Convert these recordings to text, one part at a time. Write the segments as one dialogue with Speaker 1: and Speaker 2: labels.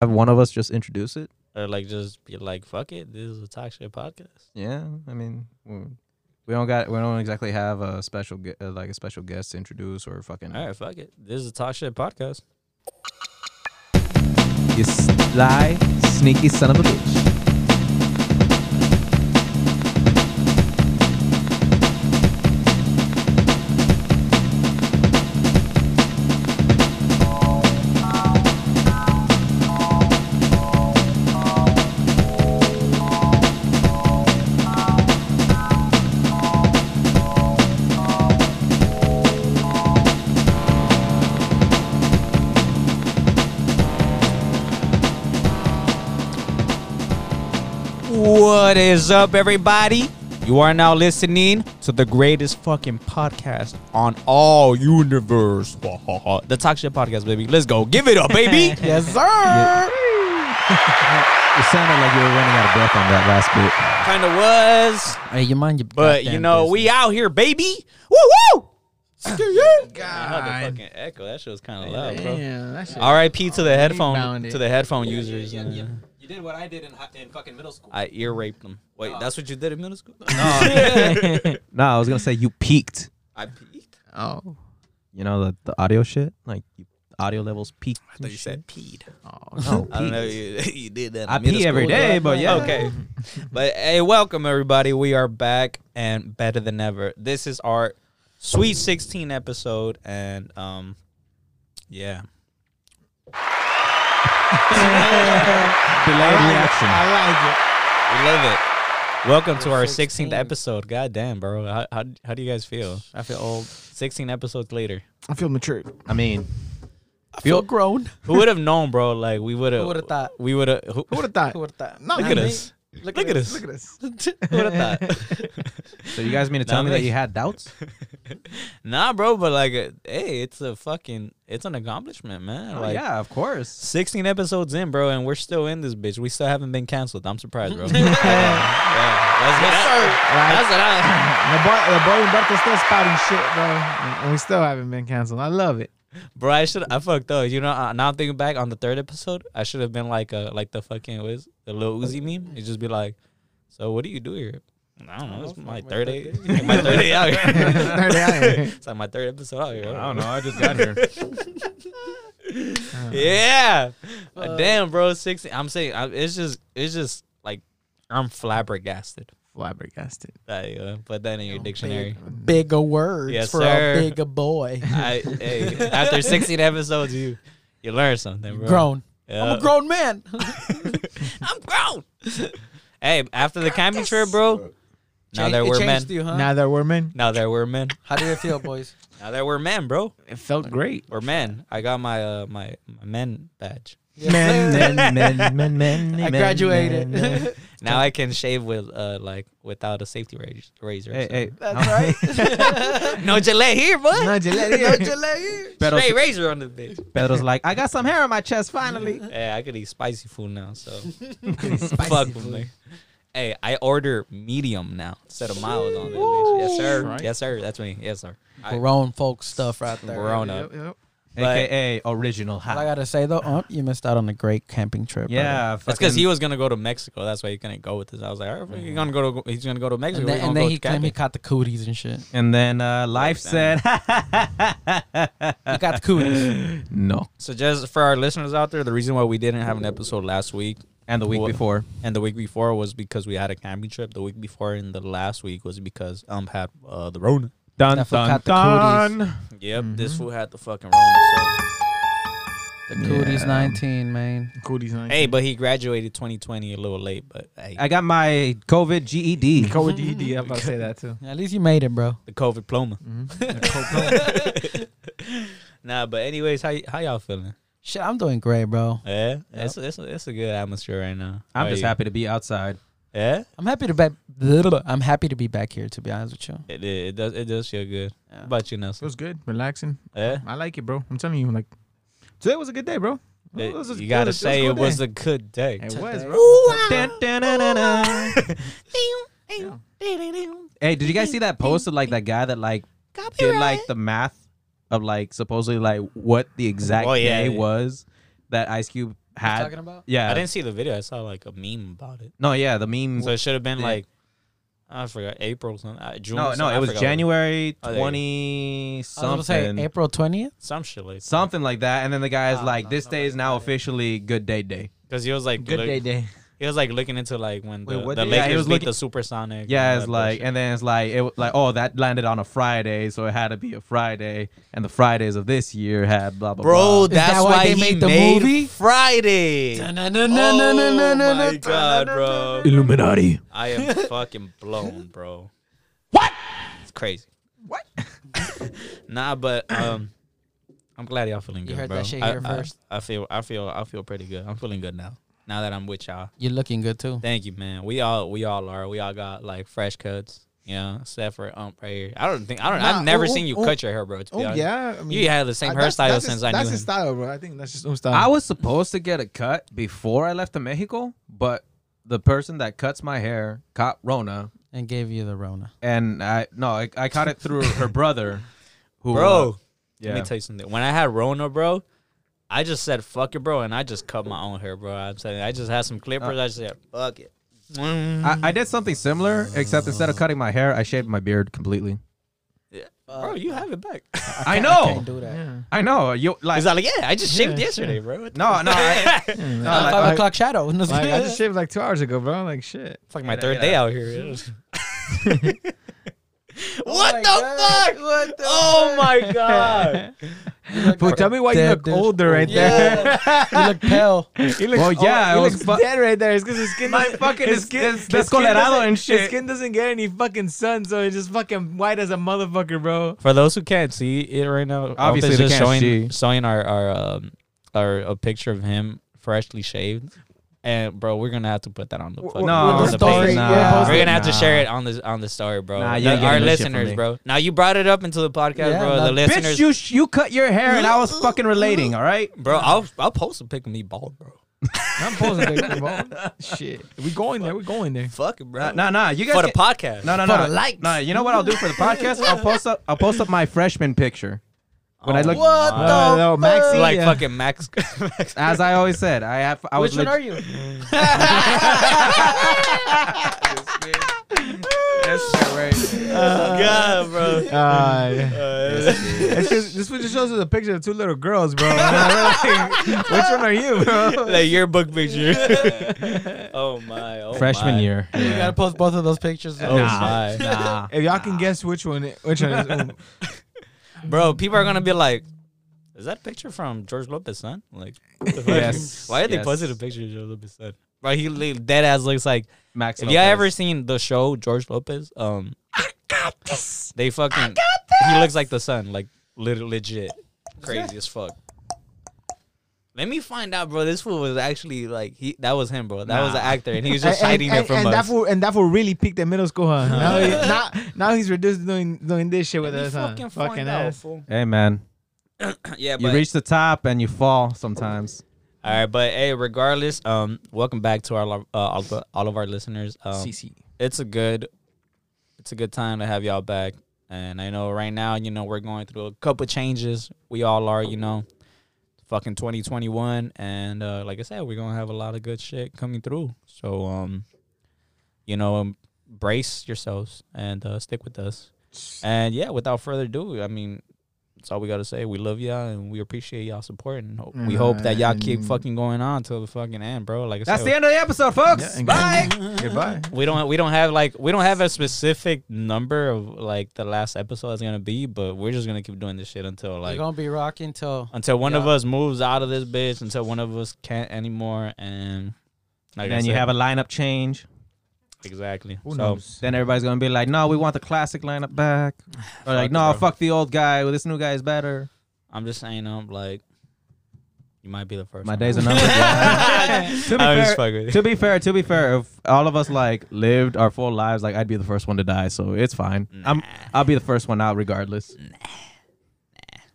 Speaker 1: have one of us just introduce it?
Speaker 2: or like just be like, fuck it, this is a talk shit podcast.
Speaker 1: Yeah, I mean, we we don't got we don't exactly have a special gue- uh, like a special guest to introduce or fucking.
Speaker 2: All right, fuck it, this is a talk shit podcast.
Speaker 1: You sly, sneaky son of a bitch.
Speaker 2: What is up, everybody? You are now listening to the greatest fucking podcast on all universe. the talk shit podcast, baby. Let's go, give it up, baby. yes, sir.
Speaker 1: It sounded like you were running out of breath on that last
Speaker 2: Kind of was,
Speaker 3: Hey, you mind your
Speaker 2: but you
Speaker 3: goddamn
Speaker 2: know
Speaker 3: business.
Speaker 2: we out here, baby. Woo woo. God, I had
Speaker 3: God.
Speaker 2: the fucking echo. That shit was kind of loud, bro.
Speaker 3: Damn, that shit.
Speaker 2: R.I.P. to the headphone
Speaker 3: found it.
Speaker 2: to the headphone users.
Speaker 1: bit.
Speaker 2: uh,
Speaker 1: You did what I did in, in fucking middle school.
Speaker 2: I ear raped them. Wait, that's what you did in middle school?
Speaker 1: No, I was gonna say you peaked.
Speaker 2: I peed.
Speaker 3: Oh,
Speaker 1: You know the, the audio shit, like you, audio levels peaked.
Speaker 2: I thought you said peed.
Speaker 3: oh,
Speaker 1: No,
Speaker 2: I don't know. You, you did that. in
Speaker 1: I
Speaker 2: middle
Speaker 1: pee every
Speaker 2: school,
Speaker 1: day,
Speaker 2: though.
Speaker 1: but yeah.
Speaker 2: Okay. but hey, welcome everybody. We are back and better than ever. This is our Sweet 16 episode, and um, yeah.
Speaker 1: Delayed reaction.
Speaker 2: We love it. Welcome to our 16th episode. God damn, bro. How, how, how do you guys feel? I feel old. 16 episodes later.
Speaker 3: I feel mature.
Speaker 1: I mean,
Speaker 3: I feel grown.
Speaker 2: Who would have known, bro? Like, we would have.
Speaker 4: Who would've thought?
Speaker 2: We would have. Who,
Speaker 3: Who would have thought?
Speaker 4: Who would have thought?
Speaker 3: No,
Speaker 2: look
Speaker 3: not
Speaker 2: at
Speaker 3: me.
Speaker 2: us. Look, at us.
Speaker 3: Look at us.
Speaker 2: Who would have thought?
Speaker 1: so you guys mean to tell me that you had doubts?
Speaker 2: nah, bro, but like, uh, hey, it's a fucking, it's an accomplishment, man.
Speaker 1: Oh,
Speaker 2: like,
Speaker 1: yeah, of course.
Speaker 2: 16 episodes in, bro, and we're still in this bitch. We still haven't been canceled. I'm surprised, bro. yeah,
Speaker 3: Yeah.
Speaker 2: that's, that-
Speaker 3: Like,
Speaker 2: that's what I.
Speaker 3: the boy, the boy Humberto still spouting shit, bro, and- and we still haven't been canceled. I love it.
Speaker 2: Bro, I should, I fucked up. You know, uh, now I'm thinking back on the third episode, I should have been like, uh, like the fucking, what is it? the little Uzi meme? It just be like, so what do you do here? I don't know. It's my third day. my third day out here.
Speaker 3: Third day out here.
Speaker 2: it's like my third episode out here. I don't know.
Speaker 1: I just got here.
Speaker 2: Yeah. Uh, Damn, bro. 16. I'm saying I, it's just it's just like I'm flabbergasted.
Speaker 3: Flabbergasted.
Speaker 2: Like, uh, put that in your dictionary.
Speaker 4: Bigger words
Speaker 2: Yes,
Speaker 4: for
Speaker 2: sir.
Speaker 4: a bigger boy.
Speaker 2: I, hey, after 16 episodes, you you learn something, bro.
Speaker 4: grown.
Speaker 2: Yeah.
Speaker 4: I'm a grown man.
Speaker 2: I'm grown. hey, after the camping trip, bro. Now
Speaker 4: Change-
Speaker 2: there
Speaker 4: it
Speaker 2: were men.
Speaker 4: changed You, huh?
Speaker 3: Now that we're men,
Speaker 2: Now there were men.
Speaker 4: How did it feel, boys?
Speaker 2: Now there were men, bro.
Speaker 3: it felt great.
Speaker 2: Or men. I got my uh my, my men badge.
Speaker 4: Yes,
Speaker 3: Men,
Speaker 4: sir.
Speaker 1: men, men, men, men,
Speaker 4: I
Speaker 1: men,
Speaker 4: graduated.
Speaker 1: men, men.
Speaker 2: Now I can shave with uh like without a safety razor. razor
Speaker 1: Hey,
Speaker 2: so-
Speaker 1: hey,
Speaker 4: That's right.
Speaker 2: No Gillette here, boy.
Speaker 3: No, just let it out.
Speaker 1: Pedro's,
Speaker 2: Straight razor on the bitch.
Speaker 1: Pedro's like, I got some hair on my chest finally.
Speaker 2: Hey, I could eat spicy food now, so fuck with me. Hey, I order medium now instead of mild on that bitch. Yes, sir.
Speaker 3: Right.
Speaker 2: Yes, sir. That's me. Yes, sir. I-
Speaker 4: grown folk stuff right there.
Speaker 2: Grown up.
Speaker 3: Yep, yep.
Speaker 2: But-
Speaker 1: AKA original
Speaker 4: All I
Speaker 1: hot.
Speaker 4: gotta say though, um, you missed out on a great camping trip. brother.
Speaker 1: Yeah,
Speaker 2: That's because
Speaker 1: fucking-
Speaker 2: he was gonna go to Mexico. That's why he couldn't go with us. I was like, all right, he's gonna go to he's gonna go to Mexico.
Speaker 4: And
Speaker 2: We're
Speaker 4: then,
Speaker 2: gonna
Speaker 4: and then
Speaker 2: go
Speaker 4: he claimed he
Speaker 2: camping.
Speaker 4: caught the cooties and shit.
Speaker 1: And then uh, life said,
Speaker 4: He got the cooties.
Speaker 1: no.
Speaker 2: So just for our listeners out there, the reason why we didn't have an episode last week
Speaker 1: And the week
Speaker 2: Wha-
Speaker 1: before,
Speaker 2: and the week before was because we had a camping trip. The week before and the last week was because um had uh, the Rona. Mm-hmm.
Speaker 1: dun
Speaker 4: That fool
Speaker 1: dun
Speaker 4: caught the cooties.
Speaker 1: dun.
Speaker 2: Yep, this fool had the fucking Rona. So.
Speaker 4: The cooties
Speaker 1: Yeah.
Speaker 4: 19, man.
Speaker 3: Cootie's nice.
Speaker 2: Hey, but he graduated 2020 a little late, but hey,
Speaker 1: I got my COVID E GED.
Speaker 3: Go with the ED. I'm about to say that too.
Speaker 4: At least you made it, bro.
Speaker 2: the COVID diploma.
Speaker 3: Mhm.
Speaker 2: Nah, but anyways, how y- how y'all feeling?
Speaker 4: Shit, I'm doing great, bro.
Speaker 2: Yeah, it's, it's, it's a good atmosphere right now.
Speaker 1: I'm
Speaker 2: How
Speaker 1: just
Speaker 2: you?
Speaker 1: happy to be outside.
Speaker 2: Yeah,
Speaker 4: I'm happy to back. I'm happy to be back here. To be honest with you.
Speaker 2: it, it, it does it does feel good.
Speaker 4: Yeah.
Speaker 2: How about you,
Speaker 3: It
Speaker 2: Nelson? Eh?
Speaker 3: was good, relaxing.
Speaker 2: Yeah,
Speaker 3: I like it, bro. I'm telling you, like today was a good day, bro. It was a-
Speaker 2: you gotta
Speaker 3: it was a-
Speaker 2: say
Speaker 3: it
Speaker 2: it was
Speaker 3: was
Speaker 2: a good day.
Speaker 3: It was, bro.
Speaker 1: Dun, dun, dun, dun, dun. Hey, did you guys see that post of like that guy that like did like the math of like supposedly like what the exact
Speaker 2: Oh, yeah,
Speaker 1: day
Speaker 2: yeah.
Speaker 1: was that Ice Cube had.
Speaker 4: talking about?
Speaker 1: Yeah.
Speaker 2: I didn't see the video. I saw like a meme about it.
Speaker 1: no, yeah, the meme.
Speaker 2: So it should have been
Speaker 1: Yeah.
Speaker 2: like I forgot April something. uh, June.
Speaker 1: no, no,
Speaker 2: something,
Speaker 1: it
Speaker 2: I
Speaker 1: was
Speaker 2: forgot.
Speaker 1: January
Speaker 2: Oh, there you go.
Speaker 1: 20
Speaker 4: I was gonna
Speaker 1: something.
Speaker 4: say April twentieth.
Speaker 2: Some shit like
Speaker 1: something like that. And then the guy's
Speaker 4: Ah,
Speaker 1: like,
Speaker 4: no,
Speaker 1: this
Speaker 4: no,
Speaker 1: day is now officially good day day.
Speaker 2: because he was like look-
Speaker 4: day.
Speaker 2: He was like looking into like when the,
Speaker 1: Wait, what
Speaker 2: the
Speaker 1: day?
Speaker 2: Lakers
Speaker 1: Yeah, he was
Speaker 2: beat
Speaker 1: looking-
Speaker 2: the Supersonic. and
Speaker 1: Yeah,
Speaker 2: all
Speaker 1: it's
Speaker 2: that
Speaker 1: like,
Speaker 2: bullshit.
Speaker 1: and then it's like, it was like, oh, that landed on a Friday, so it had to be a Friday, and the Fridays of this year had blah blah.
Speaker 2: bro,
Speaker 1: blah.
Speaker 4: that
Speaker 2: that's
Speaker 4: why
Speaker 2: why
Speaker 4: they
Speaker 2: he
Speaker 4: made the
Speaker 2: made
Speaker 4: movie?
Speaker 2: Friday. oh my god, bro!
Speaker 1: Illuminati.
Speaker 2: I am fucking blown, bro. What? It's crazy. What? nah, but um, I'm glad y'all feeling good,
Speaker 4: You heard
Speaker 2: bro.
Speaker 4: that shit
Speaker 2: I,
Speaker 4: here
Speaker 2: I-
Speaker 4: first.
Speaker 2: I feel, I feel, I feel pretty good. I'm feeling good now. Now that I'm with y'all.
Speaker 4: You're looking good too.
Speaker 2: Thank you, man. We all we all are. We all got like fresh cuts. You know, except for ump right here. I don't think I don't.
Speaker 3: Nah,
Speaker 2: I've never
Speaker 3: oh,
Speaker 2: seen you
Speaker 3: oh,
Speaker 2: cut your hair, bro. To be
Speaker 3: Oh
Speaker 2: honest.
Speaker 3: yeah, I mean,
Speaker 2: you had the same
Speaker 3: I- that's-
Speaker 2: hairstyle
Speaker 3: that's his-
Speaker 2: since I
Speaker 3: That's
Speaker 2: knew him.
Speaker 3: his style, bro. I think that's just um style.
Speaker 1: I was supposed to get a cut before I left to Mexico, but the person that cuts my hair caught Rona,
Speaker 4: And gave you the Rona.
Speaker 1: and I no, I, I caught it through her brother, who
Speaker 2: bro.
Speaker 1: uh, yeah,
Speaker 2: Let me tell you something. When I had Rona, bro, I just said fuck it, bro, and I just cut my own hair, bro. I'm saying I just had some clippers.
Speaker 1: Uh,
Speaker 2: I just said fuck it. Mm.
Speaker 1: I, I did something similar, except instead of cutting my hair, I shaved my beard completely.
Speaker 2: bro, you have it back.
Speaker 1: I,
Speaker 4: I
Speaker 1: know,
Speaker 4: can't do that.
Speaker 3: Yeah.
Speaker 1: I know. You like
Speaker 2: It's like yeah, I just shaved
Speaker 3: Yeah,
Speaker 2: yesterday, bro. What the-
Speaker 1: no, no, I, no,
Speaker 4: Five
Speaker 1: like, I-
Speaker 4: o'clock shadow. Like,
Speaker 3: Like, I just shaved like two hours ago, bro. Like shit.
Speaker 2: It's like my
Speaker 1: Yeah,
Speaker 2: third
Speaker 1: yeah.
Speaker 2: day out here.
Speaker 1: Oh
Speaker 2: what
Speaker 4: my
Speaker 2: the
Speaker 4: God.
Speaker 2: fuck? oh my god.
Speaker 3: But tell me why oh, you
Speaker 4: Dead,
Speaker 3: look
Speaker 4: dude.
Speaker 3: older right there.
Speaker 2: Yeah.
Speaker 4: you look pale.
Speaker 3: He looks
Speaker 1: Well,
Speaker 3: old.
Speaker 1: yeah,
Speaker 3: he
Speaker 1: it was
Speaker 3: looks
Speaker 1: fu-
Speaker 3: dead right there. It's because his skin.
Speaker 1: My
Speaker 3: doesn't-
Speaker 1: fucking
Speaker 3: his
Speaker 1: is-
Speaker 3: skin-
Speaker 1: is
Speaker 3: his skin
Speaker 1: descolorado
Speaker 3: doesn't-
Speaker 1: and shit.
Speaker 3: His skin doesn't get any fucking sun, so it's just fucking white as a motherfucker, bro.
Speaker 2: For those who can't see it right now,
Speaker 1: Obviously
Speaker 2: Alpha's
Speaker 1: they
Speaker 2: just
Speaker 1: can't
Speaker 2: showing
Speaker 1: see.
Speaker 2: showing our our um, our a picture of him freshly shaved. And bro, we're gonna have to put that on the fucking-
Speaker 3: We're-
Speaker 1: no,
Speaker 2: on
Speaker 3: we're
Speaker 2: the
Speaker 3: posting-
Speaker 2: page.
Speaker 3: nah.
Speaker 2: We're gonna have to
Speaker 1: Nah.
Speaker 2: share it on this on the story, bro.
Speaker 1: Nah, you
Speaker 2: The-
Speaker 1: ain't
Speaker 2: our
Speaker 1: getting no shit from
Speaker 2: listeners,
Speaker 1: me.
Speaker 2: bro. Now you brought it up into the podcast,
Speaker 4: Yeah,
Speaker 2: bro.
Speaker 4: nah,
Speaker 2: The
Speaker 4: bitch,
Speaker 2: listeners,
Speaker 1: Bitch, you sh- you cut your hair and I was fucking relating, all right?
Speaker 2: bro. I'll I'll post a pic of me bald, bro.
Speaker 3: I'm posing pictures, bro. Shit, we going there. We going there.
Speaker 2: Fuck it, bro.
Speaker 1: Nah, nah, nah you guys.
Speaker 2: for the
Speaker 1: can-
Speaker 2: podcast.
Speaker 1: no, no,
Speaker 4: for
Speaker 1: no.
Speaker 4: the likes.
Speaker 1: No, you know what I'll do for the podcast? I'll post up. I'll post up my freshman picture. When I
Speaker 2: Oh
Speaker 1: look,
Speaker 2: What
Speaker 3: No, no, Uh, no, Maxi,
Speaker 2: like
Speaker 1: uh,
Speaker 3: yeah.
Speaker 2: fucking Max. Max-
Speaker 1: as I always said, I have. I was.
Speaker 4: Which one
Speaker 1: leg-
Speaker 4: are you?
Speaker 1: Yes, sir, right.
Speaker 2: Oh God, bro.
Speaker 3: Uh, yeah.
Speaker 2: Uh,
Speaker 3: It's 'cause this one just shows us a picture of two little girls, bro. Like, Which one are you, bro?
Speaker 2: the yearbook picture. oh my. Oh
Speaker 1: Freshman
Speaker 2: my.
Speaker 1: year.
Speaker 4: You gotta post both of those pictures.
Speaker 2: Oh
Speaker 1: Nah.
Speaker 2: my.
Speaker 1: Nah.
Speaker 3: If y'all can guess which one, which one is um,
Speaker 2: Bro, people are gonna be like, "Is that picture from George Lopez son?" Like, what the fuck?
Speaker 1: Yes,
Speaker 2: Why did they
Speaker 1: yes.
Speaker 2: posted a picture of George Lopez son? Bro, he li- dead ass looks like.
Speaker 1: Max.
Speaker 2: If y'all
Speaker 1: Lopez.
Speaker 2: ever seen the show George Lopez, um, They fucking. He looks like the son, like lit- legit, crazy as fuck. Let me find out, bro. This fool was actually like he. That was him, bro. That was an actor, and he was just hiding it from
Speaker 3: and
Speaker 2: us.
Speaker 3: That fool, and that fool really peaked at middle school, huh? now, he, now, now he's reduced to doing doing this shit with
Speaker 2: Let me
Speaker 3: us, huh?
Speaker 2: fucking find out, fool.
Speaker 1: Hey man,
Speaker 2: yeah, but
Speaker 1: you reach the top and you fall sometimes.
Speaker 2: All right, but hey, regardless, um, welcome back to our lo- uh, all, the- all of our listeners. Um,
Speaker 3: CC.
Speaker 2: it's a good, it's a good time to have y'all back, and I know right now, you know, we're going through a couple changes. We all are, you know, fucking twenty twenty one, and uh, like I said, we're gonna have a lot of good shit coming through. So, um, you know, um, brace yourselves and uh, stick with us. And yeah, without further ado, I mean, that's all we gotta say. We love y'all and we appreciate y'all support and hope, we hope that y'all keep
Speaker 3: Mm.
Speaker 2: fucking going on till the fucking end, bro. Like I
Speaker 1: That's the
Speaker 2: said,
Speaker 1: end of the episode, folks. Bye.
Speaker 3: Goodbye.
Speaker 2: we don't we don't have like we don't have a specific number of like the last episode is gonna be, but we're just gonna keep doing this shit until
Speaker 4: You're
Speaker 2: like
Speaker 4: gonna be rocking till
Speaker 2: until one of
Speaker 4: Yeah.
Speaker 2: us moves out of this bitch, until one of us can't anymore, and like
Speaker 1: And then you have a lineup change.
Speaker 2: exactly.
Speaker 3: Who
Speaker 2: so
Speaker 3: knows?
Speaker 1: Then everybody's gonna be like, "No, we want the classic lineup back." Or
Speaker 2: Fuck
Speaker 1: like,
Speaker 2: it,
Speaker 1: "No,
Speaker 2: bro.
Speaker 1: fuck the old guy. This new guy is better."
Speaker 2: I'm just saying, um, like you might be the first.
Speaker 1: My
Speaker 2: one.
Speaker 1: days are numbered. yeah. to, be
Speaker 2: I'm
Speaker 1: fair,
Speaker 2: just fucking with you.
Speaker 1: to be fair, to be fair, if all of us like lived our full lives, like I'd be the first one to die, so it's fine. I'm I'll be the first one out regardless.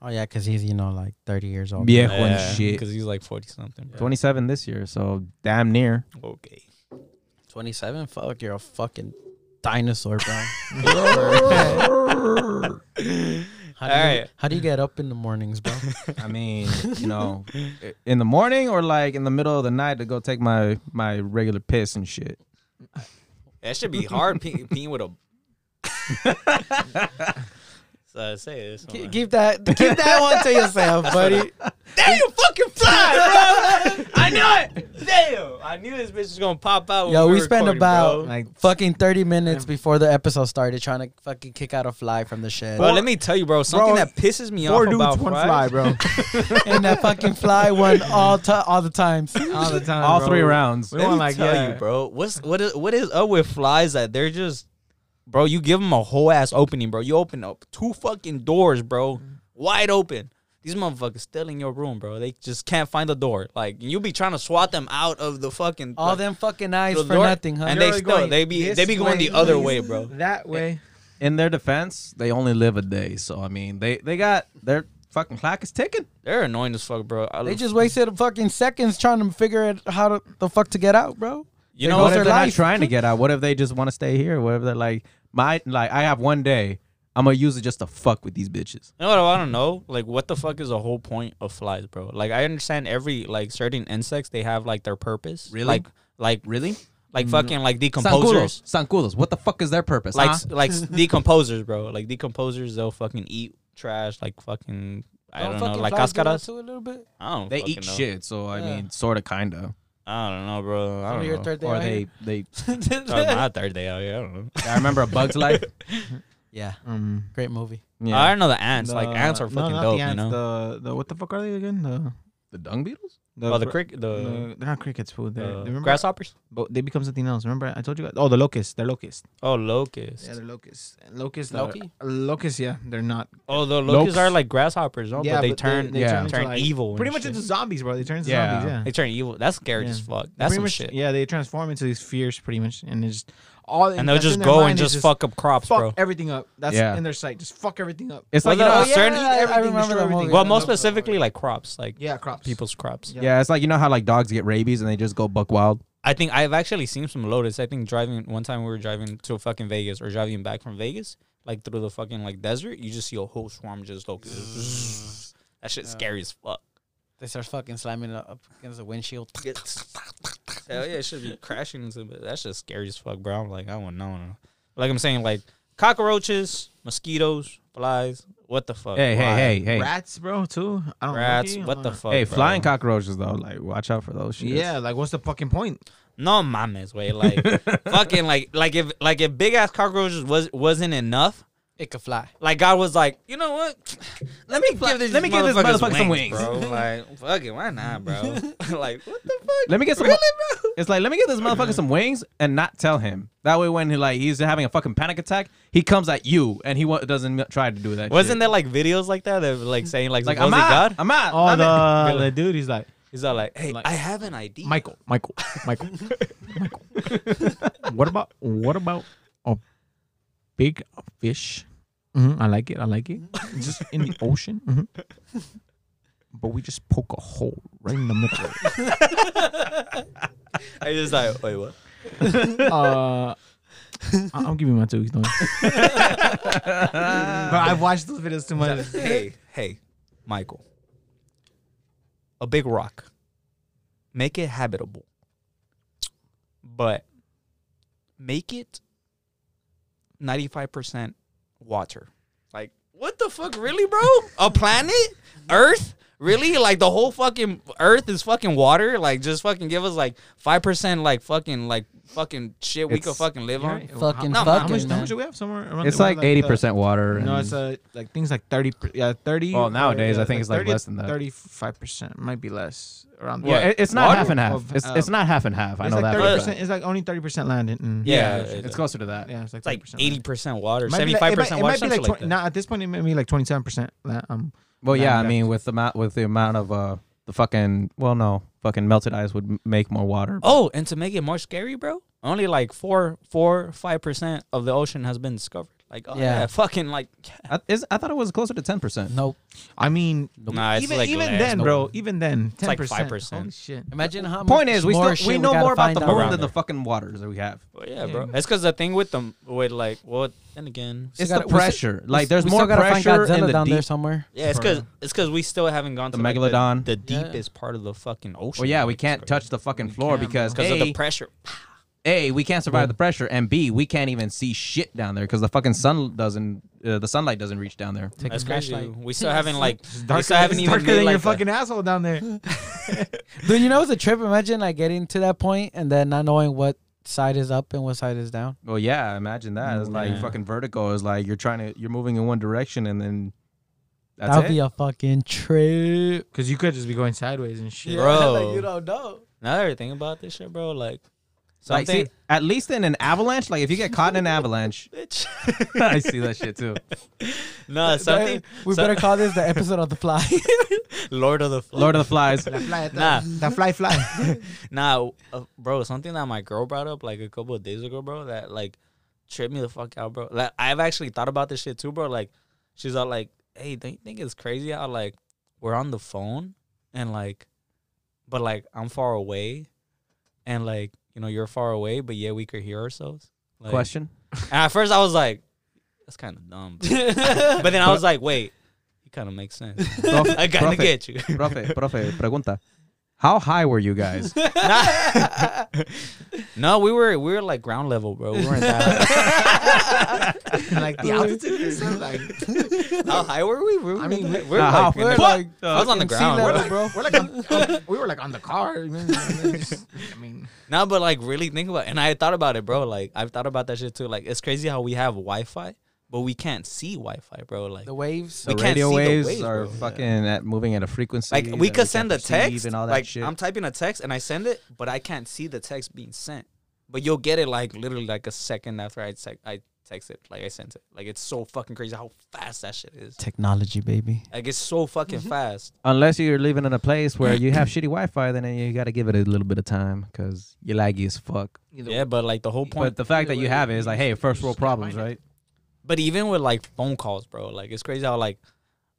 Speaker 4: oh yeah, cause he's you know like thirty years old.
Speaker 1: Viejo and
Speaker 2: Yeah,
Speaker 1: shit.
Speaker 2: because he's like forty something. bro.
Speaker 1: 27 this year, so damn near.
Speaker 2: Okay.
Speaker 4: twenty seven. Fuck, you're a fucking dinosaur, bro. How do, you,
Speaker 2: Alright.
Speaker 4: how do you get up in the mornings, bro?
Speaker 1: I mean, you know, i- in the morning or like in the middle of the night to go take my my regular piss and shit.
Speaker 2: That should be hard peeing, peeing with a. so I say this.
Speaker 4: Keep keep that keep that one to yourself, buddy.
Speaker 2: Damn, you fucking fly, bro! I knew it. Damn, I knew this bitch was gonna pop out.
Speaker 4: Yo,
Speaker 2: when
Speaker 4: we
Speaker 2: were
Speaker 4: spent
Speaker 2: recording,
Speaker 4: about
Speaker 2: bro.
Speaker 4: like fucking thirty minutes before the episode started trying to fucking kick out a fly from the shed,
Speaker 2: Bro, let me tell you, bro. Something
Speaker 3: Bro,
Speaker 2: that pisses me
Speaker 3: Four
Speaker 2: off
Speaker 3: dudes,
Speaker 2: about
Speaker 3: one
Speaker 2: fries-
Speaker 3: fly, bro.
Speaker 4: and that fucking fly won all ti all the times.
Speaker 3: All the time.
Speaker 1: All
Speaker 3: bro.
Speaker 1: three rounds.
Speaker 3: We
Speaker 2: Let
Speaker 3: want
Speaker 2: me
Speaker 3: like
Speaker 2: tell
Speaker 3: yeah.
Speaker 2: you, bro. What's what is what is up with flies that they're just, bro? You give them a whole ass opening, bro. You open up two fucking doors, bro,
Speaker 4: Mm-hmm.
Speaker 2: wide open. These motherfuckers still in your room, bro. They just can't find the door. Like you be trying to swat them out of the fucking
Speaker 4: All them fucking eyes
Speaker 2: the
Speaker 4: for
Speaker 2: door,
Speaker 4: nothing, huh?
Speaker 2: And
Speaker 3: You're
Speaker 2: they still
Speaker 3: going
Speaker 2: they be
Speaker 3: this
Speaker 2: they be going
Speaker 3: way,
Speaker 2: the other
Speaker 3: this-
Speaker 2: way, bro.
Speaker 3: That way.
Speaker 1: In their defense, they only live a day, so I mean, they they got their fucking clock is ticking.
Speaker 2: They're annoying as fuck, bro. I-
Speaker 4: They just wasted fucking seconds trying to figure out how to, the fuck to get out, bro.
Speaker 2: you
Speaker 4: they
Speaker 2: know
Speaker 4: go
Speaker 1: What
Speaker 4: their
Speaker 1: if they're not
Speaker 4: life.
Speaker 1: trying to get out? What if they just want to stay here? What if they're like my like I have one day, I'm gonna use it just to fuck with these bitches.
Speaker 2: You know what I don't know? Like, what the fuck is the whole point of flies, bro? Like, I understand every like certain insects they have like their purpose.
Speaker 1: Really?
Speaker 2: Like, like
Speaker 1: Really?
Speaker 2: like fucking like
Speaker 1: Sancudos,
Speaker 2: decomposers.
Speaker 1: sancudos. What the fuck is their purpose?
Speaker 2: Like
Speaker 1: huh?
Speaker 2: s- like s- decomposers, bro. Like decomposers, they'll fucking eat trash. Like fucking I don't, know,
Speaker 4: fucking
Speaker 2: like
Speaker 4: flies do that
Speaker 2: cascaras.
Speaker 4: too a little bit.
Speaker 2: I don't.
Speaker 1: they
Speaker 2: fucking
Speaker 1: eat
Speaker 2: know.
Speaker 1: shit, so I
Speaker 4: Yeah.
Speaker 1: mean, sort of, kind of.
Speaker 2: I don't know, bro. I
Speaker 4: Over
Speaker 2: don't
Speaker 4: here,
Speaker 2: know.
Speaker 4: third day
Speaker 1: Or
Speaker 4: out
Speaker 1: they they.
Speaker 4: here.
Speaker 2: That was my third day out here. I don't know.
Speaker 1: I remember a Bug's Life.
Speaker 4: yeah,
Speaker 3: Um,
Speaker 4: great movie.
Speaker 1: Yeah.
Speaker 2: I don't know the ants. like
Speaker 3: the-
Speaker 2: ants are
Speaker 3: no,
Speaker 2: fucking
Speaker 3: not
Speaker 2: dope,
Speaker 3: The
Speaker 2: you
Speaker 3: ants,
Speaker 2: know.
Speaker 3: The, the what the fuck are they again? The
Speaker 1: the dung beetles.
Speaker 3: the,
Speaker 2: oh, the
Speaker 3: cr-
Speaker 2: crick, the,
Speaker 3: the- they're not crickets food. They're,
Speaker 2: uh,
Speaker 3: they remember,
Speaker 2: grasshoppers.
Speaker 3: but they become something else. Remember I told you guys. Oh, the locusts. They're locusts.
Speaker 2: Oh, locusts.
Speaker 3: Yeah, they're locusts. And Locusts. are-
Speaker 4: Loki?
Speaker 3: Locusts. Yeah, they're not.
Speaker 2: Oh, the locusts
Speaker 1: Locusts.
Speaker 2: are like grasshoppers, no?
Speaker 3: Yeah,
Speaker 2: but they
Speaker 3: but they-
Speaker 2: turn
Speaker 3: they
Speaker 1: Yeah.
Speaker 2: turn,
Speaker 1: turn
Speaker 3: into, like,
Speaker 2: evil. and
Speaker 3: Pretty much
Speaker 2: shit.
Speaker 3: into zombies, bro. They turn into
Speaker 1: Yeah.
Speaker 3: zombies. Yeah.
Speaker 2: they turn evil. That's scary
Speaker 3: Yeah.
Speaker 2: as fuck. That's
Speaker 3: pretty
Speaker 2: some
Speaker 3: much,
Speaker 2: shit.
Speaker 3: Yeah, they transform into these fierce, pretty much, and they just all.
Speaker 2: And they'll
Speaker 3: that's
Speaker 2: just
Speaker 3: in their
Speaker 2: go
Speaker 3: mind
Speaker 2: and
Speaker 3: is
Speaker 2: just, fuck up crops,
Speaker 3: fuck
Speaker 2: bro.
Speaker 3: everything up. That's
Speaker 1: Yeah.
Speaker 3: in their sight. Just fuck everything up.
Speaker 1: It's like
Speaker 2: Well,
Speaker 1: you know,
Speaker 2: the- oh, certain-
Speaker 4: yeah, I- I
Speaker 3: everything,
Speaker 4: remember
Speaker 3: destroy
Speaker 4: that movie.
Speaker 3: everything.
Speaker 2: Well,
Speaker 3: Yeah,
Speaker 2: most
Speaker 3: that's what I
Speaker 2: specifically like crops, like
Speaker 3: Yeah, crops.
Speaker 2: people's crops.
Speaker 3: Yeah.
Speaker 1: yeah, it's like you know how like dogs get rabies and they just go buck wild.
Speaker 2: I think I've actually seen some lotus. I think driving one time we were driving to fucking Vegas or driving back from Vegas, like through the fucking like desert, you just see a whole swarm just like that shit's scary as fuck.
Speaker 4: They start fucking slamming it up against the windshield.
Speaker 2: Hell yeah, it should be crashing into but that's just scary as fuck, bro. I'm like, I wouldn't know. no. Like I'm saying, like cockroaches, mosquitoes, flies, what the fuck?
Speaker 1: Hey,
Speaker 2: Why?
Speaker 1: hey, hey, hey,
Speaker 3: Rats, bro, too. I don't
Speaker 2: Rats,
Speaker 3: monkey,
Speaker 2: what
Speaker 3: I'm
Speaker 2: the
Speaker 3: like-
Speaker 2: fuck?
Speaker 1: hey!
Speaker 2: bro?
Speaker 1: Flying cockroaches though, like watch out for those. Shits.
Speaker 3: Yeah, like what's the fucking point?
Speaker 2: No mames, way like fucking like like if like if big ass cockroaches was wasn't enough,
Speaker 4: It could fly.
Speaker 2: like God was like, you know what? Let me give this
Speaker 1: let me give this motherfucker some wings."
Speaker 2: bro. Like fuck it, why not, bro? like what the fuck?
Speaker 1: Let me get some.
Speaker 2: Really, bro?
Speaker 1: It's like let me get this motherfucker some wings and not tell him. That way, when he like he's having a fucking panic attack, he comes at you and he wa- doesn't try to do that.
Speaker 2: Wasn't
Speaker 1: shit.
Speaker 2: there like videos like that of like saying like,
Speaker 1: like
Speaker 2: was
Speaker 1: I'm
Speaker 2: it
Speaker 1: out?
Speaker 2: God?
Speaker 1: I'm out.
Speaker 3: Oh,
Speaker 1: I'm out.
Speaker 3: the, the dude, he's like
Speaker 2: He's all like, hey,
Speaker 3: Like-
Speaker 2: I have an idea.
Speaker 3: Michael, Michael, Michael, Michael. What about what about a big fish? Mhm, I like it. I like it. Just in the ocean. Mhm. But we just poke a hole right in the middle. of it.
Speaker 2: I just like, wait, what?
Speaker 3: Uh, I- I'll give you my two weeks notice. but I've watched those videos too much.
Speaker 2: hey, hey, Michael. A big rock. Make it habitable. But make it 95% water. Like, what the fuck? Really, bro? A planet? Earth? Really? Like the whole fucking earth is fucking water? Like just fucking give us like 5% like fucking like fucking shit we
Speaker 1: It's-
Speaker 2: could fucking live on.
Speaker 4: Fucking
Speaker 2: no,
Speaker 3: How
Speaker 4: fucking.
Speaker 3: much, how
Speaker 4: man.
Speaker 3: much do we have somewhere around
Speaker 1: It's
Speaker 3: the- uh,
Speaker 1: like eighty
Speaker 3: the-
Speaker 1: percent water.
Speaker 3: No,
Speaker 1: and-
Speaker 3: it's uh, like things like thirty. per- Yeah, thirty.
Speaker 1: Well, nowadays,
Speaker 3: yeah,
Speaker 1: I think it's, like,
Speaker 3: 30
Speaker 1: less than that.
Speaker 3: Thirty-five percent might be less around.
Speaker 2: What?
Speaker 1: yeah, it- it's not
Speaker 2: Water
Speaker 1: half and half.
Speaker 3: of,
Speaker 1: it's
Speaker 3: uh,
Speaker 1: it's not half and half. I
Speaker 3: It's
Speaker 1: know that.
Speaker 3: like thirty
Speaker 1: for a
Speaker 3: percent.
Speaker 1: fact.
Speaker 3: It's like only thirty percent land. In,
Speaker 2: Yeah,
Speaker 1: It's closer to that.
Speaker 3: yeah, it's like,
Speaker 2: It's like
Speaker 3: 30% land.
Speaker 2: eighty percent water,
Speaker 3: It might be
Speaker 2: seventy
Speaker 3: like-
Speaker 2: five
Speaker 3: it might-
Speaker 2: percent
Speaker 3: it
Speaker 2: water,
Speaker 3: might be
Speaker 2: something
Speaker 3: like,
Speaker 2: like
Speaker 3: 20,
Speaker 2: that.
Speaker 3: nah, at this point, it may be like twenty-seven percent. Um,
Speaker 1: Well, yeah,
Speaker 3: Yeah,
Speaker 1: I
Speaker 3: yeah.
Speaker 1: mean, with the amount, with the amount of uh, the fucking, well, no, fucking melted ice would m- make more water.
Speaker 2: Oh, and to make it more scary, bro, only like four, four, five percent of the ocean has been discovered. Like, oh yeah,
Speaker 4: Yeah.
Speaker 2: fucking like,
Speaker 1: I, is, I thought it was closer to ten percent.
Speaker 4: Nope.
Speaker 3: I mean,
Speaker 2: nah, it's
Speaker 3: even
Speaker 2: like
Speaker 3: even
Speaker 2: less.
Speaker 3: then, bro. Even then,
Speaker 2: It's like
Speaker 3: 10%.
Speaker 2: 5%.
Speaker 3: Holy shit.
Speaker 4: Imagine how.
Speaker 1: Point
Speaker 4: much
Speaker 1: is, we
Speaker 4: more
Speaker 1: still
Speaker 4: shit
Speaker 1: we know
Speaker 4: gotta
Speaker 1: more about
Speaker 4: find
Speaker 1: the
Speaker 4: out.
Speaker 1: moon
Speaker 2: around
Speaker 1: than the
Speaker 2: there.
Speaker 1: fucking waters that we have.
Speaker 2: Well, yeah, bro. That's because the thing with them, with like, well, then again,
Speaker 1: It's
Speaker 4: gotta-
Speaker 1: the
Speaker 4: we still-
Speaker 1: pressure. like there's
Speaker 4: we
Speaker 1: more
Speaker 4: still gotta find
Speaker 1: pressure
Speaker 4: Godzilla
Speaker 1: in the
Speaker 4: down there
Speaker 1: deep.
Speaker 4: somewhere.
Speaker 2: yeah, it's because it's because we still haven't gone
Speaker 1: The
Speaker 2: to like,
Speaker 1: megalodon.
Speaker 2: the,
Speaker 4: Yeah.
Speaker 2: deepest part of the fucking ocean.
Speaker 1: Well, yeah, we
Speaker 2: It's
Speaker 1: can't
Speaker 2: crazy.
Speaker 1: touch the fucking floor
Speaker 3: can't,
Speaker 1: because
Speaker 2: because
Speaker 1: a,
Speaker 2: of the pressure.
Speaker 1: a we can't survive the pressure, and b we can't even see shit down there because the fucking sun doesn't uh, the sunlight doesn't reach down there.
Speaker 4: Take
Speaker 2: That's
Speaker 4: a
Speaker 2: crazy.
Speaker 4: flashlight.
Speaker 2: We still haven't like, we
Speaker 3: Darker,
Speaker 2: still haven't
Speaker 3: it's
Speaker 2: even
Speaker 3: darker
Speaker 2: made,
Speaker 3: than
Speaker 2: like,
Speaker 3: your
Speaker 2: a-
Speaker 3: fucking asshole down there.
Speaker 4: Dude, you know it's a trip. Imagine like getting to that point and then not knowing what side is up and what side is down.
Speaker 1: Well, yeah, imagine that. It's like
Speaker 2: Yeah.
Speaker 1: fucking vertical. It's like you're trying to you're moving in one direction and then that's
Speaker 4: That would
Speaker 1: it.
Speaker 4: be a fucking trip.
Speaker 3: Because you could just be going sideways and shit.
Speaker 2: Bro.
Speaker 4: like, you don't know.
Speaker 2: now that I think about this shit, bro, like
Speaker 1: like,
Speaker 2: something.
Speaker 1: see, at least in an avalanche, like if you get caught in an avalanche,
Speaker 2: bitch.
Speaker 1: I see that shit too.
Speaker 2: no, Uh, something.
Speaker 4: we
Speaker 2: so-
Speaker 4: better call this the episode of the fly.
Speaker 2: Lord of the Flies.
Speaker 1: Lord of the Flies.
Speaker 2: Nah.
Speaker 3: The fly, fly.
Speaker 2: Nah, uh, bro, something that my girl brought up like a couple of days ago, bro, that like tripped me the fuck out, bro. Like I've actually thought about this shit too, bro. Like she's all like, "Hey, don't you think it's crazy how like we're on the phone and like, but like I'm far away, and like you know you're far away, but yeah, we could hear ourselves." Like,
Speaker 1: Question.
Speaker 2: And at first I was like, "That's kind of dumb," but but then I was like, "Wait." It kind of makes sense.
Speaker 1: Prof-
Speaker 2: I kind of
Speaker 1: prophet.
Speaker 2: get you.
Speaker 1: profe, profe, pregunta. How high were you guys?
Speaker 2: Nah. no, we were we were like ground level, bro. We weren't that.
Speaker 3: like the altitude or something. Like,
Speaker 2: How high were we? We We're,
Speaker 3: I mean,
Speaker 2: like-
Speaker 3: we-
Speaker 2: we're
Speaker 1: Nah, how
Speaker 2: like,
Speaker 1: fuck
Speaker 2: in the-
Speaker 1: the-
Speaker 2: I was on the
Speaker 4: sea
Speaker 2: ground.
Speaker 4: level,
Speaker 2: bro.
Speaker 4: bro.
Speaker 3: we're like on, on- we were like on the car. I mean, I mean,
Speaker 2: No, but like really think about, and I thought about it, bro. Like I've thought about that shit too. Like it's crazy how we have Wi-Fi, but we can't see Wi-Fi, bro. Like
Speaker 4: The waves.
Speaker 1: the
Speaker 2: We can't
Speaker 1: radio
Speaker 2: see the
Speaker 1: waves,
Speaker 2: waves,
Speaker 1: are
Speaker 2: bro. Yeah.
Speaker 1: fucking at moving at a frequency.
Speaker 2: like
Speaker 1: that
Speaker 2: we could
Speaker 1: can't
Speaker 2: send a
Speaker 1: perceive
Speaker 2: text.
Speaker 1: and all that
Speaker 2: like
Speaker 1: shit.
Speaker 2: I'm typing a text and I send it, but I can't see the text being sent. But you'll get it like literally like a second after I sec- I text it, like I sent it. Like it's so fucking crazy how fast that shit is.
Speaker 4: Technology, baby.
Speaker 2: Like it's so fucking fast.
Speaker 1: Unless you're living in a place where you have shitty Wi-Fi, then you gotta give it a little bit of time because you're laggy as fuck.
Speaker 2: Yeah, but like the whole point.
Speaker 1: But the fact that you have it is like, hey, first world problems, right?
Speaker 2: But even with like phone calls, bro, like it's crazy how like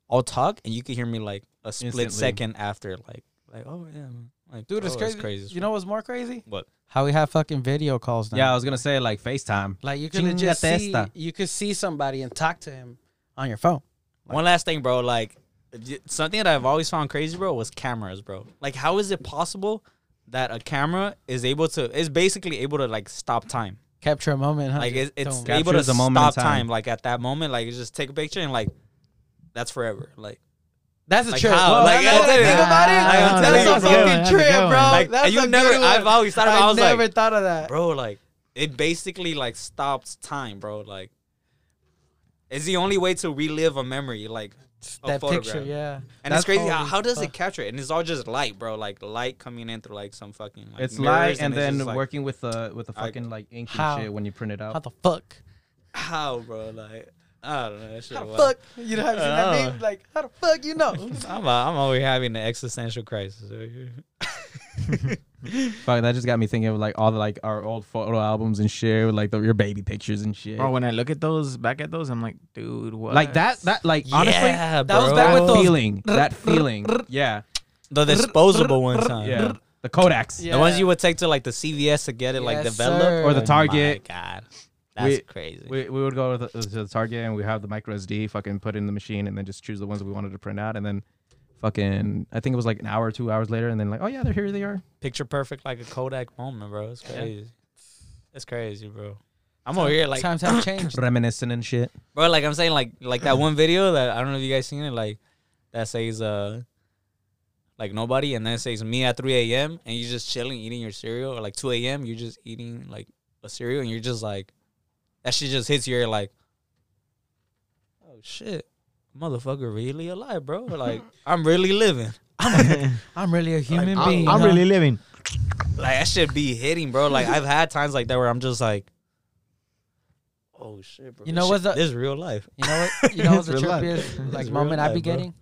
Speaker 2: I'll talk and you can hear me like a split
Speaker 1: Instantly. Oh,
Speaker 2: second after, like like oh yeah, man. like
Speaker 4: Dude,
Speaker 2: bro,
Speaker 4: it's crazy.
Speaker 2: Oh, as
Speaker 4: You know what's more crazy?
Speaker 2: What?
Speaker 4: How we have fucking video calls now.
Speaker 1: Yeah, I was gonna say like FaceTime.
Speaker 4: Like you could
Speaker 1: Chinga
Speaker 4: just see,
Speaker 1: testa.
Speaker 4: you could see somebody and talk to him on your phone.
Speaker 2: One last thing, bro. Like j- something that I've always found crazy, bro, was cameras, bro. Like, how is it possible that a camera is able to is basically able to like stop time?
Speaker 4: Capture a moment, huh?
Speaker 2: Like
Speaker 4: Just
Speaker 2: it's, it's
Speaker 4: don't-
Speaker 1: Captures
Speaker 2: able to
Speaker 1: the
Speaker 2: stop
Speaker 1: moment in
Speaker 2: time.
Speaker 1: time.
Speaker 2: Like at that moment, like you just take a picture and like that's forever. Like
Speaker 4: that's a
Speaker 2: like
Speaker 4: trip.
Speaker 2: how?
Speaker 4: Well,
Speaker 2: Like,
Speaker 4: now
Speaker 2: I'm
Speaker 4: that I
Speaker 2: telling
Speaker 4: think
Speaker 2: you.
Speaker 4: about it.
Speaker 2: Like, I'm telling
Speaker 4: that's
Speaker 2: you,
Speaker 4: a
Speaker 2: that's a
Speaker 4: fucking
Speaker 3: good one.
Speaker 4: trip,
Speaker 3: That's a good
Speaker 4: bro.
Speaker 3: one.
Speaker 2: Like,
Speaker 4: that's
Speaker 2: you
Speaker 4: a
Speaker 2: never-
Speaker 4: good one.
Speaker 2: I've always thought about it. I was like-
Speaker 4: never thought of that.
Speaker 2: bro like it basically like stops time bro like it's the only way to relive a memory like a
Speaker 4: that
Speaker 2: photograph.
Speaker 4: picture, yeah.
Speaker 2: and
Speaker 1: That's
Speaker 2: it's crazy how,
Speaker 4: holy
Speaker 2: how does
Speaker 4: fuck.
Speaker 2: it capture it and it's all just light bro like light coming in through like some fucking like,
Speaker 1: It's
Speaker 2: mirrors,
Speaker 1: light, and
Speaker 2: it's
Speaker 1: then
Speaker 2: just, like,
Speaker 1: working with the with the
Speaker 2: I-
Speaker 1: fucking like ink
Speaker 4: How?
Speaker 1: and shit when you print it out.
Speaker 4: How the fuck?
Speaker 2: how bro like I don't know. That shit
Speaker 4: How the
Speaker 2: was-
Speaker 4: fuck? You know, have seen
Speaker 2: I
Speaker 4: that
Speaker 2: don't
Speaker 4: meme? Like, how the fuck you know?
Speaker 2: I'm, uh, I'm always having an existential crisis. right here.
Speaker 1: Fuck, that just got me thinking of like all the like our old photo albums and shit, with, like the, your baby pictures and shit.
Speaker 3: Bro, when I look at those, back at those, I'm like, dude, what?
Speaker 1: like that, that like honestly,
Speaker 2: yeah,
Speaker 4: that was
Speaker 2: bro.
Speaker 4: back
Speaker 1: that
Speaker 4: with those-
Speaker 1: feeling, that feeling, yeah,
Speaker 2: the disposable ones, huh?
Speaker 1: yeah, the Kodaks.
Speaker 4: Yeah.
Speaker 2: The ones you would take to like the CVS to get it like
Speaker 4: Yes,
Speaker 2: developed
Speaker 4: sir.
Speaker 1: Or the
Speaker 2: Oh my
Speaker 1: Target.
Speaker 2: God, that's
Speaker 1: We-
Speaker 2: crazy.
Speaker 1: We, we would go to the, to the Target and we have the micro SD fucking put in the machine and then just choose the ones that we wanted to print out and then fucking I think it was like an hour or two hours later and then like oh yeah they're here they are
Speaker 2: picture perfect like a Kodak moment, bro. It's crazy. It's crazy, bro. I'm over here like,
Speaker 4: Times have changed.
Speaker 1: reminiscing and shit.
Speaker 2: bro, like I'm saying, like like that one video that I don't know if you guys seen it, like that says uh like nobody, and then it says me at 3 a.m. and you're just chilling, eating your cereal, or like 2 a.m. you're just eating like a cereal, and you're just like that shit just hits your ear like, oh shit, motherfucker, really alive, bro. Like I'm really living.
Speaker 4: I'm really a human
Speaker 3: I'm,
Speaker 4: being.
Speaker 3: I'm
Speaker 4: huh?
Speaker 3: really living.
Speaker 2: Like that should be hitting, bro. Like I've had times like that where I'm just like, oh shit, bro.
Speaker 4: You know
Speaker 2: This
Speaker 4: what's
Speaker 2: shit-
Speaker 4: the-
Speaker 2: This is real life.
Speaker 4: You know what? You know what's the
Speaker 3: Real life.
Speaker 4: trippiest like
Speaker 2: real
Speaker 4: moment I
Speaker 2: life,
Speaker 4: be
Speaker 2: bro.
Speaker 4: getting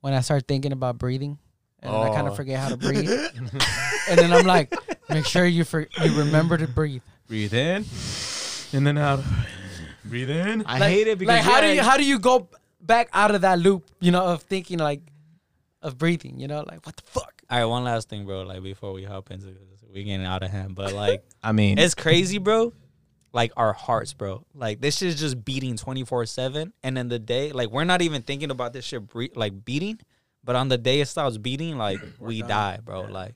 Speaker 4: when I start thinking about breathing, and I kind
Speaker 2: Oh.
Speaker 4: of forget how to breathe, and then I'm like, make sure you for you remember to breathe.
Speaker 1: Breathe in and then out. Breathe in.
Speaker 2: I
Speaker 4: Like-
Speaker 2: hate it because
Speaker 4: like how do
Speaker 2: yeah,
Speaker 4: you how do you go back out of that loop? You know, of thinking like of breathing. You know, like what the fuck?
Speaker 2: All right, one last thing, bro. Like before we hop into this, we getting out of hand, but like
Speaker 1: I mean,
Speaker 2: it's crazy, bro. Like our hearts, bro. Like this is just beating twenty four seven, and then the day, like we're not even thinking about this shit, bre- like beating. But on the day it stops beating, like we die, bro. Like,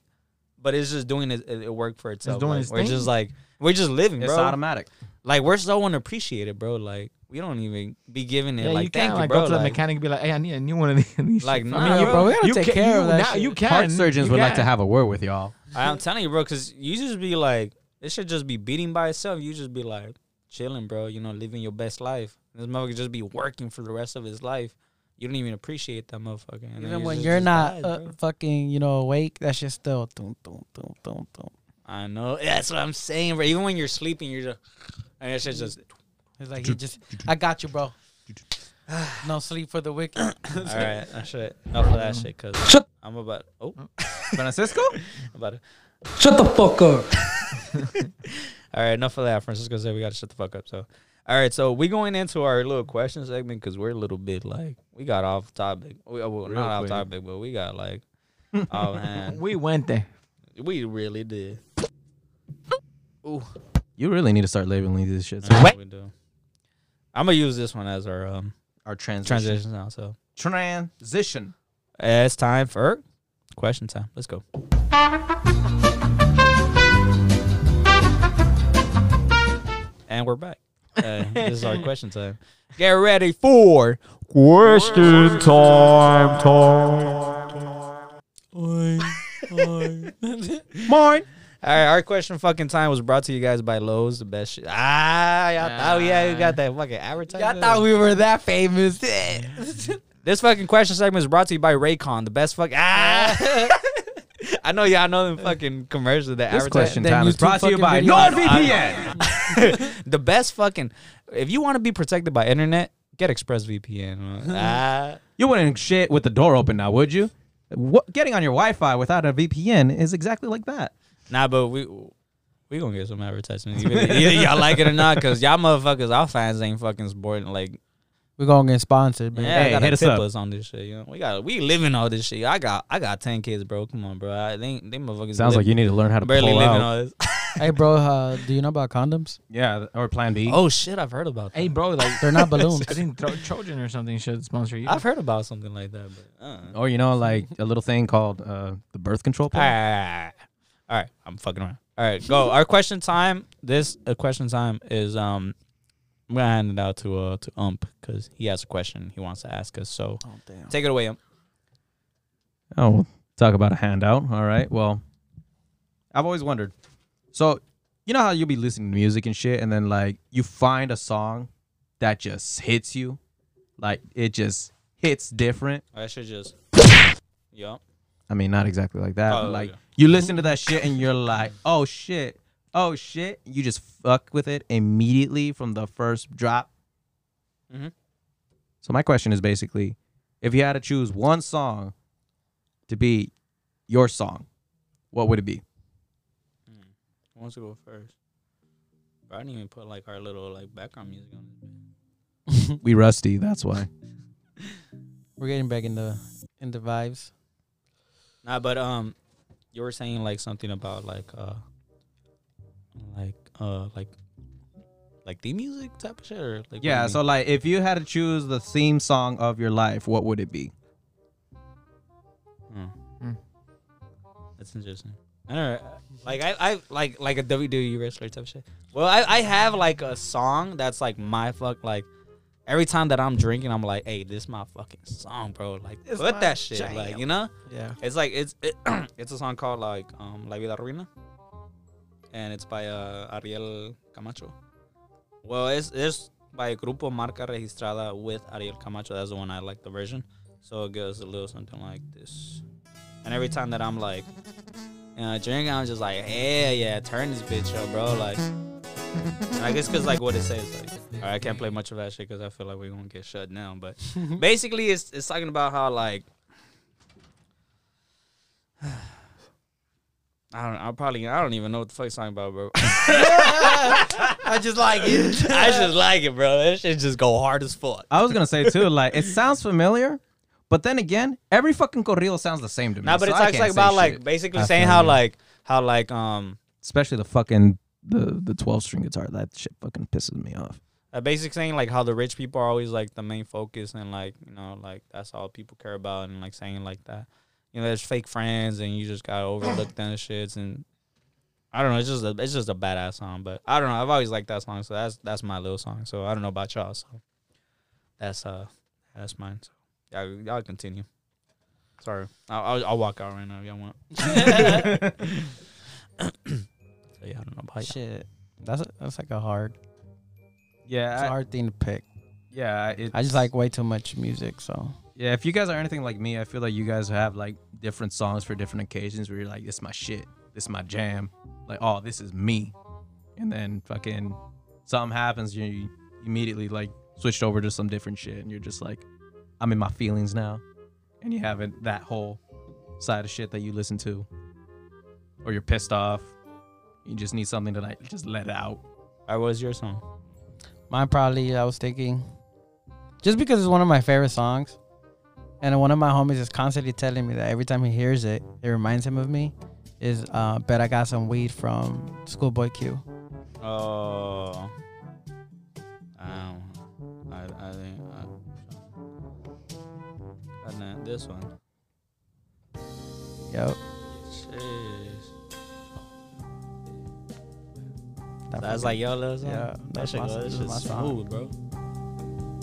Speaker 2: but it's just doing it, it, it work for itself.
Speaker 3: doing
Speaker 2: like,
Speaker 3: its
Speaker 2: we're
Speaker 3: thing.
Speaker 2: just like we're just living,
Speaker 1: it's
Speaker 2: bro.
Speaker 1: automatic.
Speaker 2: like we're so unappreciated, bro. Like we don't even be giving it.
Speaker 3: Yeah,
Speaker 2: like
Speaker 3: you
Speaker 2: thank
Speaker 3: can't like
Speaker 2: you, bro.
Speaker 3: go to the
Speaker 2: like,
Speaker 3: mechanic and be like, "Hey, I need a new one of these."
Speaker 2: like,
Speaker 3: shit."
Speaker 2: nah,
Speaker 4: mean, yeah,
Speaker 2: bro.
Speaker 4: bro, we gotta
Speaker 3: You
Speaker 4: take
Speaker 3: can-
Speaker 4: care
Speaker 3: you,
Speaker 4: of that.
Speaker 3: now-
Speaker 4: shit.
Speaker 3: You can.
Speaker 1: Heart surgeons
Speaker 3: You
Speaker 1: would like to
Speaker 3: can.
Speaker 1: have a word with y'all.
Speaker 2: I'm telling you, bro, because you just be like, it should just be beating by itself. You just be like, chilling, bro. You know, living your best life. This motherfucker just be working for the rest of his life. You don't even appreciate that motherfucker. And then
Speaker 4: Even
Speaker 2: you
Speaker 4: when
Speaker 2: just-
Speaker 4: you're
Speaker 2: just
Speaker 4: not
Speaker 2: die,
Speaker 4: uh,
Speaker 2: bro.
Speaker 4: fucking, you know, awake, that shit's still dum, dum, dum, dum, dum.
Speaker 2: I know. That's what I'm saying, bro. Even when you're sleeping, you're just. And it's just,
Speaker 4: It's like he just, I got you, bro. No sleep for the wicked.
Speaker 2: all right, that shit. Enough of that shit, cause
Speaker 5: Shut-
Speaker 2: I'm about. Oh,
Speaker 1: Francisco?
Speaker 2: about it.
Speaker 5: Shut the fuck up.
Speaker 2: All right, enough of that. Francisco said we gotta shut the fuck up. So, all right, so we going into our little question segment because we're a little bit like we got off topic. We, uh, well,
Speaker 1: Real
Speaker 2: not off
Speaker 1: quick.
Speaker 2: topic, but we got like, oh man,
Speaker 3: we went there.
Speaker 2: we really did.
Speaker 1: You really need to start labeling these shits.
Speaker 2: That's what we do. I'm gonna use this one as our um
Speaker 1: Our transition.
Speaker 2: transition now. So
Speaker 1: Transition.
Speaker 2: Uh, it's time for question time. Let's go. And we're back. Uh, this is our question time. Get ready for question time.
Speaker 1: Mine.
Speaker 2: All right, our question fucking time was brought to you guys by Lowe's, the best shit. Ah, y'all thought yeah, you got that fucking advertisement.
Speaker 4: I thought we were that famous.
Speaker 2: This fucking question segment is brought to you by Raycon, the best fuck. Ah. I know y'all know the fucking commercials that
Speaker 1: This
Speaker 2: advertise.
Speaker 1: question
Speaker 4: Them
Speaker 1: time is
Speaker 4: YouTube
Speaker 1: brought to you
Speaker 4: fucking
Speaker 1: by
Speaker 4: videos.
Speaker 1: NordVPN.
Speaker 2: the best fucking. If you want to be protected by internet, get ExpressVPN. ah,
Speaker 1: You wouldn't shit with the door open now, would you? What, getting on your Wi-Fi without a VPN is exactly like that.
Speaker 2: nah, but we we gonna get some advertisements. Either, either y'all like it or not, cause y'all motherfuckers, our fans ain't fucking supporting. Like,
Speaker 4: We're going to get sponsored, man.
Speaker 2: yeah,
Speaker 1: Hey,
Speaker 2: gotta
Speaker 1: hit us
Speaker 2: tip
Speaker 1: up.
Speaker 2: us on this shit. You know, we got we living all this shit. I got I got ten kids, bro. Come on, bro. I, they they motherfuckers.
Speaker 1: Sounds like you need to learn how to
Speaker 2: barely
Speaker 1: pull
Speaker 2: living
Speaker 1: out.
Speaker 2: all this.
Speaker 4: Hey, bro, uh, do you know about condoms?
Speaker 1: Yeah, or Plan B.
Speaker 2: Oh shit, I've heard about that.
Speaker 3: Hey, bro, like
Speaker 4: They're not balloons.
Speaker 3: I think Tro- Trojan or something should sponsor you.
Speaker 2: I've heard about something like that, but uh.
Speaker 1: Or you know, like a little thing called uh, the birth control
Speaker 2: All
Speaker 1: pill.
Speaker 2: right, all right, I'm fucking around. All right, go. Our question time. This uh, question time is um, I'm gonna hand it out to uh to Ump because he has a question he wants to ask us. So
Speaker 4: Oh, damn.
Speaker 2: take it away, Ump. Ah.
Speaker 1: Oh, talk about a handout. All right. Well, I've always wondered. So, you know how you'll be listening to music and shit, and then like you find a song that just hits you, like it just hits different.
Speaker 2: I should just. Yup.
Speaker 1: I mean, not exactly like that.
Speaker 2: Oh,
Speaker 1: but, like
Speaker 2: okay.
Speaker 1: you listen to that shit and you're like, oh shit, oh shit. You just fuck with it immediately from the first drop.
Speaker 2: Mhm.
Speaker 1: So my question is basically, if you had to choose one song to be your song, what would it be?
Speaker 2: Who wants to go first? Bro, I didn't even put like our little like background music on this.
Speaker 1: We rusty, that's why.
Speaker 4: We're getting back in the in the vibes.
Speaker 2: Nah, but um, you were saying like something about like uh, like uh, like like the music type of shit or like what do
Speaker 1: Yeah.
Speaker 2: you
Speaker 1: So like, if you had to choose the theme song of your life, what would it be?
Speaker 2: mean? Hmm.
Speaker 3: Hmm.
Speaker 2: That's interesting. I don't know. Like I, I like like a WWE wrestler type shit. Well, I, I have like a song that's like my fuck like every time that I'm drinking, I'm like, hey, this my fucking song, bro. Like
Speaker 4: It's
Speaker 2: put
Speaker 4: my
Speaker 2: that shit,
Speaker 4: jam.
Speaker 2: like you know.
Speaker 4: Yeah.
Speaker 2: It's like it's it, it's a song called like um La Vida Ruina, and it's by uh, Ariel Camacho. Well, it's it's by Grupo Marca Registrada with Ariel Camacho. That's the one I like the version. So it goes a little something like this, and every time that I'm like, you know, drinking, I'm just like, hell yeah, turn this bitch up, bro. Like, I guess because like what it says, like, all right, I can't play much of that shit because I feel like we're gonna get shut down. But basically, it's it's talking about how like I don't. I probably. I don't even know what the fuck he's talking about, bro.
Speaker 4: I just like it.
Speaker 2: I just like it, bro. That shit just go hard as fuck.
Speaker 1: I was gonna say too, like it sounds familiar, but then again, every fucking corrido sounds the same to me.
Speaker 2: Nah, but
Speaker 1: so
Speaker 2: it
Speaker 1: I
Speaker 2: talks
Speaker 1: can't
Speaker 2: like
Speaker 1: say
Speaker 2: about like
Speaker 1: shit.
Speaker 2: basically
Speaker 1: I
Speaker 2: saying
Speaker 1: feel
Speaker 2: how
Speaker 1: you.
Speaker 2: like how like um
Speaker 1: especially the fucking the the twelve string guitar. That shit fucking pisses me off.
Speaker 2: a basic saying like how the rich people are always like the main focus and like you know like that's all people care about and like saying like that you know there's fake friends and you just gotta overlook them shits and I don't know it's just a, it's just a badass song but I don't know I've always liked that song so that's that's my little song so I don't know about y'all so that's uh that's mine so y'all, y'all continue sorry I'll, I'll I'll walk out right now if y'all want so yeah I don't know about y'all.
Speaker 4: Shit. That's that's like a hard, it's a
Speaker 1: Yeah,
Speaker 4: hard thing to pick.
Speaker 1: yeah.
Speaker 4: I just like way too much music, so
Speaker 1: Yeah, if you guys are anything like me, I feel like you guys have like different songs for different occasions where you're like, this is my shit, this is my jam, like, oh, this is me. And then fucking something happens, you, you immediately like switched over to some different shit and you're just like, I'm in my feelings now. And you haven't that whole side of shit that you listen to. Or you're pissed off. You just need something to like just let it out.
Speaker 2: All right, what was your song
Speaker 4: mine probably I was thinking, just because it's one of my favorite songs, and one of my homies is constantly telling me that every time he hears it, it reminds him of me. Is uh, bet I got some weed from Schoolboy Q.
Speaker 2: Oh. I don't know. I, I think. I, I know this one.
Speaker 4: Yep.
Speaker 2: So I was like, yo, little song.
Speaker 4: Yeah,
Speaker 2: that
Speaker 4: that's
Speaker 2: shit
Speaker 4: my-
Speaker 2: go. That
Speaker 4: this is my
Speaker 2: shit's
Speaker 4: song.
Speaker 2: smooth, bro.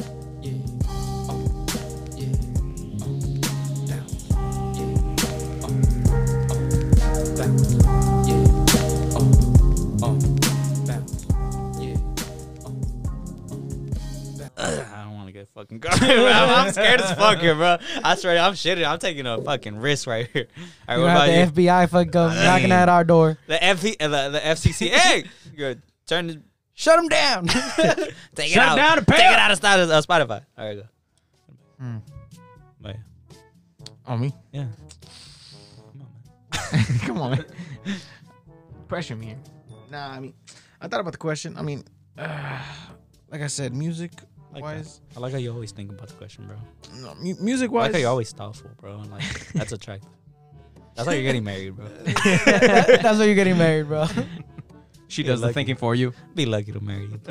Speaker 2: I don't want to get fucking caught. I'm, I'm scared as fuck here, bro. I swear, I'm shitting. I'm taking a fucking risk right here. All right,
Speaker 4: You
Speaker 2: what
Speaker 4: have
Speaker 2: about
Speaker 4: the
Speaker 2: you?
Speaker 4: FBI fuck up knocking at our door.
Speaker 2: The FV, uh, the, the FCC. hey, good. Turn it.
Speaker 4: Shut him down.
Speaker 2: Take it
Speaker 1: Shut
Speaker 2: out.
Speaker 1: down and pay
Speaker 2: Take
Speaker 1: up.
Speaker 2: it out of Spotify. Uh, Spotify. All right, go.
Speaker 3: Mm.
Speaker 2: But
Speaker 3: On me.
Speaker 2: yeah.
Speaker 3: Come on, man. Pressure me here. Nah, I mean, I thought about the question. I mean, uh, like I said, music
Speaker 2: Like
Speaker 3: wise,
Speaker 2: I like how you always think about the question, bro.
Speaker 3: no, mu- music
Speaker 2: I
Speaker 3: wise,
Speaker 2: like how you're always thoughtful, bro. And like that's attractive. That's how you're getting married, bro.
Speaker 4: That's why you're getting married, bro.
Speaker 1: She
Speaker 2: You're
Speaker 1: does the
Speaker 2: lucky.
Speaker 1: thinking for you.
Speaker 2: Be lucky to marry you.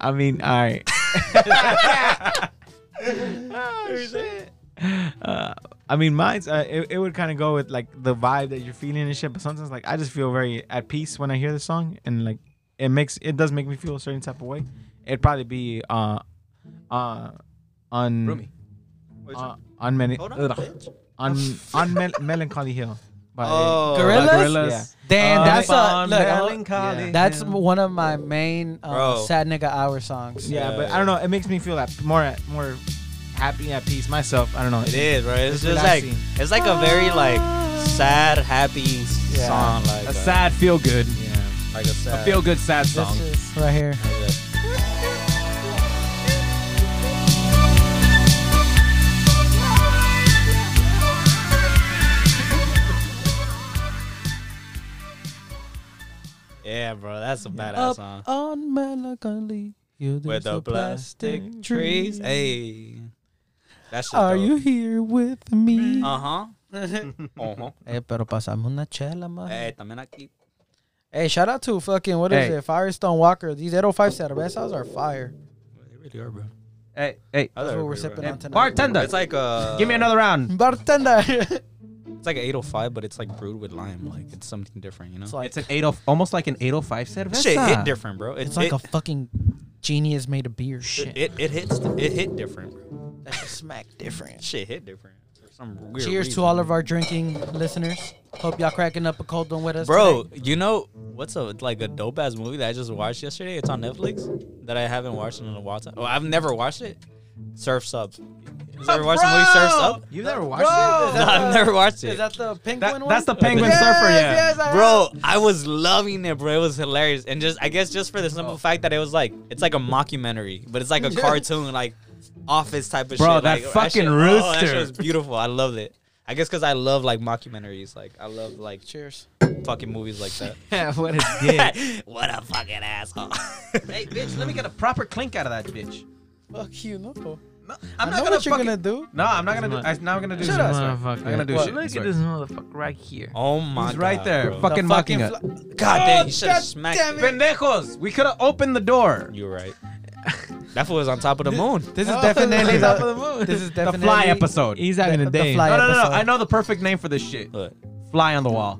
Speaker 3: I mean, all right. Oh, Uh, I mean, mine's uh, it, it would kind of go with like the vibe that you're feeling and shit. But sometimes, like, I just feel very at peace when I hear the song, and like, it makes it does make me feel a certain type of way. It'd probably be uh, uh, on
Speaker 1: Rumi.
Speaker 3: uh, on many
Speaker 2: Hold on, bitch.
Speaker 3: on on Mel- melancholy hill. By,
Speaker 2: Oh,
Speaker 4: Gorilla? Gorillas? Oh, Damn,
Speaker 1: Uh,
Speaker 4: that's a
Speaker 1: on
Speaker 4: look. I'll-
Speaker 1: melancholy
Speaker 3: yeah.
Speaker 4: That's
Speaker 1: hill.
Speaker 4: one of my main uh,
Speaker 2: Bro.
Speaker 4: sad nigga hour songs.
Speaker 3: Yeah, but I don't know. It makes me feel at, more at, more happy at peace myself. I don't know.
Speaker 2: It is, bro. It's,
Speaker 3: It's
Speaker 2: just like
Speaker 3: relaxing.
Speaker 2: it's like a very like sad, happy song, like
Speaker 3: a sad feel good.
Speaker 2: yeah, like a sad.
Speaker 1: Feel good sad
Speaker 4: This
Speaker 1: song.
Speaker 4: is right here.
Speaker 2: Yeah. Yeah, bro, that's a badass
Speaker 4: Up
Speaker 2: song.
Speaker 4: on melancholy, you
Speaker 2: With the plastic trees, hey, that's
Speaker 4: Are you here with me?
Speaker 2: Uh huh. uh huh.
Speaker 4: Hey, pero pasamos una chela, man.
Speaker 2: Hey, también aquí.
Speaker 4: Hey, shout out to fucking what is
Speaker 1: Hey.
Speaker 4: it? Firestone Walker. These 805 cervezas are fire.
Speaker 2: They really are, bro.
Speaker 1: Hey, hey,
Speaker 2: That's
Speaker 4: what we're sipping on tonight.
Speaker 1: bartender,
Speaker 2: It's like a.
Speaker 1: give me another round.
Speaker 4: Bartender.
Speaker 2: It's like an 805, but it's like brewed with lime. Like it's something different, you know.
Speaker 4: it's like
Speaker 1: It's an 80, almost like an 805 cerveza.
Speaker 2: Shit hit different, bro. It,
Speaker 4: it's like
Speaker 2: it,
Speaker 4: a fucking genius made of beer. Shit,
Speaker 2: it, it, it hits it hit different, bro.
Speaker 4: that shit smack different.
Speaker 2: Shit hit different. For some weird
Speaker 4: Cheers to
Speaker 2: reason.
Speaker 4: all of our drinking listeners. Hope y'all cracking up a cold one with us.
Speaker 2: Bro,
Speaker 4: today.
Speaker 2: you know what's a like a dope ass movie that I just watched yesterday? It's on Netflix that I haven't watched in a while time. Oh, I've never watched it. Surf's Up. You ever watched the movie Surf's Up?
Speaker 3: You've never watched
Speaker 4: Bro,
Speaker 3: it?
Speaker 2: No, I've never watched it.
Speaker 4: is that the penguin
Speaker 1: That-
Speaker 4: one?
Speaker 1: that's the penguin
Speaker 4: Yes,
Speaker 1: surfer, yeah.
Speaker 4: yes, I heard.
Speaker 2: Bro, I was loving it, bro. It was hilarious, and just I guess just for the simple fact that it was like it's like a mockumentary, but it's like a
Speaker 4: Yeah.
Speaker 2: cartoon. Like office type of
Speaker 1: Bro,
Speaker 2: shit.
Speaker 1: that
Speaker 2: like,
Speaker 1: fucking
Speaker 2: shit- oh, that
Speaker 1: rooster.
Speaker 2: shit was beautiful. I loved it. I guess because I love like mockumentaries. Like I love like
Speaker 4: Cheers.
Speaker 2: fucking movies like that.
Speaker 3: what a dick.
Speaker 2: what a fucking asshole.
Speaker 1: Hey, bitch, let me get a proper clink out of that bitch.
Speaker 4: Fuck you, no.
Speaker 1: No, I'm
Speaker 4: I'm not
Speaker 1: not
Speaker 4: know
Speaker 1: gonna
Speaker 4: what you're
Speaker 1: fucking.
Speaker 4: gonna do.
Speaker 1: no, I'm not gonna do.
Speaker 3: This
Speaker 1: I, now I'm gonna do.
Speaker 3: This
Speaker 1: shit.
Speaker 4: up.
Speaker 1: I'm
Speaker 3: motherfucker.
Speaker 1: gonna do
Speaker 3: What?
Speaker 1: shit.
Speaker 3: Look at
Speaker 1: Sorry.
Speaker 3: this motherfucker right here.
Speaker 2: oh my
Speaker 1: He's
Speaker 2: god.
Speaker 1: right there,
Speaker 2: bro.
Speaker 1: fucking mocking
Speaker 4: fucking
Speaker 1: it.
Speaker 2: God damn,
Speaker 4: Oh,
Speaker 2: you should have
Speaker 4: God
Speaker 2: smacked
Speaker 4: damn
Speaker 2: it.
Speaker 1: Pendejos, we could have opened the door.
Speaker 2: You're right. That fool was on top of the moon.
Speaker 4: This is definitely
Speaker 3: He's up
Speaker 4: the,
Speaker 3: on the moon.
Speaker 4: this is
Speaker 1: The
Speaker 4: definitely
Speaker 1: fly episode.
Speaker 3: He's having
Speaker 4: the,
Speaker 3: a day.
Speaker 4: the fly
Speaker 1: no, no, no, no.
Speaker 4: episode.
Speaker 1: I know the perfect name for this shit.
Speaker 2: Look,
Speaker 1: Fly on the wall.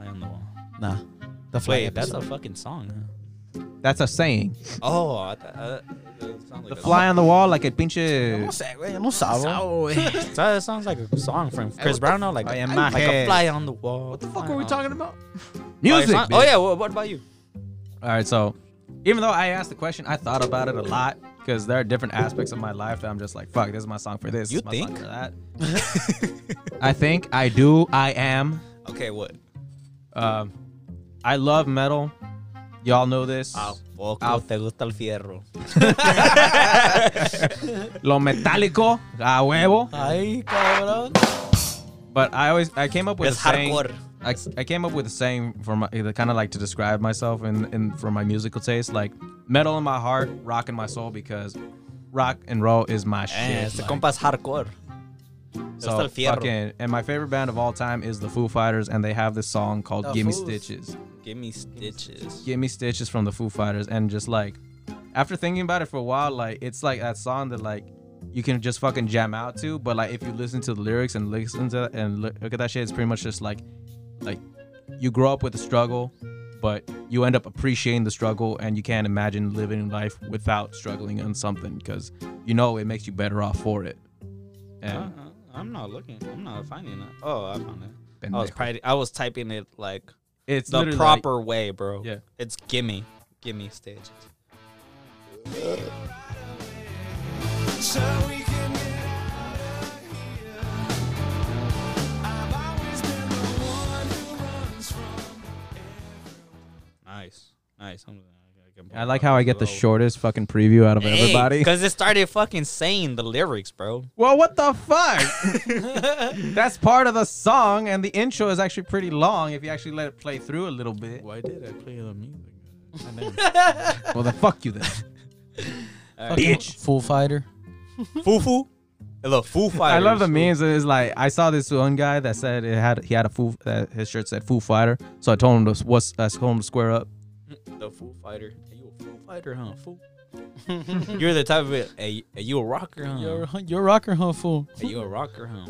Speaker 2: I am the wall.
Speaker 4: Nah, the fly
Speaker 2: Wait, that's
Speaker 4: episode.
Speaker 2: a fucking song.
Speaker 1: That's a saying.
Speaker 2: Oh, I thought. Uh, it sounds like
Speaker 1: The
Speaker 2: a
Speaker 1: fly on the wall, like a
Speaker 4: No
Speaker 1: pinche.
Speaker 4: sé, güey, no sabo.
Speaker 2: song. That sounds like a song from Chris Brown. No, like,
Speaker 1: I
Speaker 2: like
Speaker 1: am my
Speaker 2: a
Speaker 1: head.
Speaker 2: fly on the wall. What
Speaker 3: the fuck were we talking about?
Speaker 1: Music.
Speaker 2: Oh, it's not-
Speaker 1: bitch.
Speaker 2: oh yeah. What, what about you?
Speaker 1: All right, so even though I asked the question, I thought about it a lot because there are different aspects of my life that I'm just like, fuck, this is my song for this.
Speaker 2: You
Speaker 1: this is my song
Speaker 2: think?
Speaker 1: for that. I think I do. I am.
Speaker 2: Okay, what?
Speaker 1: Um, I love metal. Y'all know this.
Speaker 2: Ah, poco
Speaker 1: Ah.
Speaker 2: te gusta el fierro.
Speaker 1: Lo metálico, a huevo.
Speaker 4: Ay, cabrón.
Speaker 1: But I always I came up with
Speaker 2: It's
Speaker 1: a saying.
Speaker 2: hardcore.
Speaker 1: I, I came up with a saying for my kind of like to describe myself and and for my musical taste, like metal in my heart, rock in my soul, because rock and roll is my
Speaker 2: Eh,
Speaker 1: shit.
Speaker 2: este
Speaker 1: like-
Speaker 2: compa es hardcore. Le gusta
Speaker 1: So
Speaker 2: el fierro.
Speaker 1: fucking, and my favorite band of all time is the Foo Fighters, and they have this song called
Speaker 4: The
Speaker 1: "Give Me
Speaker 4: Foos.
Speaker 1: Stitches."
Speaker 2: Give me stitches.
Speaker 1: "Give Me Stitches" from the Foo Fighters, and just like after thinking about it for a while, like it's like that song that like you can just fucking jam out to, but like if you listen to the lyrics and listen to and look, look at that shit, it's pretty much just like like you grow up with the struggle, but you end up appreciating the struggle, and you can't imagine living life without struggling on something because you know it makes you better off for it.
Speaker 2: Uh,
Speaker 1: And
Speaker 2: uh, I'm not looking. I'm not finding it. Oh, I found it. I was
Speaker 1: Pendejo.
Speaker 2: probably, I was typing it like
Speaker 1: it's
Speaker 2: the
Speaker 1: literally, like-
Speaker 2: proper way, bro.
Speaker 1: Yeah.
Speaker 2: It's gimme, gimme stitches. Nice, nice. I'm, I, can
Speaker 1: I like how I get the shortest fucking preview out of everybody.
Speaker 2: because it started fucking saying the lyrics, bro.
Speaker 1: Well, what the fuck? That's part of the song, and the intro is actually pretty long if you actually let it play through a little bit.
Speaker 3: Why did I play the music?
Speaker 1: Well, then fuck you then. Bitch.
Speaker 4: Full fighter.
Speaker 2: Fufu, the Foo Fighters.
Speaker 1: I love the memes. It's like I saw this one guy that said it had he had a foo that his shirt said Foo Fighter, so I told him to what's I told him to square up.
Speaker 2: The Foo Fighter. Hey, you a Foo Fighter, huh? Foo. You're the type of it. Hey, hey, you a rocker, huh?
Speaker 4: You're you're a rocker, huh, fool?
Speaker 2: Hey, you a rocker, huh?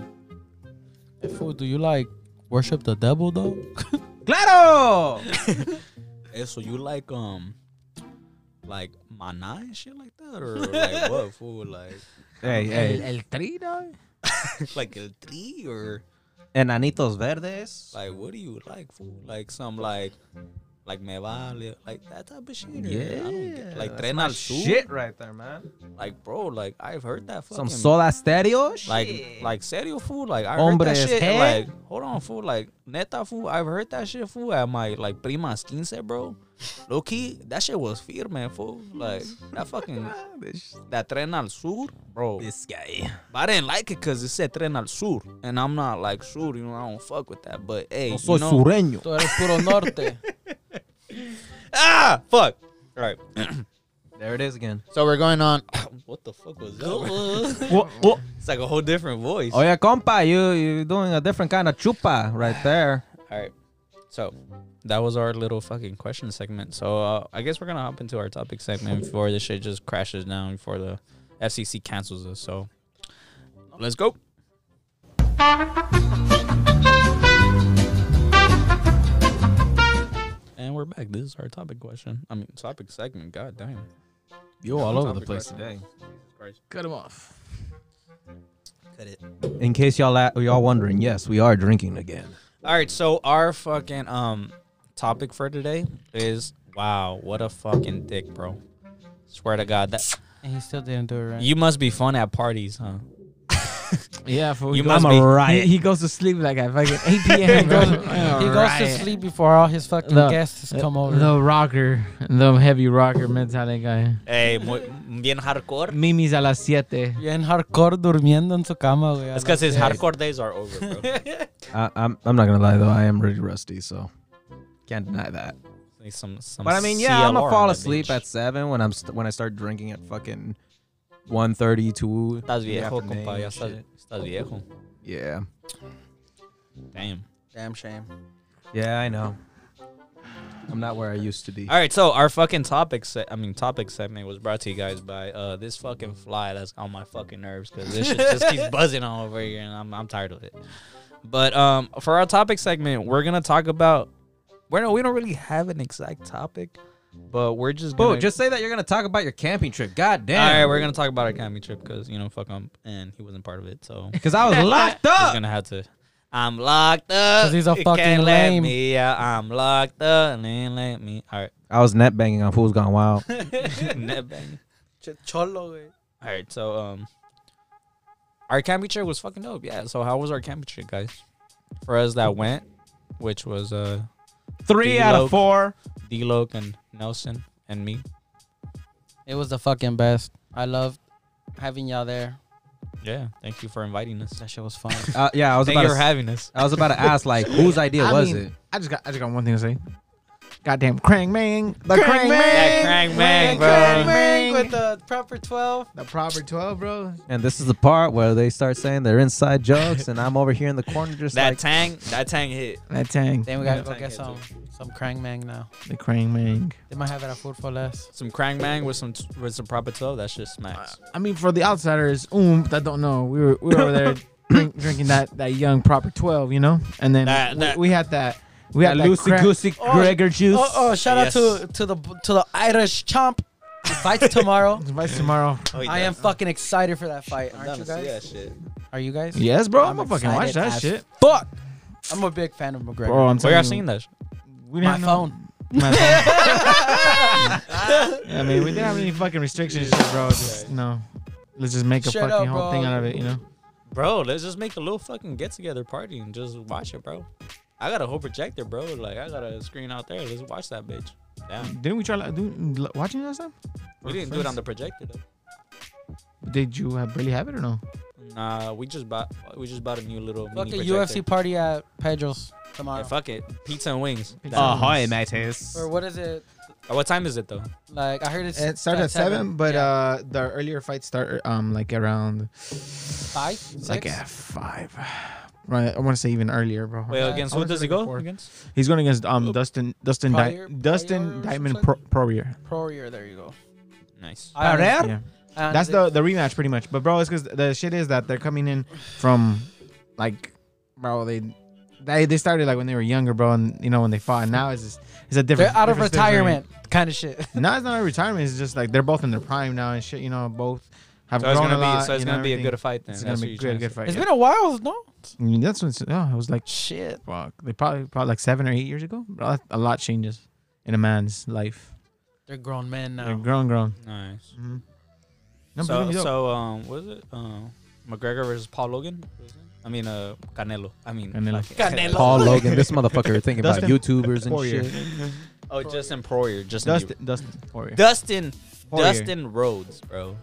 Speaker 4: Hey, fool, do you like worship the devil though?
Speaker 1: Claro.
Speaker 2: Hey, so you like um, like mana and shit like that, or like what? Fool, like
Speaker 1: hey,
Speaker 3: El,
Speaker 1: hey.
Speaker 3: el trino.
Speaker 2: like a tree, or
Speaker 1: Enanitos verdes.
Speaker 2: like what do you like? Fool, like some like like me vale, like that type of shit. or I don't get, like
Speaker 1: that's
Speaker 2: tren
Speaker 1: my
Speaker 2: al sur.
Speaker 1: Shit right there, man.
Speaker 2: Like bro, like I've heard that
Speaker 1: Some
Speaker 2: fucking
Speaker 1: soda stereo.
Speaker 2: Like,
Speaker 1: Shit.
Speaker 2: like serio food. Like I heard
Speaker 1: Hombres
Speaker 2: that shit. and,
Speaker 1: head?
Speaker 2: Like, hold on, food. Like neta food. I've heard that shit food at my like prima's quince, bro. Low key, that shit was fear, man, fool. Like that fucking that tren al sur, bro.
Speaker 1: this guy.
Speaker 2: But I didn't like it because it said tren al sur, and I'm not like sur, you know. I don't fuck with that. But hey,
Speaker 1: Soy
Speaker 2: you know,
Speaker 1: sureño.
Speaker 4: Tú eres puro norte.
Speaker 2: ah, fuck. All right.
Speaker 1: There it is again.
Speaker 2: So we're going on. what the fuck was that?
Speaker 1: oh,
Speaker 2: it's like a whole different voice.
Speaker 1: yeah, compa, you you doing a different kind of chupa right there.
Speaker 2: All right. So that was our little fucking question segment. So uh, I guess we're gonna hop into our topic segment before this shit just crashes down before the FCC cancels us. So let's go. And we're back. This is our topic question. I mean, topic segment. God damn.
Speaker 1: You all over the
Speaker 2: Topic
Speaker 1: place
Speaker 2: right
Speaker 1: today.
Speaker 3: Cut him off.
Speaker 2: Cut it.
Speaker 1: In case y'all a- y'all wondering, yes, we are drinking again.
Speaker 2: All right, so our fucking um topic for today is wow, what a fucking dick, bro. Swear to God, that
Speaker 4: and he still didn't do it right.
Speaker 2: you must be fun at parties, huh?
Speaker 3: Yeah, for
Speaker 2: You
Speaker 3: he
Speaker 2: must
Speaker 3: goes-
Speaker 2: be-
Speaker 3: he-
Speaker 2: riot.
Speaker 3: He, goes to sleep like at fucking
Speaker 4: He
Speaker 3: 8 p.m. bro.
Speaker 4: goes- he
Speaker 3: A
Speaker 4: goes
Speaker 3: riot.
Speaker 4: to sleep before all his fucking
Speaker 3: The- eh,
Speaker 4: guests come over.
Speaker 3: The rocker, the heavy rocker metallic guy.
Speaker 2: Hey, muy, bien hardcore.
Speaker 3: Mimi's a las siete.
Speaker 4: Yeah, and hardcore durmiendo en su cama, güey. a
Speaker 2: That's
Speaker 4: las
Speaker 2: because his
Speaker 4: seis.
Speaker 2: hardcore days are over, bro.
Speaker 1: I, I'm I'm not gonna lie though, I am really rusty, so can't deny that.
Speaker 2: Need some, some
Speaker 1: But I mean, yeah, I'm
Speaker 2: CLR on
Speaker 1: gonna fall
Speaker 2: that
Speaker 1: asleep
Speaker 2: bitch.
Speaker 1: at seven when I'm st- when I start drinking at fucking 1.30, 2.
Speaker 2: Estás
Speaker 1: in the
Speaker 2: viejo,
Speaker 1: afternoon
Speaker 2: compa. Ya
Speaker 1: and
Speaker 2: estás,
Speaker 1: shit.
Speaker 2: estás viejo.
Speaker 1: Yeah,
Speaker 2: Damn.
Speaker 4: Damn shame.
Speaker 1: yeah, I know. I'm not where I used to be.
Speaker 2: All right, so our fucking topic, se- I mean, topic segment was brought to you guys by uh this fucking fly that's on my fucking nerves because this shit just keeps buzzing all over here and I'm, I'm tired of it. But um, for our topic segment, we're gonna talk about we're no, we don't really have an exact topic, but we're just
Speaker 1: Boo,
Speaker 2: gonna,
Speaker 1: just say that you're gonna talk about your camping trip. God
Speaker 2: all right.
Speaker 1: damn.
Speaker 2: We're gonna talk about our camping trip because you know fuck him and he wasn't part of it, so
Speaker 1: Because I was locked
Speaker 2: he's
Speaker 1: up.
Speaker 2: gonna have to. I'm locked up.
Speaker 4: Oh. 'Cause he's a
Speaker 2: you
Speaker 4: fucking
Speaker 2: can't let
Speaker 4: lame.
Speaker 2: me out. I'm locked up and then let me. All right,
Speaker 1: I was net banging on Fool's Gone Wild.
Speaker 2: net bang.
Speaker 4: Cholo, eh. güey.
Speaker 2: All right, so um, our camping trip was fucking dope. Yeah. So how was our camping trip, guys? For us that went, which was uh,
Speaker 1: Three
Speaker 2: D-Loke.
Speaker 1: out of four.
Speaker 2: D-Loke and Nelson and me.
Speaker 4: It was the fucking best. I loved having y'all there.
Speaker 2: Yeah. Thank you for inviting us.
Speaker 4: That shit was fun.
Speaker 1: Uh, yeah, I was
Speaker 2: Thank
Speaker 1: about
Speaker 2: you
Speaker 1: to.
Speaker 2: for
Speaker 1: s-
Speaker 2: having us.
Speaker 1: I was about to ask like, whose idea
Speaker 3: I
Speaker 1: was
Speaker 3: mean,
Speaker 1: it?
Speaker 3: I just got I just got one thing to say. Goddamn Krang Mang. The Krang, Mang.
Speaker 2: That crank man,
Speaker 3: Krang
Speaker 2: bro.
Speaker 3: Mang.
Speaker 4: with the proper 12.
Speaker 3: The proper 12, bro.
Speaker 1: And this is the part where they start saying they're inside jokes, and I'm over here in the corner just
Speaker 2: That
Speaker 1: like.
Speaker 2: tang, that tang hit.
Speaker 3: That tang.
Speaker 4: Then we gotta go
Speaker 2: Thank
Speaker 4: get
Speaker 2: you.
Speaker 4: some some Krang Mang now.
Speaker 3: The Krang Mang.
Speaker 4: They might have it at Food for Less.
Speaker 2: Some crank man with some with some proper twelve. That shit smacks.
Speaker 3: I mean, for the outsiders, um, that don't know, we were we were over there drink, drinking that that young proper 12, you know, and then
Speaker 2: That-
Speaker 3: we,
Speaker 2: that-
Speaker 3: we had that we had that,
Speaker 1: loosey
Speaker 3: Krang-
Speaker 1: goosey
Speaker 4: Oh,
Speaker 1: Gregor juice.
Speaker 4: Oh, oh shout out to
Speaker 2: Yes.
Speaker 4: to the to the Irish chomp. The Fight's tomorrow.
Speaker 3: advice tomorrow.
Speaker 2: Uh, oh,
Speaker 4: I am fucking excited for that fight. Aren't you guys? Are you guys?
Speaker 3: Yes, bro, I'm,
Speaker 4: I'm
Speaker 3: gonna fucking watch
Speaker 4: excited
Speaker 3: that
Speaker 4: as
Speaker 3: shit.
Speaker 4: Fuck! I'm a big fan of McGregor.
Speaker 3: Bro, I'm
Speaker 2: Where y'all
Speaker 3: telling you,
Speaker 2: seen that? shit?
Speaker 3: we didn't
Speaker 4: My
Speaker 3: have no-
Speaker 4: phone.
Speaker 3: My phone. yeah, I mean, we didn't have any fucking restrictions, shit, bro. Just, no, let's just make a
Speaker 4: Shut
Speaker 3: fucking
Speaker 4: up,
Speaker 3: whole
Speaker 4: bro.
Speaker 3: thing out of it, you know.
Speaker 2: Bro, let's just make a little fucking get together party and just watch it, bro. I got a whole projector, bro. Like I got a screen out there. Let's watch that bitch. Damn.
Speaker 3: Didn't we try like, do, watching last time?
Speaker 2: We didn't do it on the projector though.
Speaker 3: Did you have, really have it or no?
Speaker 2: Nah, we just bought we just bought a new little mini
Speaker 4: Fucking
Speaker 2: projector.
Speaker 4: UFC party at Pedro's
Speaker 2: Yeah,
Speaker 4: tomorrow.
Speaker 2: fuck it. Pizza and wings.
Speaker 3: Pizza
Speaker 2: Damn.
Speaker 3: and wings. Ahoy,
Speaker 1: mateys.
Speaker 4: or what is it?
Speaker 2: Uh, what time is it though?
Speaker 4: Like I heard it's
Speaker 3: It started at seven, but
Speaker 4: Yeah.
Speaker 3: uh, the earlier fights start um like around
Speaker 4: five,
Speaker 3: it's
Speaker 4: six.
Speaker 3: like at five. Right, I want to say even earlier, bro.
Speaker 2: Wait,
Speaker 4: Uh,
Speaker 2: against
Speaker 3: I
Speaker 2: who
Speaker 3: wanna
Speaker 2: does
Speaker 3: say
Speaker 2: he go?
Speaker 3: like four.
Speaker 2: Against?
Speaker 3: He's going against um Dustin Dustin Di-
Speaker 4: Pryor- Pryor
Speaker 3: Dustin
Speaker 4: or
Speaker 3: Diamond Pro-
Speaker 4: something?
Speaker 3: Proier.
Speaker 4: Poirier, there you go.
Speaker 2: Nice.
Speaker 4: I honestly-
Speaker 1: Pereira?
Speaker 3: Yeah,
Speaker 4: I honestly-
Speaker 3: that's the the rematch pretty much. But bro, it's because the shit is that they're coming in from like bro they. They, they started like when they were younger, bro, and you know when they fought. Now it's just it's a
Speaker 4: They're
Speaker 3: different.
Speaker 4: out of
Speaker 3: different situation.
Speaker 4: retirement kind of shit.
Speaker 3: No, it's not a retirement. It's just like they're both in their prime now and shit. You know, both have
Speaker 2: So it's
Speaker 3: grown
Speaker 2: gonna
Speaker 3: a
Speaker 2: be
Speaker 3: lot.
Speaker 2: so it's
Speaker 3: you know,
Speaker 2: gonna be a
Speaker 3: everything.
Speaker 2: good fight then.
Speaker 3: It's gonna
Speaker 2: That's
Speaker 3: be a
Speaker 2: what you're
Speaker 3: good, good
Speaker 2: trying
Speaker 3: fight.
Speaker 4: It's
Speaker 3: yeah.
Speaker 4: been a while, no?
Speaker 3: I mean, that's when yeah, I was like,
Speaker 4: Shit.
Speaker 3: fuck. They probably probably like seven or eight years ago. Bro, that- a lot changes in a man's life.
Speaker 4: They're grown men
Speaker 3: They're
Speaker 4: now.
Speaker 3: grown, grown.
Speaker 2: to say. Nice.
Speaker 3: Mm-hmm. No, but
Speaker 2: so
Speaker 3: it's gonna be dope.
Speaker 2: so um what is it? Um McGregor versus Paul Logan? I mean uh Canelo. I mean
Speaker 3: Canelo.
Speaker 2: fuck it.
Speaker 4: Canelo.
Speaker 1: Paul Logan, this motherfucker thinking about
Speaker 3: Dustin
Speaker 1: YouTubers and
Speaker 3: Poirier.
Speaker 1: shit.
Speaker 2: Oh Justin Poirier. Justin Bieber.
Speaker 3: Dustin, Dustin Poirier.
Speaker 2: Dustin
Speaker 3: Poirier.
Speaker 2: Dustin Rhodes, bro.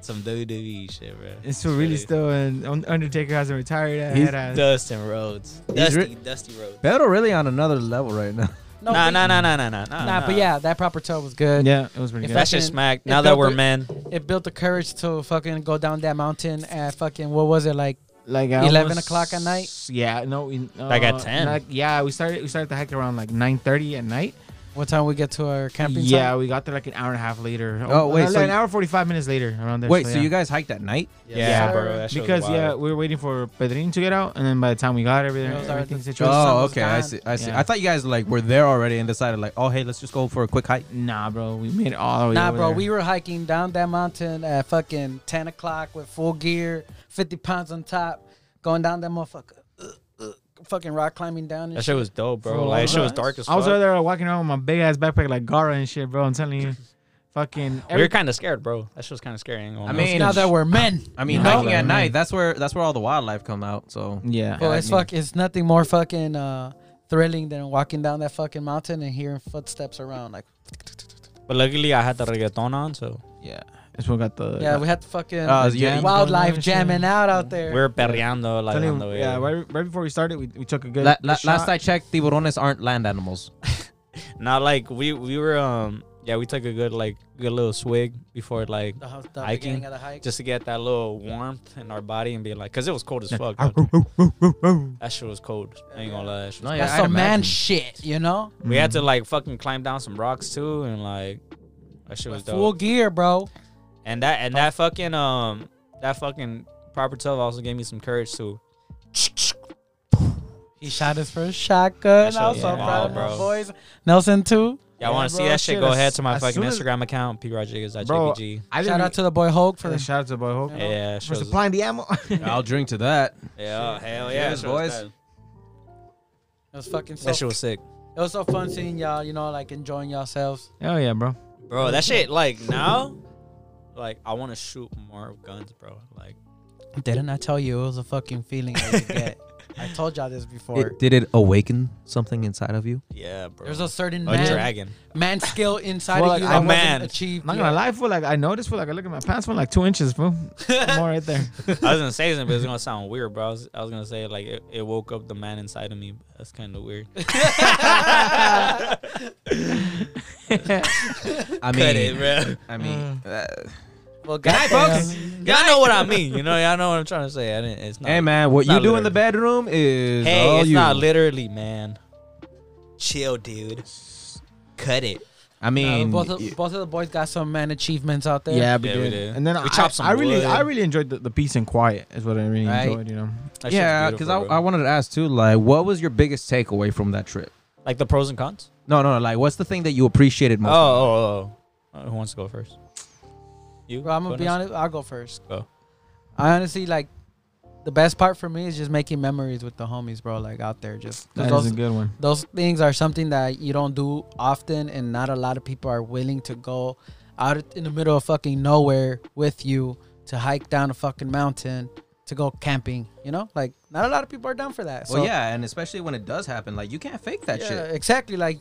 Speaker 2: Some WWE shit, bro.
Speaker 3: It's still really still, and Un- Undertaker hasn't retired. That
Speaker 1: He's
Speaker 3: head ass.
Speaker 2: Dustin Rhodes.
Speaker 1: He's
Speaker 2: Dusty,
Speaker 1: re-
Speaker 2: Dusty Rhodes.
Speaker 1: Beto really on another level right now.
Speaker 4: No,
Speaker 2: nah,
Speaker 4: but-
Speaker 2: nah, nah, nah, nah, nah, nah,
Speaker 4: Nah, but yeah, that proper toe was good.
Speaker 3: yeah, it was pretty
Speaker 4: If
Speaker 2: That
Speaker 3: good.
Speaker 4: that's-
Speaker 2: shit
Speaker 4: Fucking-
Speaker 2: smacked.
Speaker 4: it
Speaker 2: Now that
Speaker 4: felt
Speaker 2: we're
Speaker 4: good.
Speaker 2: men,
Speaker 4: It built the courage to fucking go down that mountain at fucking, what was it, like
Speaker 3: like I
Speaker 4: 11 o'clock at night?
Speaker 3: Yeah, no, we, uh,
Speaker 2: Like at 10.
Speaker 3: Like, yeah, we started we started the hike around like nine thirty at night.
Speaker 4: What time we get to our camping
Speaker 3: yeah,
Speaker 4: site?
Speaker 3: we got there like an hour and a half later.
Speaker 1: Oh, wait,
Speaker 3: like
Speaker 1: so
Speaker 3: an
Speaker 1: you-
Speaker 3: hour forty five minutes later around there.
Speaker 1: Wait,
Speaker 3: so,
Speaker 1: so,
Speaker 3: yeah.
Speaker 1: you guys hiked at night?
Speaker 2: yeah,
Speaker 3: Yeah.
Speaker 2: bro. That shit was
Speaker 3: because yeah,
Speaker 2: wild.
Speaker 3: we were waiting for Pedrin to get out, and then by the time we got everything,
Speaker 4: It was already-
Speaker 3: everything situated.
Speaker 4: sun
Speaker 1: Oh,
Speaker 4: was
Speaker 1: okay, I
Speaker 4: gone.
Speaker 1: see, I see.
Speaker 3: Yeah.
Speaker 1: I thought you guys like were there already and decided like, oh hey, let's just go for a quick hike.
Speaker 3: Nah, bro, we made it all the way.
Speaker 4: Nah,
Speaker 3: over
Speaker 4: bro,
Speaker 3: there.
Speaker 4: we were hiking down that mountain at fucking 10 o'clock with full gear, 50 pounds on top, going down that motherfucker. Uh, uh, fucking rock climbing down and
Speaker 2: that
Speaker 4: shit.
Speaker 2: shit was dope, bro.
Speaker 3: Full
Speaker 2: Like
Speaker 3: on.
Speaker 2: that shit was dark as fuck.
Speaker 3: I was over there walking around with my big ass backpack like Gara and shit, bro. I'm telling you, Fucking.
Speaker 2: we
Speaker 3: Every,
Speaker 2: were kind of scared, bro. That shit was kind of scary. ain't gonna
Speaker 1: I
Speaker 2: lie.
Speaker 1: mean-
Speaker 4: now that we're men.
Speaker 1: I mean,
Speaker 4: No.
Speaker 1: hiking at
Speaker 3: Mm.
Speaker 1: night, that's where that's where all the wildlife come out. So
Speaker 3: yeah.
Speaker 4: Well,
Speaker 1: I
Speaker 4: it's
Speaker 1: mean-
Speaker 4: fuck. It's nothing more fucking uh, thrilling than walking down that fucking mountain and hearing footsteps around. Like,
Speaker 2: but luckily I had the reggaeton on, so
Speaker 3: Yeah. That's what got the.
Speaker 4: yeah, we had the fucking
Speaker 2: Oh,
Speaker 1: Uh, yeah,
Speaker 4: wildlife jamming out out there.
Speaker 2: we were perreando like
Speaker 3: Tell you-
Speaker 2: on the way.
Speaker 3: yeah, right, right before we started, we, we took a good.
Speaker 1: La- la-
Speaker 3: shot.
Speaker 1: last I checked, tiburones aren't land animals.
Speaker 2: Not like we we were um yeah we took a good like good little swig before like
Speaker 4: the, hou- the
Speaker 2: Hiking,
Speaker 4: beginning of the hike.
Speaker 2: just to get that little warmth in our body and be like because it was cold as fuck.
Speaker 3: Ow,
Speaker 2: dude.
Speaker 3: ow, ow, ow, ow, ow.
Speaker 2: That shit was cold. I ain't gonna lie. That shit was
Speaker 1: No, yeah,
Speaker 4: That's
Speaker 1: I'd
Speaker 4: some man
Speaker 1: imagine.
Speaker 4: shit, you know.
Speaker 2: We had to
Speaker 3: Mm-hmm.
Speaker 2: like fucking climb down some rocks too, and like that shit was
Speaker 4: With
Speaker 2: dope.
Speaker 4: full gear, bro.
Speaker 2: and that and that fucking um that fucking proper tub also gave me some courage too.
Speaker 4: He shot his first shotgun.
Speaker 2: That
Speaker 4: I
Speaker 2: shit
Speaker 4: was so
Speaker 2: was
Speaker 4: proud
Speaker 2: wild,
Speaker 4: of my
Speaker 2: bro.
Speaker 4: boys. Nelson too.
Speaker 2: Yeah, I
Speaker 3: Yeah,
Speaker 2: want to see
Speaker 3: bro,
Speaker 2: that shit.
Speaker 3: shit,
Speaker 2: Go
Speaker 3: as-
Speaker 2: ahead to my
Speaker 3: as
Speaker 2: fucking
Speaker 3: soon as-
Speaker 2: Instagram account, p rodriguez
Speaker 3: Bro,
Speaker 2: jpg.
Speaker 3: I
Speaker 4: Shout
Speaker 3: didn't
Speaker 4: out to the boy Hulk for
Speaker 3: Yeah, shout out to Boy Hope
Speaker 2: Yeah, yeah,
Speaker 3: for
Speaker 2: shit was-
Speaker 3: supplying the ammo.
Speaker 1: I'll drink to that.
Speaker 2: yeah, hell yeah,
Speaker 1: Cheers,
Speaker 2: shit was
Speaker 1: boys.
Speaker 2: bad.
Speaker 4: it was fucking. So,
Speaker 2: That shit was sick,
Speaker 4: it was so fun seeing y'all. You know, like enjoying yourselves.
Speaker 3: Hell Oh, yeah, bro.
Speaker 2: bro. That shit like now, like I want to shoot more guns, bro. Like
Speaker 4: Didn't I tell you it was a fucking feeling that you get? I told y'all this before.
Speaker 1: It, did it awaken something inside of you?
Speaker 2: yeah, bro.
Speaker 4: There's a certain
Speaker 2: a
Speaker 4: man,
Speaker 2: dragon.
Speaker 4: man skill inside
Speaker 3: Well,
Speaker 4: of you
Speaker 3: like,
Speaker 4: that
Speaker 2: I'm
Speaker 4: wasn't
Speaker 2: man.
Speaker 4: achieved.
Speaker 3: I'm not
Speaker 4: yet.
Speaker 3: gonna lie, fool. Like I noticed, fool. Like I look at my pants, fool. Like two inches, fool. More right there.
Speaker 2: I was gonna say something, but it's gonna sound weird, bro. I was, I was gonna say like it, it woke up the man inside of me. but That's kind of weird.
Speaker 1: I mean,
Speaker 2: Cut it, bro.
Speaker 1: I mean, uh,
Speaker 4: Well,
Speaker 2: Hey,
Speaker 4: goddamn.
Speaker 2: folks, y'all know what I mean. You know, y'all know what I'm trying to say. I didn't, it's not.
Speaker 1: hey man, what
Speaker 2: it's not
Speaker 1: you do in
Speaker 2: literally.
Speaker 1: the bedroom is
Speaker 2: Hey,
Speaker 1: all
Speaker 2: it's
Speaker 1: you.
Speaker 2: not literally, man. Chill, dude. Cut it.
Speaker 1: I
Speaker 4: Uh,
Speaker 1: mean,
Speaker 4: both, of,
Speaker 1: y-
Speaker 4: both of the boys got some man achievements out there.
Speaker 3: Yeah, we,
Speaker 2: Yeah,
Speaker 3: did.
Speaker 2: we did.
Speaker 3: And then
Speaker 2: We
Speaker 3: I,
Speaker 2: chopped some
Speaker 3: I really,
Speaker 2: wood.
Speaker 3: I really enjoyed the, the peace and quiet. Is what I really
Speaker 4: Right.
Speaker 3: enjoyed. You know.
Speaker 2: That shit's
Speaker 1: yeah, because
Speaker 2: beautiful,
Speaker 1: I,
Speaker 2: bro.
Speaker 1: I wanted to ask too, like, what was your biggest takeaway from that trip?
Speaker 2: like the pros and cons.
Speaker 1: No, no, like, what's the thing that you appreciated
Speaker 2: Oh,
Speaker 1: most?
Speaker 2: oh, oh. Uh, who wants to go first? You.
Speaker 4: Bro, I'm gonna be
Speaker 2: Bonus?
Speaker 4: honest. I'll go first.
Speaker 2: Go.
Speaker 4: I honestly like the best part for me is just making memories with the homies, bro. Like out there, just 'cause
Speaker 3: That is
Speaker 4: those,
Speaker 3: a good one.
Speaker 4: those things are something that you don't do often, and not a lot of people are willing to go out in the middle of fucking nowhere with you to hike down a fucking mountain to go camping. You know, like not a lot of people are down for that.
Speaker 1: well,
Speaker 4: so
Speaker 1: yeah, and especially when it does happen, like, you can't fake that shit.
Speaker 4: Exactly. Like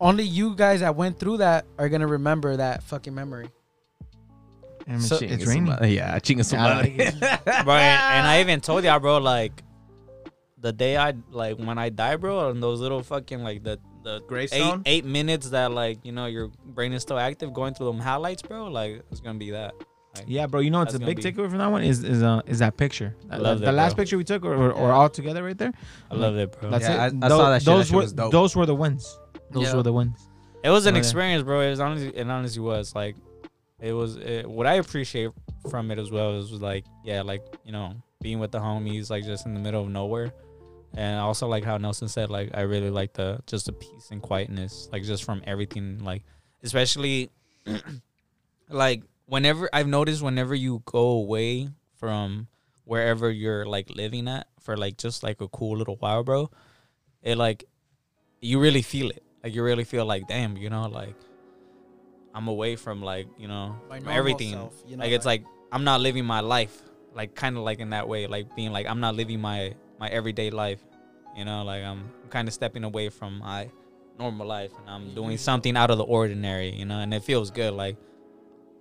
Speaker 4: only you guys that went through that are gonna remember that fucking memory.
Speaker 3: Damn, it's,
Speaker 4: So-
Speaker 3: it's raining.
Speaker 1: Yeah, chinga su
Speaker 3: Yeah, I
Speaker 1: madre.
Speaker 2: bro. And, and I even told y'all, bro, like the day I like when I die, bro, and those little fucking like the the
Speaker 1: Gravestone?
Speaker 2: eight, eight minutes that like you know your brain is still active, going through them highlights, bro. Like it's gonna be that. Like,
Speaker 3: Yeah, bro. You know, it's a
Speaker 2: That's
Speaker 3: big
Speaker 2: gonna be-
Speaker 3: takeaway from that one is is uh is that picture. That-
Speaker 2: Love
Speaker 3: the
Speaker 2: that,
Speaker 3: last
Speaker 2: bro.
Speaker 3: picture we took, or, or, or
Speaker 4: Yeah.
Speaker 3: all together right there.
Speaker 2: I love it, bro.
Speaker 3: That's
Speaker 1: Yeah,
Speaker 3: it.
Speaker 1: I- I
Speaker 3: Tho-
Speaker 1: saw that shit. That
Speaker 3: Those
Speaker 1: shit
Speaker 3: were
Speaker 1: was dope.
Speaker 3: those were the wins. Those
Speaker 4: Yeah.
Speaker 3: were the wins.
Speaker 2: it was an
Speaker 3: Oh, yeah.
Speaker 2: experience, bro. It was honestly, it honestly was like, it was it, what I appreciate from it as well is like, yeah, like you know, being with the homies, like just in the middle of nowhere, and also like how Nelson said, like I really like the just the peace and quietness, like just from everything, like especially, like whenever I've noticed whenever you go away from wherever you're like living at for like just like a cool little while, bro, it like you really feel it. Like you really feel like, damn, you know, like I'm away from like, you know,
Speaker 4: My
Speaker 2: from
Speaker 4: normal
Speaker 2: everything.
Speaker 4: self, you know,
Speaker 2: like it's like I'm not living my life. Like kind of like in that way, like being like I'm not living my my everyday life. You know, like I'm, I'm kind of stepping away from my normal life and I'm
Speaker 3: Mm-hmm.
Speaker 2: doing something out of the ordinary, you know, and it feels good like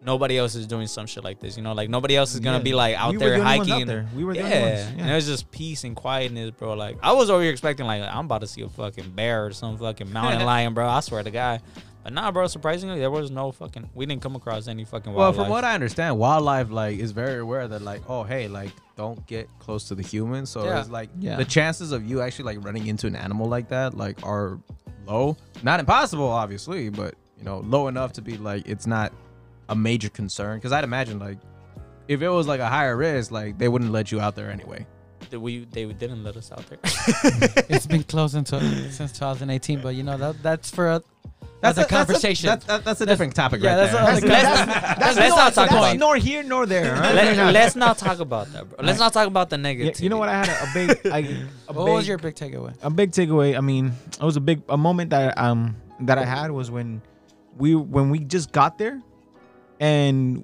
Speaker 2: nobody else is doing some shit like this, you know, like nobody else is going to
Speaker 3: Yeah.
Speaker 2: be like out
Speaker 3: We were
Speaker 2: there
Speaker 3: the only ones
Speaker 2: hiking.
Speaker 3: out there. We were the
Speaker 2: yeah.
Speaker 3: only ones, yeah.
Speaker 2: And it was just peace and quietness, bro. Like I was over here expecting like I'm about to see a fucking bear or some fucking mountain lion, bro. I swear to God. But nah, bro, surprisingly there was no fucking we didn't come across any fucking
Speaker 1: Well,
Speaker 2: wildlife.
Speaker 1: from what I understand, wildlife like is very aware that like, oh hey, like don't get close to the human. So
Speaker 4: Yeah.
Speaker 1: it's like
Speaker 3: Yeah.
Speaker 1: the chances of you actually like running into an animal like that like are low. Not impossible, obviously, but you know, low enough to be like it's not a major concern. Because I'd imagine like if it was like a higher risk, like they wouldn't let you out there anyway.
Speaker 2: we they didn't let us out there.
Speaker 4: it's been closed until since 2018, but you know that that's for a that's, a conversation.
Speaker 1: That's, that's, a different topic,
Speaker 4: yeah,
Speaker 1: right
Speaker 4: that's
Speaker 1: there.
Speaker 4: another
Speaker 3: That's-
Speaker 4: conversation.
Speaker 2: Let's not talk about
Speaker 3: nor here nor there. all right?
Speaker 2: Let, us not talk about that, bro. Let's not talk about the
Speaker 3: Yeah,
Speaker 2: negative.
Speaker 3: you know what? I had a, a big. I, a
Speaker 4: What
Speaker 3: big,
Speaker 4: was your big takeaway?
Speaker 3: a big takeaway. I mean, it was a big a moment that um that I had was when we when we just got there, and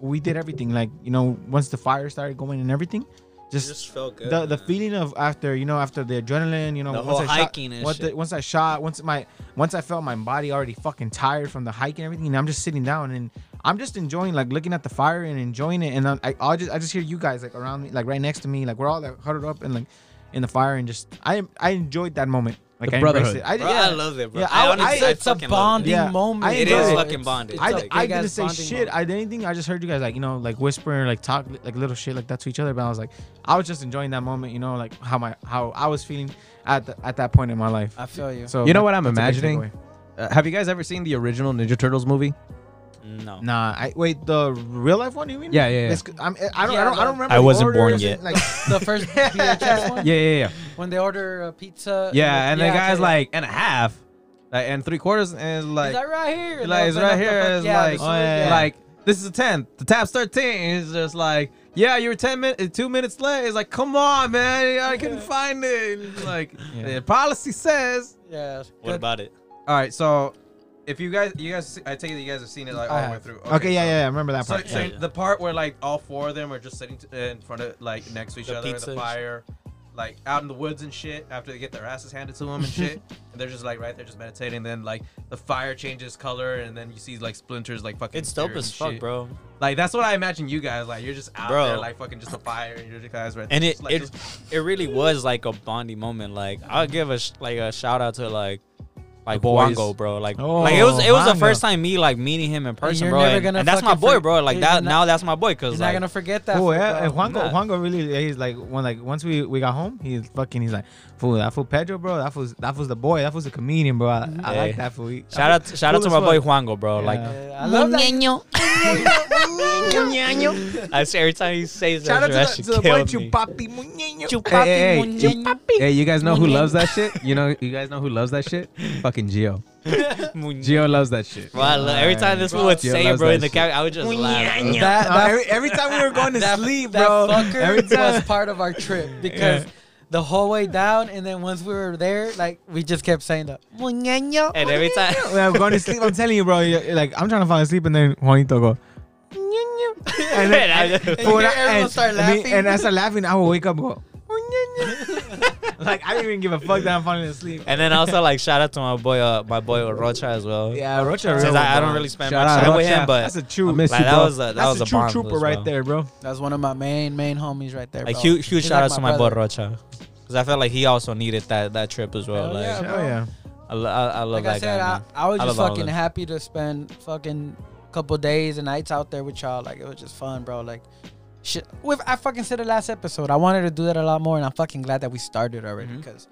Speaker 3: we did everything. Like you know, once the fire started going and everything,
Speaker 2: It
Speaker 3: just,
Speaker 2: just felt good.
Speaker 3: the the
Speaker 2: man.
Speaker 3: feeling of after you know after the adrenaline you know
Speaker 2: The
Speaker 3: once
Speaker 2: whole
Speaker 3: I shot-
Speaker 2: hiking and
Speaker 3: once
Speaker 2: shit.
Speaker 3: the- once I shot once my once I felt my body already fucking tired from the hike and everything and I'm just sitting down and I'm just enjoying like looking at the fire and enjoying it and I I I'll just I just hear you guys like around me like right next to me like we're all like huddled up and like in the fire and just I I enjoyed that moment like
Speaker 1: The
Speaker 3: I embraced
Speaker 1: brotherhood.
Speaker 3: it I,
Speaker 2: Bro,
Speaker 3: yeah,
Speaker 2: I love it, bro.
Speaker 3: Yeah,
Speaker 2: I,
Speaker 3: I-
Speaker 2: honestly,
Speaker 4: It's,
Speaker 2: I
Speaker 4: a
Speaker 2: fucking love
Speaker 4: bonding
Speaker 2: it.
Speaker 3: Yeah, I
Speaker 4: moment.
Speaker 3: It enjoy is it.
Speaker 2: fucking bonding.
Speaker 4: it's
Speaker 3: I,
Speaker 4: a
Speaker 2: like,
Speaker 3: I
Speaker 4: big-ass
Speaker 3: didn't say
Speaker 4: bonding
Speaker 3: shit.
Speaker 4: moment.
Speaker 3: I didn't think. I just heard you guys like you know like whisper like talk like little shit like that to each other. But I was like, I was just enjoying that moment. You know like how my how I was feeling at the, at that point in my life.
Speaker 4: I feel you.
Speaker 3: So
Speaker 1: You know
Speaker 3: that-
Speaker 1: what I'm
Speaker 3: that's a big
Speaker 1: imagining?
Speaker 3: takeaway.
Speaker 1: Uh, have you guys ever seen the original Ninja Turtles movie?
Speaker 2: no.
Speaker 3: Nah, I wait the real life one. You mean?
Speaker 1: Yeah, yeah, yeah.
Speaker 3: It's- I'm, I don't.
Speaker 4: Yeah,
Speaker 3: I don't. I
Speaker 4: the-
Speaker 3: don't remember.
Speaker 6: I
Speaker 3: the
Speaker 6: wasn't
Speaker 3: order,
Speaker 6: born
Speaker 3: is it,
Speaker 6: yet.
Speaker 3: Like,
Speaker 4: the first VHS one
Speaker 1: Yeah, yeah, yeah.
Speaker 4: when they order a pizza.
Speaker 1: Yeah, and the
Speaker 4: I
Speaker 1: guy's
Speaker 4: tell you.
Speaker 1: like and a half, like, and three quarters, and like
Speaker 4: Is that right here?
Speaker 1: like it's right here. It's like,
Speaker 3: Oh, yeah, yeah.
Speaker 1: like this is a ten. The tap's thirteen. It's just like, yeah, you were ten minutes, two minutes late. It's like, come on, man, I couldn't find it. It's like
Speaker 3: Yeah.
Speaker 1: the policy says.
Speaker 4: yeah.
Speaker 2: What about it?
Speaker 1: All right, so if you guys, you guys, I take it you guys have seen it like all
Speaker 4: I
Speaker 1: the way
Speaker 4: have.
Speaker 1: through.
Speaker 3: okay, yeah, yeah, yeah. I remember that
Speaker 1: So,
Speaker 3: part.
Speaker 1: so
Speaker 2: Yeah.
Speaker 1: the part where like all four of them are just sitting t- in front of like next to each
Speaker 2: The
Speaker 1: other in
Speaker 2: pizzas.
Speaker 1: the fire, like out in the woods and shit. After they get their asses handed to them and shit, and they're just like right there just meditating. Then like the fire changes color, and then you see like splinters like fucking.
Speaker 2: It's dope
Speaker 1: tear
Speaker 2: as
Speaker 1: and
Speaker 2: fuck,
Speaker 1: shit.
Speaker 2: bro.
Speaker 1: Like that's what I imagine you guys like. You're just out
Speaker 2: Bro.
Speaker 1: there like fucking just a fire, and you're just guys right.
Speaker 2: And
Speaker 1: there,
Speaker 2: it
Speaker 1: just, like,
Speaker 2: it,
Speaker 1: just-
Speaker 2: it really was like a bonding moment. Like I'll give a sh- like a shout out to like like
Speaker 1: boys.
Speaker 2: Wango, bro. Like
Speaker 3: Oh,
Speaker 2: like it was it was the
Speaker 3: Wango.
Speaker 2: first time me like meeting him in person,
Speaker 4: you're
Speaker 2: bro.
Speaker 4: never
Speaker 2: And,
Speaker 4: gonna
Speaker 2: and that's my
Speaker 4: fucking
Speaker 2: boy,
Speaker 4: for-
Speaker 2: bro. Like
Speaker 4: you're
Speaker 2: that
Speaker 4: not-
Speaker 2: now that's my boy cause
Speaker 4: You're
Speaker 2: like
Speaker 4: not gonna forget that.
Speaker 3: Oh
Speaker 4: fool,
Speaker 3: yeah,
Speaker 4: bro.
Speaker 3: and Juanco,
Speaker 2: Nah.
Speaker 3: Juanco really, he's like one like once we, we got home, he's fucking, he's like, fool, that fool Pedro, bro, that was that was the boy, that was a comedian, bro. I, I like
Speaker 2: Yeah.
Speaker 3: that fool. He-
Speaker 2: shout out shout out
Speaker 3: Cool
Speaker 2: to my
Speaker 3: as
Speaker 2: boy
Speaker 3: fuck.
Speaker 2: Juango, bro.
Speaker 3: Yeah.
Speaker 2: Like
Speaker 4: Yeah, I love that.
Speaker 2: I say every time he says
Speaker 3: Shout
Speaker 2: that,
Speaker 3: out
Speaker 2: shit,
Speaker 3: to
Speaker 2: that shit
Speaker 3: the, to the boy
Speaker 2: killed me.
Speaker 3: Chupapi
Speaker 1: hey,
Speaker 3: Muñeño.
Speaker 1: hey, hey, hey, you guys know who loves that shit? You know, you guys know who loves that shit? Fucking Geo. Geo loves that shit.
Speaker 2: Bro, I lo- every time this fool would
Speaker 1: Yo,
Speaker 2: say, it,
Speaker 1: loves
Speaker 2: bro,
Speaker 1: that
Speaker 2: in the
Speaker 1: shit.
Speaker 2: camera, I would just laugh. bro.
Speaker 4: That,
Speaker 3: Uh,
Speaker 4: that,
Speaker 3: every, every time we were going to
Speaker 4: that,
Speaker 3: sleep,
Speaker 4: that
Speaker 3: bro.
Speaker 4: fucker
Speaker 3: every
Speaker 4: was
Speaker 3: time.
Speaker 4: part of our trip because the whole way down, and then once we were there, like we just kept saying that.
Speaker 2: And every time,
Speaker 3: When I'm going to sleep, I'm telling you, bro. you're- you're like I'm trying to fall asleep, and then Juanito go.
Speaker 2: and I
Speaker 4: And you
Speaker 3: Fool,
Speaker 4: hear
Speaker 3: I-
Speaker 4: everyone
Speaker 3: and-
Speaker 4: start
Speaker 3: and me-
Speaker 4: laughing.
Speaker 3: and as I laughing, I will wake up and go. like I don't even give a fuck that I'm falling asleep.
Speaker 2: and then also like shout out to my boy, uh, my boy Rocha as well.
Speaker 3: Yeah, Rocha.
Speaker 2: Since
Speaker 3: real,
Speaker 2: I, I don't
Speaker 3: bro.
Speaker 2: really spend
Speaker 1: Shout
Speaker 2: much
Speaker 1: out
Speaker 2: time with
Speaker 1: Rocha.
Speaker 2: him, but
Speaker 3: That's a true.
Speaker 1: I miss
Speaker 2: like,
Speaker 1: you,
Speaker 2: that
Speaker 1: bro.
Speaker 2: was a, that
Speaker 3: That's
Speaker 2: was
Speaker 3: a
Speaker 2: a
Speaker 3: true
Speaker 2: bond
Speaker 3: trooper
Speaker 2: as
Speaker 3: right
Speaker 2: well.
Speaker 3: there, bro.
Speaker 4: That's one of my main main homies right there.
Speaker 2: Like
Speaker 4: bro.
Speaker 2: huge, huge
Speaker 4: He's
Speaker 2: shout
Speaker 4: like
Speaker 2: out to my
Speaker 4: brother.
Speaker 2: boy Rocha. Cause I felt like he also needed that that trip as well.
Speaker 4: Hell
Speaker 2: like
Speaker 4: yeah,
Speaker 3: Hell
Speaker 4: bro.
Speaker 3: yeah.
Speaker 2: I, lo- I, I love
Speaker 4: Like I
Speaker 2: that guy.
Speaker 4: said, I,
Speaker 2: man.
Speaker 4: I was
Speaker 2: I
Speaker 4: just
Speaker 2: love all
Speaker 4: fucking
Speaker 2: this.
Speaker 4: happy to spend fucking couple days and nights out there with y'all. Like it was just fun, bro. Like shit. With I fucking said the last episode, I wanted to do that a lot more, and I'm fucking glad that we started already
Speaker 2: Mhm.
Speaker 4: because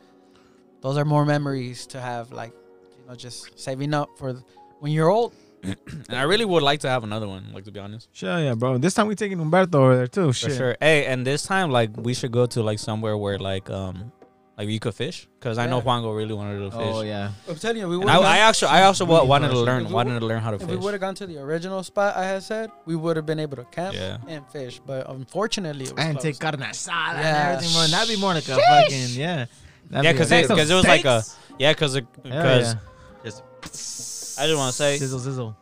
Speaker 4: those are more memories to have. Like you know, just saving up for th- when you're old.
Speaker 2: and I really would like to have another one. Like to be honest,
Speaker 3: Sure, yeah, bro. This time we taking Humberto over there too.
Speaker 2: for
Speaker 3: Shit.
Speaker 2: sure. Hey, and this time like we should go to like somewhere where like um like you could fish. Cause I know
Speaker 4: Yeah.
Speaker 2: Juango really wanted to fish.
Speaker 3: Oh yeah.
Speaker 4: I'm telling you, we
Speaker 2: And I, I actually, I also wa- wanted to
Speaker 4: If
Speaker 2: learn,
Speaker 4: we
Speaker 2: wanted to learn how to
Speaker 4: if we would
Speaker 2: fish.
Speaker 4: have gone to the original spot I had said, we would have been able to camp
Speaker 2: Yeah.
Speaker 4: and fish. But unfortunately, it was
Speaker 3: And
Speaker 4: closed.
Speaker 3: take carne asada
Speaker 4: Yeah.
Speaker 3: and everything, bro. That'd be more like a fucking yeah. That'd
Speaker 2: Yeah,
Speaker 3: be
Speaker 2: cause
Speaker 3: a-
Speaker 2: it, cause it was like a,
Speaker 1: steaks?
Speaker 2: yeah, cause it,
Speaker 3: Hell
Speaker 2: cause
Speaker 3: yeah.
Speaker 2: I just want to say,
Speaker 3: sizzle, sizzle.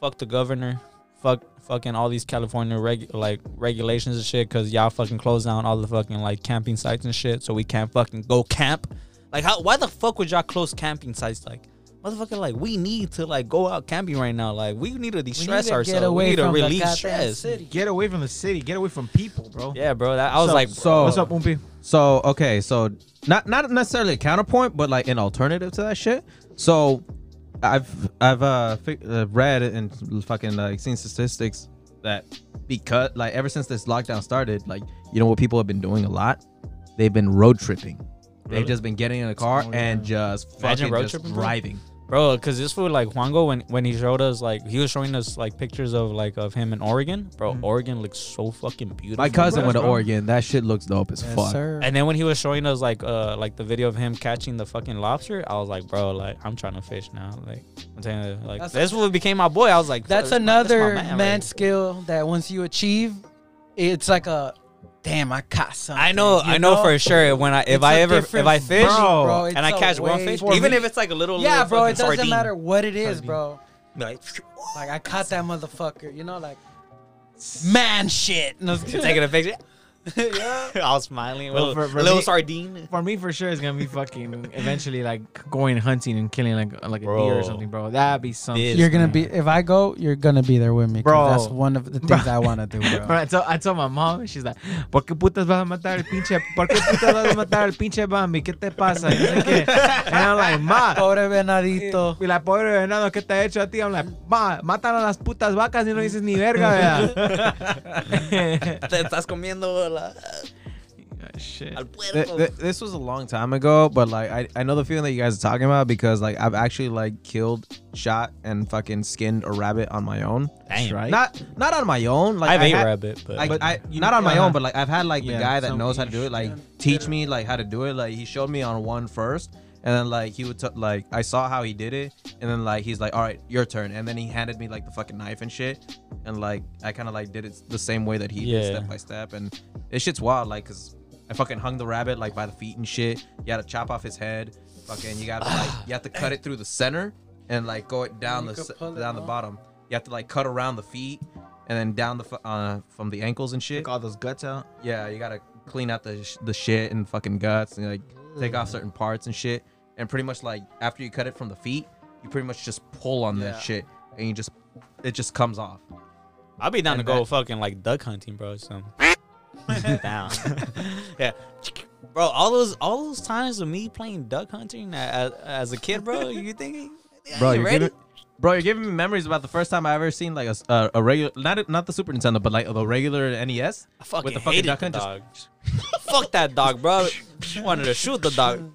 Speaker 2: fuck the governor, fuck fucking all these California reg like regulations and shit, cause y'all fucking closed down all the fucking like camping sites and shit, so we can't fucking go camp. Like, how? Why the fuck would y'all close camping sites? Like, motherfucker, like we need to like go out camping right now. Like, we need to
Speaker 4: We need
Speaker 2: de-stress
Speaker 4: to get
Speaker 2: ourselves.
Speaker 4: away
Speaker 2: we need to
Speaker 4: from the
Speaker 2: relieve
Speaker 4: goddamn
Speaker 2: stress.
Speaker 4: city.
Speaker 3: Get away from the city. Get away from people, bro.
Speaker 2: Yeah, bro. That, I was
Speaker 3: So-
Speaker 2: like,
Speaker 1: so-
Speaker 3: What's up, Umpi?
Speaker 1: So okay, so not not necessarily a counterpoint, but like an alternative to that shit. So I've I've uh, fi- uh read and fucking like seen statistics that because like ever since this lockdown started, like you know what people have been doing a lot, they've been road tripping. They've just been getting in a car and just
Speaker 2: Oh, Imagine
Speaker 1: fucking
Speaker 2: road
Speaker 1: just
Speaker 2: tripping, bro.
Speaker 1: driving.
Speaker 2: bro because this food like juango when when he showed us like he was showing us like pictures of like of him in oregon bro
Speaker 4: Mm.
Speaker 2: oregon looks so fucking beautiful
Speaker 1: My cousin
Speaker 2: bro.
Speaker 1: went to Oregon. That shit looks dope as
Speaker 4: Yes,
Speaker 1: fuck.
Speaker 4: sir.
Speaker 2: and then when he was showing us like uh like the video of him catching the fucking lobster i was like bro like i'm trying to fish now like i'm telling you like
Speaker 4: That's-
Speaker 2: this fool became my boy i was like
Speaker 4: That's
Speaker 2: "Fuck, my- my
Speaker 4: another
Speaker 2: man,
Speaker 4: man,
Speaker 2: like,
Speaker 4: skill that once you achieve, it's like a damn, I caught something.
Speaker 2: i know i
Speaker 4: you
Speaker 2: know, for sure when i if
Speaker 4: It's
Speaker 2: i
Speaker 4: a
Speaker 2: ever if
Speaker 4: different-
Speaker 2: i fish
Speaker 3: Bro.
Speaker 4: it's
Speaker 2: and i
Speaker 4: a
Speaker 2: catch one
Speaker 4: way
Speaker 2: fish
Speaker 4: different-
Speaker 2: even if it's like a little
Speaker 4: yeah,
Speaker 2: little
Speaker 4: bro, it
Speaker 2: fucking
Speaker 4: doesn't
Speaker 2: sardine.
Speaker 4: matter what it is,
Speaker 3: Sardine.
Speaker 4: bro.
Speaker 2: Like,
Speaker 4: Like I caught that motherfucker, you know, like man shit. No,
Speaker 2: taking a picture. I was smiling. With
Speaker 3: Well,
Speaker 2: a
Speaker 3: for- for
Speaker 2: little
Speaker 3: me-
Speaker 2: sardine.
Speaker 3: For me, for sure, it's gonna be fucking eventually like going hunting and killing like like a deer
Speaker 2: Bro.
Speaker 3: or something, bro. That'd be something.
Speaker 2: This-
Speaker 4: you're gonna be if I go, you're gonna be there with me, 'cause
Speaker 3: Bro.
Speaker 4: That's one of the
Speaker 3: Bro.
Speaker 4: things I want to do, bro.
Speaker 3: Bro, I told, I told my mom, she's like, ¿Por qué putas vas a matar el pinche, por qué putas vas a matar el pinche Bambi? ¿Qué te pasa? Y no sé qué. And I'm like, ma.
Speaker 4: Pobre venadito.
Speaker 3: Y la pobre venado, ¿qué te ha hecho a ti? I'm like, ma, matan a las putas vacas y no dices ni verga, ¿verdad?
Speaker 2: Te estás comiendo la,
Speaker 3: Shit.
Speaker 2: al
Speaker 1: Th-
Speaker 2: puerco.
Speaker 1: th- this was a long time ago, but like I, I know the feeling that you guys are talking about because like I've actually like killed, shot, and fucking skinned a rabbit on my own.
Speaker 2: Damn.
Speaker 7: Right?
Speaker 1: Not not on my own. Like
Speaker 2: I've
Speaker 1: I
Speaker 2: ate
Speaker 1: had-
Speaker 2: rabbit, but
Speaker 1: I,
Speaker 7: But-
Speaker 1: I, not on my
Speaker 3: yeah.
Speaker 1: own, but like I've had like the
Speaker 3: Yeah,
Speaker 1: guy that knows how to
Speaker 3: somebody
Speaker 1: do it, like teach me like how to do it. Like he showed me on one first, and then like he would t- like I saw how he did it, and then like he's like, all right, your turn, and then he handed me like the fucking knife and shit, and like I kind of like did it the same way that he did,
Speaker 2: Yeah.
Speaker 1: step by step, and this shit's wild, like cause I fucking hung the rabbit like by the feet and shit. You had to chop off his head, fucking you gotta like you have to cut it through the center and like go it down
Speaker 4: You
Speaker 1: the
Speaker 4: could
Speaker 1: s-
Speaker 4: pull it
Speaker 1: down the
Speaker 4: off.
Speaker 1: bottom. You have to like cut around the feet and then down the fu- uh, from the ankles and shit.
Speaker 3: all those guts out.
Speaker 1: Yeah, you gotta clean out the sh- the shit and fucking guts and like take off certain parts and shit. And pretty much like after you cut it from the feet, you pretty much just pull on
Speaker 4: Yeah.
Speaker 1: that shit and you just it just comes off.
Speaker 2: I'll be down to
Speaker 1: And
Speaker 2: go
Speaker 1: that-
Speaker 2: fucking like duck hunting, bro. So down. yeah. Bro, all those all those times of me playing duck hunting a- a- as a kid, bro, you think
Speaker 1: Bro,
Speaker 2: you
Speaker 1: you're
Speaker 2: ready?
Speaker 1: giving- Bro, you're giving me memories about the first time I ever seen like a s- uh, a regular not not the Super Nintendo, but like the regular E NES.
Speaker 2: I fucking
Speaker 1: with the fucking
Speaker 2: hated
Speaker 1: duck
Speaker 2: the
Speaker 1: hunt, just-
Speaker 2: dog. Fuck that dog, bro. Wanted to shoot the dog.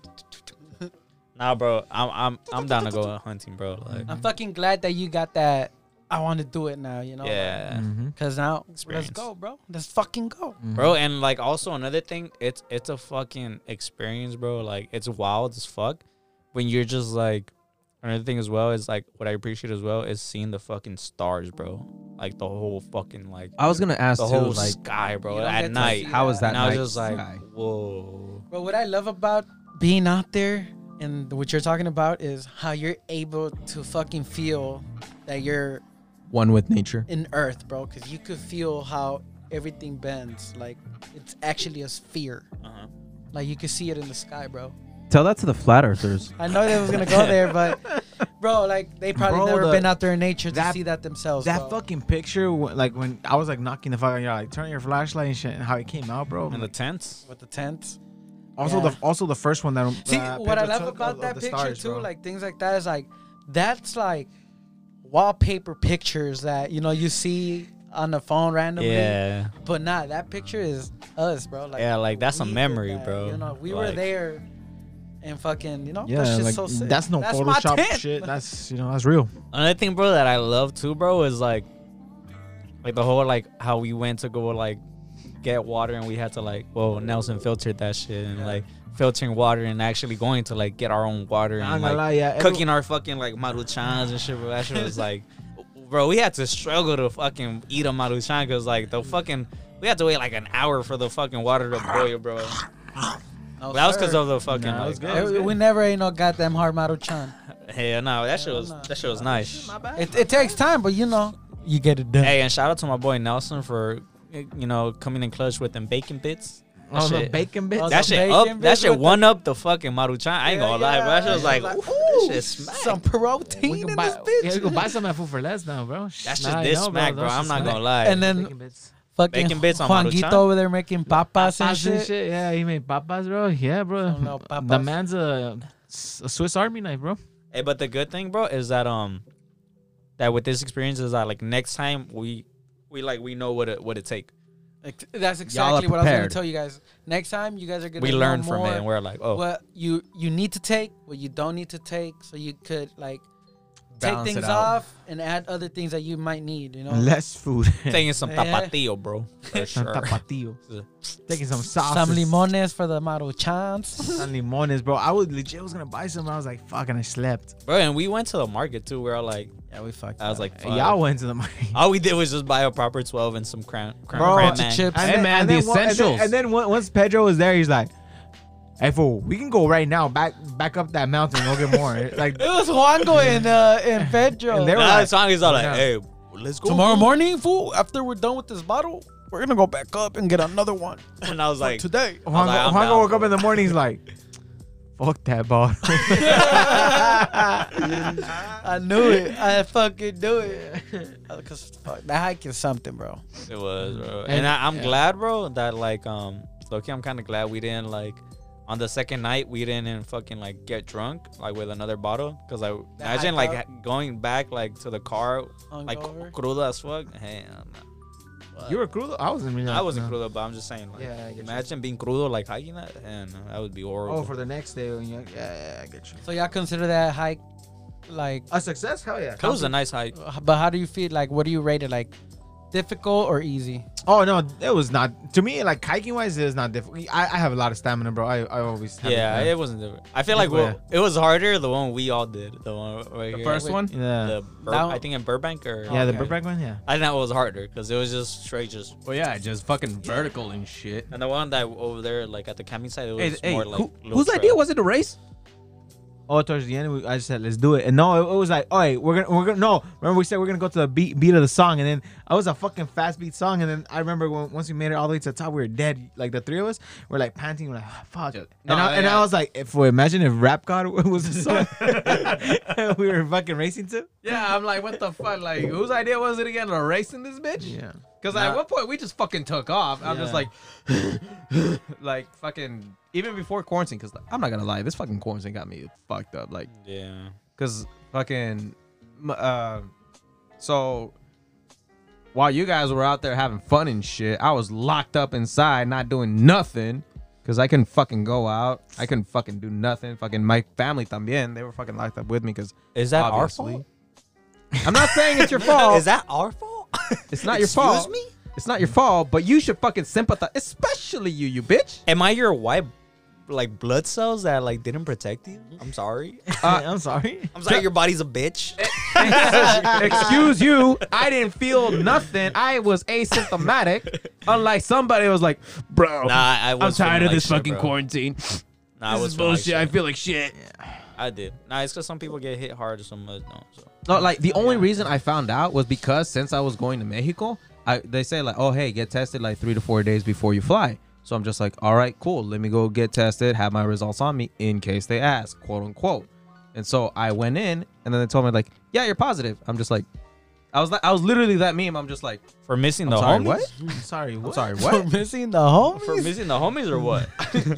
Speaker 2: Nah, bro, I'm I'm I'm down to go hunting, bro. Like,
Speaker 4: I'm fucking glad that you got that. I want to do it now, you know.
Speaker 2: yeah.
Speaker 4: Cause now
Speaker 2: Experience.
Speaker 4: let's go, bro. Let's fucking go.
Speaker 2: bro
Speaker 1: Mm-hmm.
Speaker 2: and like also another thing it's it's a fucking experience bro like it's wild as fuck when you're just like another thing as well is like what i appreciate as well is seeing the fucking stars bro like the whole fucking like
Speaker 1: I was gonna ask
Speaker 2: the
Speaker 1: too,
Speaker 2: whole
Speaker 1: like
Speaker 2: sky bro
Speaker 4: You don't get
Speaker 2: at
Speaker 4: to
Speaker 2: night
Speaker 4: see
Speaker 1: how was that?
Speaker 2: and i was
Speaker 1: night
Speaker 2: just like
Speaker 1: sky?
Speaker 2: whoa
Speaker 4: But what I love about being out there and what you're talking about is how you're able to fucking feel that you're
Speaker 1: one with nature.
Speaker 4: in Earth, bro. Because you could feel how everything bends. Like it's actually a sphere.
Speaker 2: Uh-huh.
Speaker 4: Like you could see it in the sky, bro.
Speaker 1: Tell that to the flat earthers.
Speaker 4: I know they was gonna go there, but bro, like they probably
Speaker 3: Bro,
Speaker 4: never
Speaker 3: the-
Speaker 4: been out there in nature to
Speaker 3: that-
Speaker 4: see that themselves.
Speaker 3: That
Speaker 4: bro.
Speaker 3: fucking picture, wh- like when I was like knocking the fuck out, you're like, turn your flashlight and shit, and how it came out, bro.
Speaker 2: in the tents
Speaker 4: with the tents.
Speaker 3: also,
Speaker 4: yeah.
Speaker 3: the also the first one that
Speaker 4: See,
Speaker 3: that
Speaker 4: what I
Speaker 3: Pedro
Speaker 4: love
Speaker 3: took Uh, of-
Speaker 4: about
Speaker 3: of
Speaker 4: that
Speaker 3: the
Speaker 4: picture
Speaker 3: stars,
Speaker 4: too,
Speaker 3: bro.
Speaker 4: like things like that, is like that's like wallpaper pictures that you know you see on the phone randomly.
Speaker 2: yeah
Speaker 4: But nah, that picture is us, bro. Like
Speaker 2: Yeah, like, that's a
Speaker 4: we did
Speaker 2: memory,
Speaker 4: that,
Speaker 2: bro.
Speaker 4: You know, we were
Speaker 2: Like-
Speaker 4: there, and fucking, you know,
Speaker 3: Yeah,
Speaker 4: that's just
Speaker 3: like,
Speaker 4: so sick.
Speaker 3: that's no
Speaker 4: my
Speaker 3: Photoshop
Speaker 4: tent.
Speaker 3: shit. That's you know that's real.
Speaker 2: Another thing, bro, that I love too, bro, is like, like the whole like how we went to go like get water and we had to like, whoa, Nelson filtered that shit and like filtering water and actually going to like get our own water
Speaker 3: I'm
Speaker 2: and
Speaker 3: gonna
Speaker 2: like
Speaker 3: lie, yeah, every-
Speaker 2: cooking our fucking like maruchans and shit. Bro, that shit was like, bro, we had to struggle to fucking eat a maruchan because like the fucking we had to wait like an hour for the fucking water to boil, bro.
Speaker 4: No,
Speaker 2: that was
Speaker 4: sir.
Speaker 2: because of the fucking.
Speaker 3: Nah, it was
Speaker 2: like,
Speaker 3: good. That was
Speaker 4: We- We never ain't no goddamn hard maruchan.
Speaker 2: Hell no, that shit
Speaker 4: Hell
Speaker 2: was
Speaker 4: nah.
Speaker 2: that shit was nice.
Speaker 4: It, it takes time, but you know, you get it done.
Speaker 2: Hey, and shout out to my boy Nelson for eh, you know coming in clutch with them bacon bits. That
Speaker 3: Oh, the
Speaker 2: shit,
Speaker 3: bacon bits.
Speaker 4: Oh,
Speaker 2: that
Speaker 4: the
Speaker 2: shit
Speaker 4: bacon
Speaker 2: up. That
Speaker 4: bits
Speaker 2: shit
Speaker 4: with
Speaker 2: one up the fucking maruchan. I ain't
Speaker 4: Yeah,
Speaker 2: gonna lie, bro. That shit was
Speaker 4: yeah.
Speaker 2: like,
Speaker 4: Like,
Speaker 2: ooh, that shit smack.
Speaker 4: Some
Speaker 3: we
Speaker 4: protein
Speaker 3: can
Speaker 4: in
Speaker 3: buy,
Speaker 4: this bitch.
Speaker 3: yeah, we can buy some at food for less now, bro.
Speaker 2: That's just
Speaker 3: Nah, I
Speaker 2: this
Speaker 3: know,
Speaker 2: smack, bro.
Speaker 3: Those
Speaker 2: I'm
Speaker 3: shit
Speaker 2: not
Speaker 3: smack.
Speaker 2: gonna lie.
Speaker 4: and
Speaker 3: Bacon
Speaker 4: then
Speaker 3: bits.
Speaker 4: fucking
Speaker 2: Bacon bits on
Speaker 4: Juanguito
Speaker 2: Maruchan.
Speaker 4: over there making papas and
Speaker 3: Papas and
Speaker 4: shit.
Speaker 3: shit. Yeah, he made papas, bro. Yeah, bro.
Speaker 4: Some little
Speaker 3: The
Speaker 4: papas.
Speaker 3: man's a, a Swiss Army knife, bro.
Speaker 2: hey, but the good thing, bro, is that um, that with this experience is that like next time we we like we know what it what it take.
Speaker 4: Ex-
Speaker 1: Y'all
Speaker 4: That's
Speaker 1: are
Speaker 4: exactly what I was gonna
Speaker 1: prepared.
Speaker 4: tell you guys. Next time, you guys are gonna
Speaker 2: We
Speaker 4: know
Speaker 2: learn from
Speaker 4: more
Speaker 2: it and we're like, oh,
Speaker 4: what you you need to take, what you don't need to take, so you could like
Speaker 1: Balance
Speaker 4: take
Speaker 1: it
Speaker 4: things
Speaker 1: out.
Speaker 4: off and add other things that you might need. You know,
Speaker 3: Less food.
Speaker 2: taking some
Speaker 4: Yeah.
Speaker 2: tapatio, bro. For
Speaker 3: Some
Speaker 2: sure.
Speaker 3: tapatio. Taking some sauce.
Speaker 4: some limones for the maruchans.
Speaker 3: Some limones, bro. I was legit was gonna buy some. I was like, fuck, and I slept.
Speaker 2: bro. And we went to the market too. We are like,
Speaker 4: yeah, we fucked.
Speaker 2: I was like, fuck.
Speaker 3: Y'all went to the market.
Speaker 2: All we did was just buy a proper twelve and some cram, cram,
Speaker 3: Bro,
Speaker 2: cram
Speaker 3: the
Speaker 2: man.
Speaker 4: chips.
Speaker 1: Hey, man, the
Speaker 3: one- and then-
Speaker 1: essentials.
Speaker 3: and then, on- once Pedro was there, he's like, Hey fool, we can go right now back back up that mountain and go get more. like
Speaker 4: It was Juango and uh and Pedro.
Speaker 3: And they were
Speaker 2: Nah,
Speaker 3: like-
Speaker 2: the song is all like,
Speaker 3: Yeah.
Speaker 2: hey, let's go.
Speaker 4: Tomorrow morning, fool. After we're done with this bottle, we're gonna go back up and get another one
Speaker 2: And I was like,
Speaker 4: today.
Speaker 3: Juan,
Speaker 2: like, I'm
Speaker 3: Juan
Speaker 2: down,
Speaker 3: woke up
Speaker 2: bro.
Speaker 3: in the morning. He's like, "Fuck that ball."
Speaker 4: I knew it. I fucking knew it. Uh, Cause fuck, that hike is something, bro.
Speaker 2: It was, bro. And, I, I'm glad, bro, that like um Loki, I'm kinda glad we didn't like on the second night we didn't fucking like get drunk like with another bottle because I imagine like
Speaker 4: hike
Speaker 2: ha- going back like to the car like
Speaker 4: Hungover.
Speaker 2: cruda as fuck. Hey, I'm not-
Speaker 3: you were cruel. I wasn't. Really
Speaker 2: I wasn't
Speaker 3: no.
Speaker 2: crudo, but I'm just saying like
Speaker 3: Yeah, I get you.
Speaker 2: imagine being crudo like hiking that and that would be horrible.
Speaker 3: Oh, for the next day. when you- Yeah, yeah, I get you.
Speaker 4: So y'all consider that hike like? uh,
Speaker 3: A success? Hell yeah.
Speaker 2: that was a nice hike.
Speaker 4: But how do you feel? Like, what do you rate it? Like, difficult or easy?
Speaker 3: Oh no, it was not. To me, like hiking wise, it is not difficult. I, I have a lot of stamina, bro. I, I always. Have
Speaker 2: Yeah,
Speaker 3: It,
Speaker 2: it wasn't different. I feel like well, it was harder the one we all did. The one right
Speaker 1: The
Speaker 2: here.
Speaker 1: first one?
Speaker 3: yeah.
Speaker 2: The Bur-
Speaker 4: That one-
Speaker 2: I think in Burbank or
Speaker 3: yeah, the
Speaker 4: Okay.
Speaker 3: Burbank one. Yeah.
Speaker 2: I think that was harder because it was just straight just
Speaker 1: Well, Oh, yeah, just fucking vertical and shit.
Speaker 2: And the one that over there, like at the camping site, it was
Speaker 1: Hey, hey,
Speaker 2: more like
Speaker 1: who-
Speaker 2: little
Speaker 1: whose
Speaker 2: trail.
Speaker 1: idea was it to race?
Speaker 3: Oh, towards the end, we, I just said let's do it, and no, it, it was like, all right, we're gonna, we're gonna, no. Remember, we said we're gonna go to the beat, beat of the song, and then I was a fucking fast beat song, and then I remember when, once we made it all the way to the top, we were dead. Like the three of us were like panting, we're like, "Ah, fuck.
Speaker 1: Yeah.
Speaker 3: and
Speaker 1: No,
Speaker 3: I, and
Speaker 1: yeah.
Speaker 3: I was like, if we imagine if Rap God was the song we were fucking racing to.
Speaker 1: Yeah, I'm like, what the fuck? Like, whose idea was it again to race in this bitch?
Speaker 3: Yeah.
Speaker 1: Because at one point we just fucking took off. I'm just
Speaker 3: Yeah.
Speaker 1: like, like fucking even before quarantine. Because I'm not gonna lie, this fucking quarantine got me fucked up. Like,
Speaker 2: Yeah.
Speaker 1: because fucking, m- uh, so while you guys were out there having fun and shit, I was locked up inside, not doing nothing. Cause I couldn't fucking go out. I couldn't fucking do nothing. Fucking my family también. They were fucking locked up with me. Cause
Speaker 2: Is that
Speaker 1: obviously,
Speaker 2: our fault?
Speaker 1: I'm not saying it's your fault.
Speaker 2: Is that our fault?
Speaker 1: It's not your fault.
Speaker 2: Excuse me?
Speaker 1: It's not your fault, but you should fucking sympathize, especially you, you bitch.
Speaker 2: Am I your white, like blood cells that like didn't protect you? I'm sorry.
Speaker 3: I'm sorry.
Speaker 2: I'm sorry. Your body's a bitch.
Speaker 1: Excuse you. I didn't feel nothing. I was asymptomatic. Unlike somebody who was like, bro,
Speaker 2: nah, I was.
Speaker 1: I'm tired of
Speaker 2: feeling like
Speaker 1: this
Speaker 2: shit,
Speaker 1: fucking
Speaker 2: bro.
Speaker 1: quarantine.
Speaker 2: Nah, I
Speaker 1: this
Speaker 2: was
Speaker 1: is
Speaker 2: feeling
Speaker 1: bullshit. I
Speaker 2: Like shit.
Speaker 1: feel like shit.
Speaker 2: I did. Nah, it's because some people get hit hard, some others don't. So.
Speaker 1: No, like the only reason I found out was because since I was going to Mexico, I they say like, oh hey, get tested like three to four days before you fly. So I'm just like, all right, cool. Let me go get tested, have my results on me in case they ask, quote unquote. And so I went in, and then they told me like, yeah, you're positive. I'm just like, I was like, I was literally that meme. I'm just like,
Speaker 2: For missing the
Speaker 1: sorry,
Speaker 2: homies.
Speaker 1: what?
Speaker 3: I'm sorry. What?
Speaker 1: I'm sorry,
Speaker 4: We're
Speaker 1: what?
Speaker 4: missing the home.
Speaker 2: For missing the homies or what?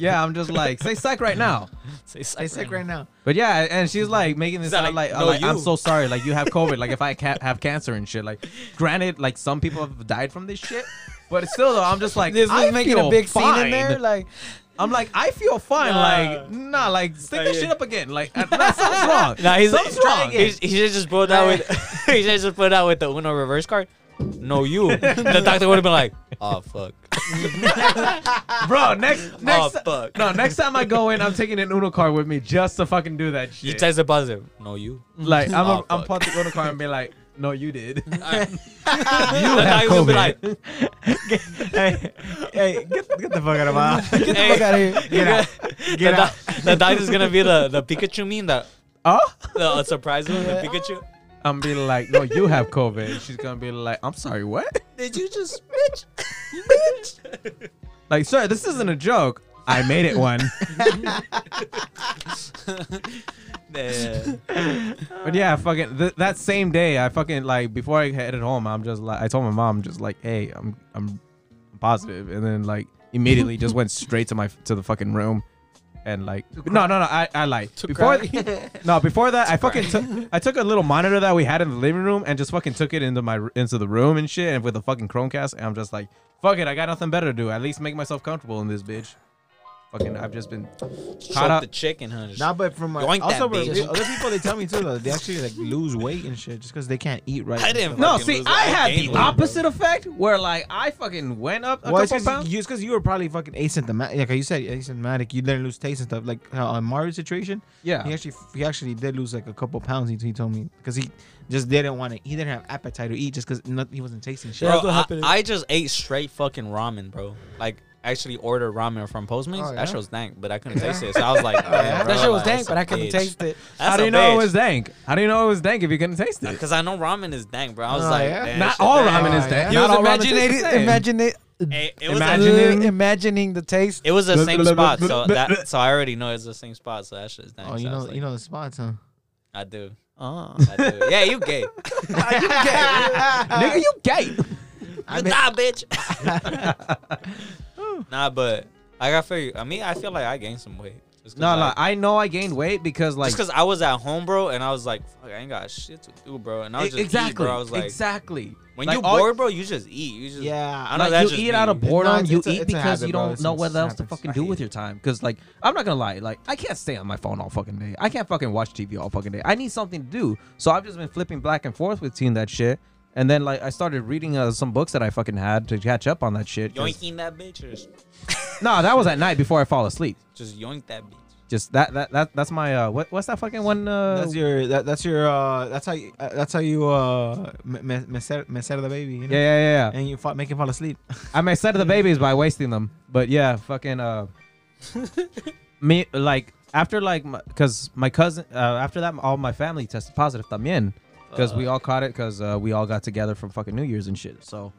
Speaker 1: yeah, I'm just like, say psych right now.
Speaker 2: Say
Speaker 3: I'm
Speaker 2: psych
Speaker 3: sick right now.
Speaker 1: But yeah, and she's like making this
Speaker 2: She's
Speaker 1: sound
Speaker 2: like,
Speaker 1: like,
Speaker 2: "No,
Speaker 1: like, I'm
Speaker 2: you."
Speaker 1: so sorry, like you have COVID, like if I can't have cancer and shit. Like, granted, like some people have died from this shit, but still though, I'm just like
Speaker 4: This
Speaker 1: I
Speaker 4: was making a
Speaker 1: feel
Speaker 4: big scene in
Speaker 1: fine.
Speaker 4: there. Like,
Speaker 1: I'm like I feel fine.
Speaker 2: Nah.
Speaker 1: Like nah, like stick
Speaker 2: Nah,
Speaker 1: this
Speaker 2: yeah.
Speaker 1: shit up again. Like that sounds wrong.
Speaker 2: Nah, he's
Speaker 1: Something's
Speaker 2: try
Speaker 1: wrong.
Speaker 2: again. He, he should just put out with he should just put out with the Uno reverse card. No, you. the doctor would have been like, oh fuck.
Speaker 1: bro. Next next
Speaker 2: oh fuck.
Speaker 1: no next time I go in, I'm taking an Uno card with me just to fucking do that
Speaker 2: You
Speaker 1: shit.
Speaker 2: tested positive. No, you.
Speaker 1: like I'm
Speaker 2: Oh,
Speaker 1: a, I'm
Speaker 2: fuck.
Speaker 1: part of the Uno card and be like, no, you did.
Speaker 2: you the doctor would be like,
Speaker 3: hey, hey, get, get the fuck out of my house.
Speaker 4: get the
Speaker 2: Hey.
Speaker 4: fuck out of here.
Speaker 3: Get out. Get
Speaker 2: the,
Speaker 3: out.
Speaker 2: doc- the doctor's gonna be the the Pikachu meme, the
Speaker 1: Oh.
Speaker 2: the uh, surprise one, the Pikachu.
Speaker 1: I'm be like, no, you have COVID. She's gonna be like, I'm sorry, what?
Speaker 2: Did you just bitch?
Speaker 1: Like, sir, this isn't a joke. I made it one.
Speaker 2: Yeah.
Speaker 1: but yeah, fucking th- that same day, I fucking like before I headed home, I'm just like, I told my mom, just like, hey, I'm I'm positive, and then like immediately just went straight to my to the fucking room. And like, no, no, no, I, I like before, no, before that, I fucking took, I took a little monitor that we had in the living room and just fucking took it into my r- into the room and shit, and with a fucking Chromecast, and I'm just like, fuck it, I got nothing better to do. At least make myself comfortable in this bitch. Fucking, I've just been caught
Speaker 2: Choke
Speaker 1: up.
Speaker 2: the chicken, huh? Just-
Speaker 3: Nah, but from my,
Speaker 2: Yoink that
Speaker 3: also but
Speaker 2: bitch.
Speaker 3: other people, they tell me too though they actually like lose weight and shit just because they can't eat right.
Speaker 2: I didn't.
Speaker 1: No,
Speaker 2: fucking
Speaker 1: see,
Speaker 2: lose it.
Speaker 1: I had
Speaker 2: gained
Speaker 1: the
Speaker 2: weight, bro.
Speaker 1: opposite effect where like I fucking went up a
Speaker 3: Well, it's
Speaker 1: couple
Speaker 3: because
Speaker 1: pounds.
Speaker 3: you, it's 'cause you were probably fucking asymptomatic. Like you said, asymptomatic. You didn't lose taste and stuff. Like how on Mario's situation,
Speaker 1: yeah.
Speaker 3: he actually he actually did lose like a couple pounds. He, he told me because he just didn't want to. He didn't have appetite to eat just because he wasn't tasting shit.
Speaker 2: Bro, I, I just ate straight fucking ramen, bro. Like actually ordered ramen from Postmates.
Speaker 3: Oh, yeah? Oh,
Speaker 2: That shit was dank, but I couldn't taste it. So I was like, damn,
Speaker 4: that
Speaker 2: bro,
Speaker 4: shit was
Speaker 2: like,
Speaker 4: dank, but I
Speaker 2: that's a
Speaker 4: couldn't
Speaker 2: bitch.
Speaker 4: taste it.
Speaker 2: That's
Speaker 1: How do
Speaker 2: a
Speaker 1: you know it
Speaker 2: bitch.
Speaker 1: was dank? How do you know it was dank if you couldn't taste it?
Speaker 2: Because I know ramen is dank, bro. I was
Speaker 3: Oh,
Speaker 2: like,
Speaker 3: yeah?
Speaker 2: damn,
Speaker 1: Not
Speaker 2: shit
Speaker 1: all
Speaker 2: dank.
Speaker 1: ramen is
Speaker 3: Oh,
Speaker 1: dank.
Speaker 3: yeah.
Speaker 1: Not all ramen tastes
Speaker 4: Imaginating,
Speaker 1: the same.
Speaker 4: imaginating,
Speaker 2: It, it was
Speaker 1: Imagine-
Speaker 2: a,
Speaker 1: Imagining-
Speaker 4: imagining the taste.
Speaker 2: it was the same spot, so
Speaker 1: blub,
Speaker 2: that so I already know it's the same spot. So that shit is dank.
Speaker 3: Oh,
Speaker 2: so
Speaker 3: you
Speaker 2: I
Speaker 3: know,
Speaker 2: was like, Ah.
Speaker 3: you know the spots, huh?
Speaker 2: I do.
Speaker 4: Oh.
Speaker 2: I do. Yeah, you gay.
Speaker 1: Nigga, you gay.
Speaker 2: You die, bitch. nah, but I got for you. I mean, I feel like I gained some weight. Just 'cause
Speaker 1: No,
Speaker 2: I-
Speaker 1: no, I know I gained weight because like
Speaker 2: just because I was at home, bro, and I was like, fuck, I ain't got shit to do, bro. And I was just
Speaker 1: E, exactly,
Speaker 2: eat, bro. I was like,
Speaker 1: exactly.
Speaker 2: when
Speaker 1: Like,
Speaker 2: you
Speaker 1: all-
Speaker 2: bored, bro, you just eat. You just
Speaker 3: Yeah.
Speaker 2: I know
Speaker 1: like
Speaker 2: that's
Speaker 1: you
Speaker 2: just
Speaker 1: eat out of
Speaker 2: me.
Speaker 1: boredom,
Speaker 3: it's-
Speaker 1: you
Speaker 3: it's a-
Speaker 1: eat
Speaker 3: it's a
Speaker 1: because you
Speaker 3: habit, bro.
Speaker 1: don't
Speaker 3: It's-
Speaker 1: know
Speaker 3: it's
Speaker 1: what else to
Speaker 3: habits.
Speaker 1: fucking
Speaker 3: I
Speaker 1: do
Speaker 3: hate
Speaker 1: with your time. Because like I'm not gonna lie, like I can't stay on my phone all fucking day. I can't fucking watch TV all fucking day. I need something to do. So I've just been flipping back and forth between that shit. And then like I started reading uh, some books that I fucking had to catch up on that shit. 'cause-
Speaker 2: yoinking that bitch, or just,
Speaker 1: No, that was at night before I fall asleep.
Speaker 2: just yoink that bitch.
Speaker 1: Just that that, that that's my uh what, what's that fucking one uh
Speaker 3: That's your that, that's your uh that's how you, uh, that's how you uh me- me- mecer, mecer the baby you know
Speaker 1: yeah yeah yeah, yeah.
Speaker 3: and you fa- make him fall asleep
Speaker 1: I may set the babies by wasting them, but yeah, fucking uh, me like after like because my, cousin uh, after that all my family tested positive también because we all caught it because uh, we all got together from fucking New Year's and shit. So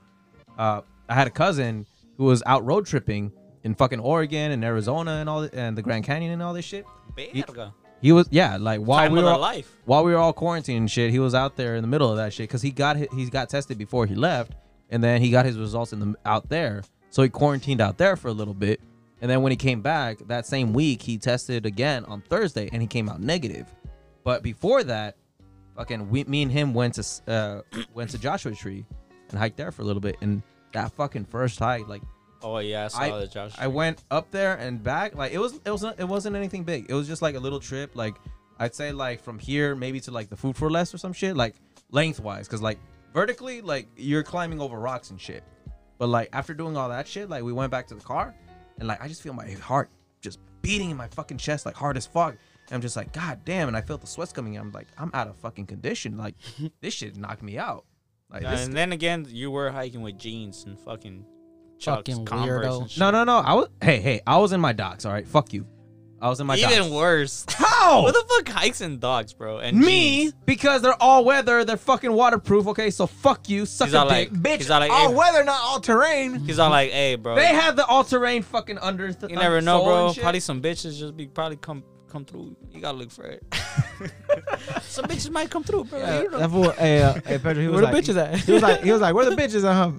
Speaker 1: uh, I had a cousin who was out road tripping in fucking Oregon and Arizona and all th- and the Grand Canyon and all this shit.
Speaker 2: Berga.
Speaker 1: He was yeah like while
Speaker 2: Time
Speaker 1: we
Speaker 2: of
Speaker 1: were
Speaker 2: their
Speaker 1: all-
Speaker 2: life.
Speaker 1: while we were all quarantined and shit, he was out there in the middle of that shit because he got hi- he got tested before he left, and then he got his results in the out there, so he quarantined out there for a little bit, and then when he came back that same week, he tested again on Thursday, and he came out negative, but before that, fucking we, me and him went to s- uh, went to Joshua Tree and hiked there for a little bit, and that fucking first hike, like
Speaker 2: Oh yeah, I saw
Speaker 1: I-
Speaker 2: the Josh.
Speaker 1: I went up there and back. Like it was, it wasn't, it wasn't anything big. It was just like a little trip. Like I'd say, like from here maybe to like the food for less or some shit, like lengthwise. Cause like vertically, like you're climbing over rocks and shit. But like after doing all that shit, like we went back to the car, and like I just feel my heart just beating in my fucking chest like hard as fuck. And I'm just like, God damn! And I felt the sweats coming. out. I'm like, I'm out of fucking condition. Like this shit knocked me out. Like
Speaker 2: Nah,
Speaker 1: this
Speaker 2: and then again, you were hiking with jeans and fucking chucks,
Speaker 4: Fucking
Speaker 2: Converse
Speaker 4: weirdo.
Speaker 2: and shit.
Speaker 1: No, no, no. I was hey, hey. I was in my docs. All right, fuck you. I was in my
Speaker 2: Even
Speaker 1: docs.
Speaker 2: worse.
Speaker 1: How?
Speaker 2: What the fuck hikes and dogs, bro? And
Speaker 1: Me
Speaker 2: jeans?
Speaker 1: because they're all weather. They're fucking waterproof. Okay, so fuck you. Suck
Speaker 2: He's
Speaker 1: a
Speaker 2: all
Speaker 1: dick.
Speaker 2: like,
Speaker 1: bitch.
Speaker 2: he's all like,
Speaker 3: all
Speaker 2: hey,
Speaker 3: weather not all terrain
Speaker 2: he's all like, hey, bro.
Speaker 1: they have the all-terrain fucking under. th-
Speaker 2: you never know,
Speaker 1: sole and
Speaker 2: bro.
Speaker 1: shit.
Speaker 2: Probably some bitches just be probably come come through. You gotta look for it. some bitches might come through, bro.
Speaker 3: yeah,
Speaker 2: You don't-
Speaker 3: that fool, hey, uh, hey Pedro he was
Speaker 4: Where the
Speaker 3: like
Speaker 4: bitches at?
Speaker 3: he was like he was like where the bitches at huh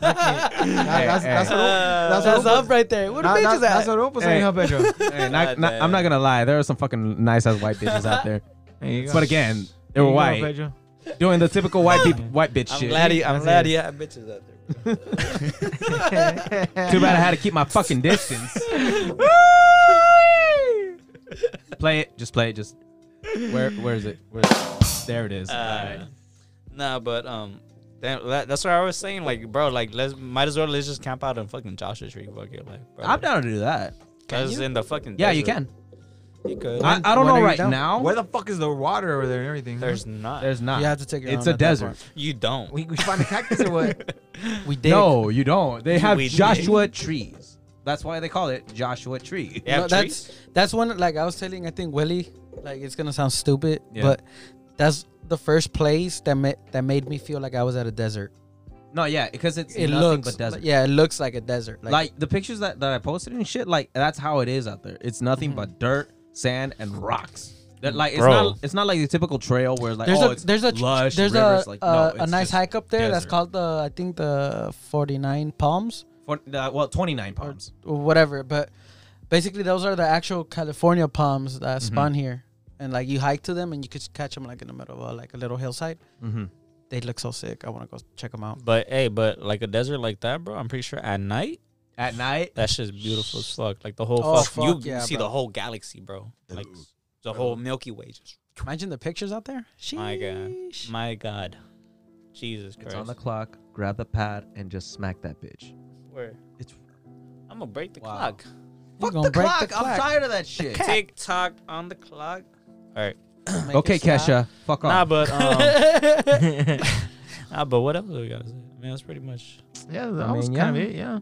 Speaker 3: that's that's what
Speaker 2: Uh,
Speaker 3: that's
Speaker 4: That's
Speaker 3: what
Speaker 4: up right there. Where the
Speaker 3: that-
Speaker 4: bitch is
Speaker 3: that- that's
Speaker 4: at?
Speaker 3: what Oprah saying huh Pedro
Speaker 1: Hey, not- not- I'm not gonna lie. There are some fucking nice-ass white bitches out there.
Speaker 3: There you go.
Speaker 1: But again, they
Speaker 3: There
Speaker 1: were
Speaker 3: you go,
Speaker 1: white,
Speaker 3: Pedro.
Speaker 1: doing the typical white peop- white bitch
Speaker 2: I'm
Speaker 1: shit.
Speaker 2: glad he, I'm
Speaker 3: That's
Speaker 2: glad
Speaker 3: it.
Speaker 2: he had bitches out there. bro.
Speaker 1: Too bad I had to keep my fucking distance. play it. Just play it. Just where? Where is it? Where is it? There it is. All
Speaker 2: Uh,
Speaker 1: right.
Speaker 2: Nah, but um, damn, that, that's what I was saying. Like, bro, like let's might as well let's just camp out in fucking Joshua Tree, fuck it, like. Bro,
Speaker 1: I'm down to do that.
Speaker 2: Cause in the fucking
Speaker 1: Yeah, you can.
Speaker 2: desert. You could.
Speaker 1: I, I don't
Speaker 3: When are
Speaker 1: know
Speaker 3: you
Speaker 1: right
Speaker 3: down?
Speaker 1: now.
Speaker 3: where the fuck is the water over there and everything huh?
Speaker 2: There's not.
Speaker 1: There's not.
Speaker 4: You have to take your
Speaker 1: It's a
Speaker 4: own at that
Speaker 1: desert.
Speaker 2: you don't.
Speaker 3: we, we find a cactus or what
Speaker 4: We did.
Speaker 1: No, you don't. They have
Speaker 2: We did.
Speaker 1: Joshua trees. That's why they call it Joshua tree.
Speaker 2: Yeah,
Speaker 4: No, that's that's one like I was telling I think Willie like it's gonna sound stupid
Speaker 1: Yeah.
Speaker 4: but that's the first place that ma- that made me feel like I was at a desert.
Speaker 1: No, yeah, because it's
Speaker 4: It
Speaker 1: nothing
Speaker 4: looks
Speaker 1: but desert.
Speaker 4: yeah, it looks like a desert.
Speaker 1: like, the pictures that, that I posted and shit, like that's how it is out there. It's nothing
Speaker 4: Mm-hmm.
Speaker 1: but dirt, sand, and rocks. That like it's
Speaker 2: Bro.
Speaker 1: not it's not like the typical trail where like
Speaker 4: there's
Speaker 1: oh
Speaker 4: a
Speaker 1: it's
Speaker 4: there's a
Speaker 1: lush
Speaker 4: there's
Speaker 1: rivers.
Speaker 4: a
Speaker 1: like,
Speaker 4: uh,
Speaker 1: no,
Speaker 4: a
Speaker 1: it's
Speaker 4: nice
Speaker 1: just
Speaker 4: hike up there that's
Speaker 1: desert.
Speaker 4: called the I think the 49 Palms
Speaker 1: For, uh, well, twenty nine palms.
Speaker 4: or whatever. But basically those are the actual California palms that
Speaker 1: Mm-hmm.
Speaker 4: spawn here, and like you hike to them and you could catch them like in the middle of uh, like a little hillside.
Speaker 1: Mm-hmm.
Speaker 4: They look so sick. I want to go check them out.
Speaker 2: But hey, but like a desert like that, bro. I'm pretty sure at night
Speaker 1: At night,
Speaker 2: that shit's beautiful as fuck. Like the whole
Speaker 4: Oh,
Speaker 2: fuck,
Speaker 4: fuck
Speaker 2: you, you
Speaker 4: yeah,
Speaker 2: see
Speaker 4: bro.
Speaker 2: the whole galaxy, bro. Like the whole Milky Way. Just
Speaker 4: Imagine the pictures out there.
Speaker 2: My God.
Speaker 4: Sheesh.
Speaker 2: my God, Jesus
Speaker 1: it's
Speaker 2: Christ.
Speaker 1: on the clock. Grab the pad and just smack that bitch.
Speaker 2: Where?
Speaker 1: It's-
Speaker 2: I'm gonna break the
Speaker 1: Wow.
Speaker 2: clock.
Speaker 4: You're
Speaker 1: Fuck
Speaker 4: gonna
Speaker 1: the
Speaker 4: break
Speaker 1: clock.
Speaker 4: the
Speaker 1: I'm
Speaker 4: clock.
Speaker 1: tired of that shit.
Speaker 2: Tick tock on the clock.
Speaker 4: Make
Speaker 1: Okay,
Speaker 4: it slap.
Speaker 1: Kesha, fuck off.
Speaker 2: Nah, but um, nah, but what else do we gotta say? I mean, that's pretty much.
Speaker 3: yeah that
Speaker 1: I
Speaker 3: was
Speaker 1: mean,
Speaker 3: kind of
Speaker 1: yeah.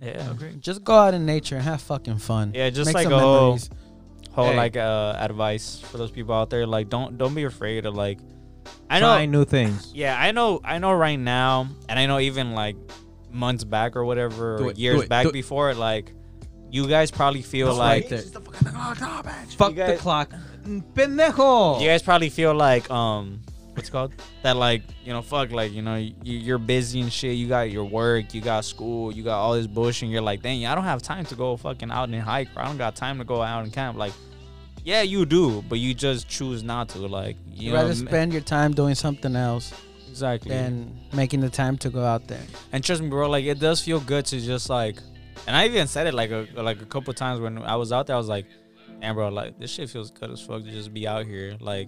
Speaker 3: it yeah
Speaker 2: Yeah.
Speaker 4: Just go out in nature and have fucking fun.
Speaker 2: Yeah, just
Speaker 4: Make
Speaker 2: like
Speaker 4: some
Speaker 2: a whole-
Speaker 4: memories.
Speaker 2: whole
Speaker 8: Hey.
Speaker 2: like uh advice for those people out there. Like don't don't be afraid of like I know
Speaker 1: Try new things.
Speaker 2: yeah, I know I know right now and I know even like months back or whatever
Speaker 1: Do
Speaker 2: or
Speaker 1: it, do
Speaker 2: years
Speaker 1: it,
Speaker 2: back
Speaker 1: do it.
Speaker 2: before like you guys probably feel
Speaker 1: right
Speaker 2: like
Speaker 1: there. Oh, Fuck the
Speaker 2: guys-
Speaker 1: clock. Mm, Pendejo.
Speaker 2: you guys probably feel like um what's it called that like you know fuck like you know you, you're busy and shit you got your work you got school you got all this bullshit and you're like dang i don't have time to go fucking out and hike or i don't got time to go out and camp like yeah you do but you just choose not to like you
Speaker 4: You'd
Speaker 2: know
Speaker 4: rather
Speaker 2: ma-
Speaker 4: spend your time doing something else
Speaker 2: exactly
Speaker 4: than making the time to go out there.
Speaker 2: and trust me bro like it does feel good to just like and i even said it like a like a couple times when i was out there i was like man bro like this shit feels good as fuck to just be out here like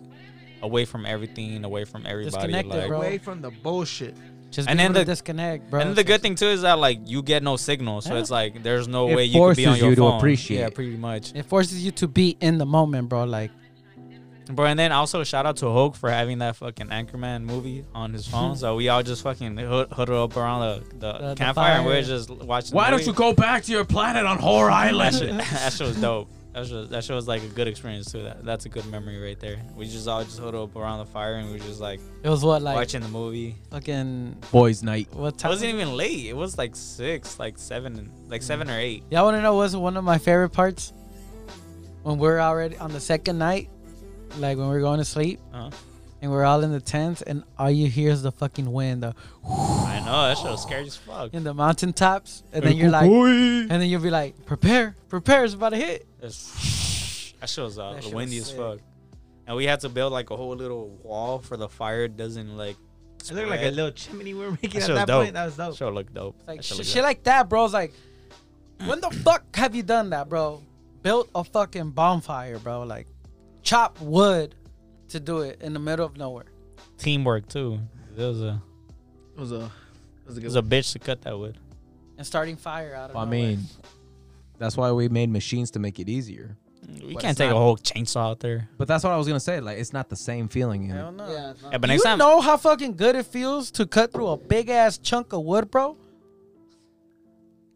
Speaker 2: away from everything away from everybody
Speaker 4: Disconnected,
Speaker 2: like
Speaker 4: bro.
Speaker 3: Away from the bullshit.
Speaker 4: Just
Speaker 2: And
Speaker 4: be
Speaker 2: then
Speaker 4: able to
Speaker 2: the-
Speaker 4: disconnect, bro.
Speaker 2: And the good thing too is that like you get no signal, so
Speaker 4: Yeah.
Speaker 2: it's like there's no
Speaker 1: It
Speaker 2: way you could be on
Speaker 1: forces
Speaker 2: your
Speaker 1: you to
Speaker 2: phone.
Speaker 1: appreciate
Speaker 2: Yeah,
Speaker 1: it.
Speaker 2: pretty much,
Speaker 4: it forces you to be in the moment, bro. Like
Speaker 2: bro. And then also shout out to Hulk for having that fucking Anchorman movie on his phone. so we all just fucking hood- huddle up around the, the,
Speaker 4: The- the
Speaker 2: campfire and we're
Speaker 4: fire.
Speaker 2: just watching.
Speaker 9: Why
Speaker 2: the
Speaker 9: don't
Speaker 2: movie.
Speaker 9: you go back to your planet on Horror
Speaker 2: That
Speaker 9: Island?
Speaker 2: shit, that shit was dope. That shit, that shit was like a good experience too. That, that's a good memory right there. We just all just huddle up around the fire and we just like,
Speaker 4: it was what, like
Speaker 2: watching the movie.
Speaker 4: fucking
Speaker 1: Boys' night.
Speaker 4: what
Speaker 2: It
Speaker 4: time?
Speaker 2: wasn't even late. It was like six, like seven, like seven or eight.
Speaker 4: Y'all want to know what's one of my favorite parts? When we're already on the second night, like when we're going to sleep,
Speaker 2: Uh-huh.
Speaker 4: and we're all in the tents, and all you hear is the fucking wind the,
Speaker 2: I know that shit was scary as fuck.
Speaker 4: in the mountaintops, and then you're like, and then you'll be like, prepare, prepare, it's about to hit.
Speaker 2: It's- that shit was uh,
Speaker 4: That shit
Speaker 2: windy
Speaker 4: was
Speaker 2: as fuck. And we had to build like a whole little wall for the fire doesn't like.
Speaker 3: It looked like a little chimney we were making
Speaker 2: That
Speaker 3: at
Speaker 2: shit was
Speaker 3: that
Speaker 2: dope.
Speaker 3: point. That was dope.
Speaker 2: Show look dope.
Speaker 4: Like
Speaker 2: That
Speaker 4: sh-
Speaker 2: shit look
Speaker 4: shit like that, bro. It's like, when the fuck have you done that, bro? Built a fucking bonfire, bro. Like, chop wood to do it in the middle of nowhere.
Speaker 2: dope. teamwork too. It was a
Speaker 3: It was a, it was a
Speaker 2: it
Speaker 3: good.
Speaker 2: was a bitch to cut that wood.
Speaker 4: and starting fire out of
Speaker 1: I
Speaker 4: nowhere.
Speaker 1: mean, that's why we made machines to make it easier.
Speaker 2: We
Speaker 1: But
Speaker 2: can't
Speaker 1: it's
Speaker 2: take a
Speaker 1: not-
Speaker 2: whole chainsaw out there.
Speaker 1: But that's what I was gonna say. Like, it's not the same feeling. you know?
Speaker 4: Hell no. Yeah,
Speaker 2: Yeah, but
Speaker 4: you
Speaker 2: next time,
Speaker 4: know how fucking good it feels to cut through a big ass chunk of wood, bro.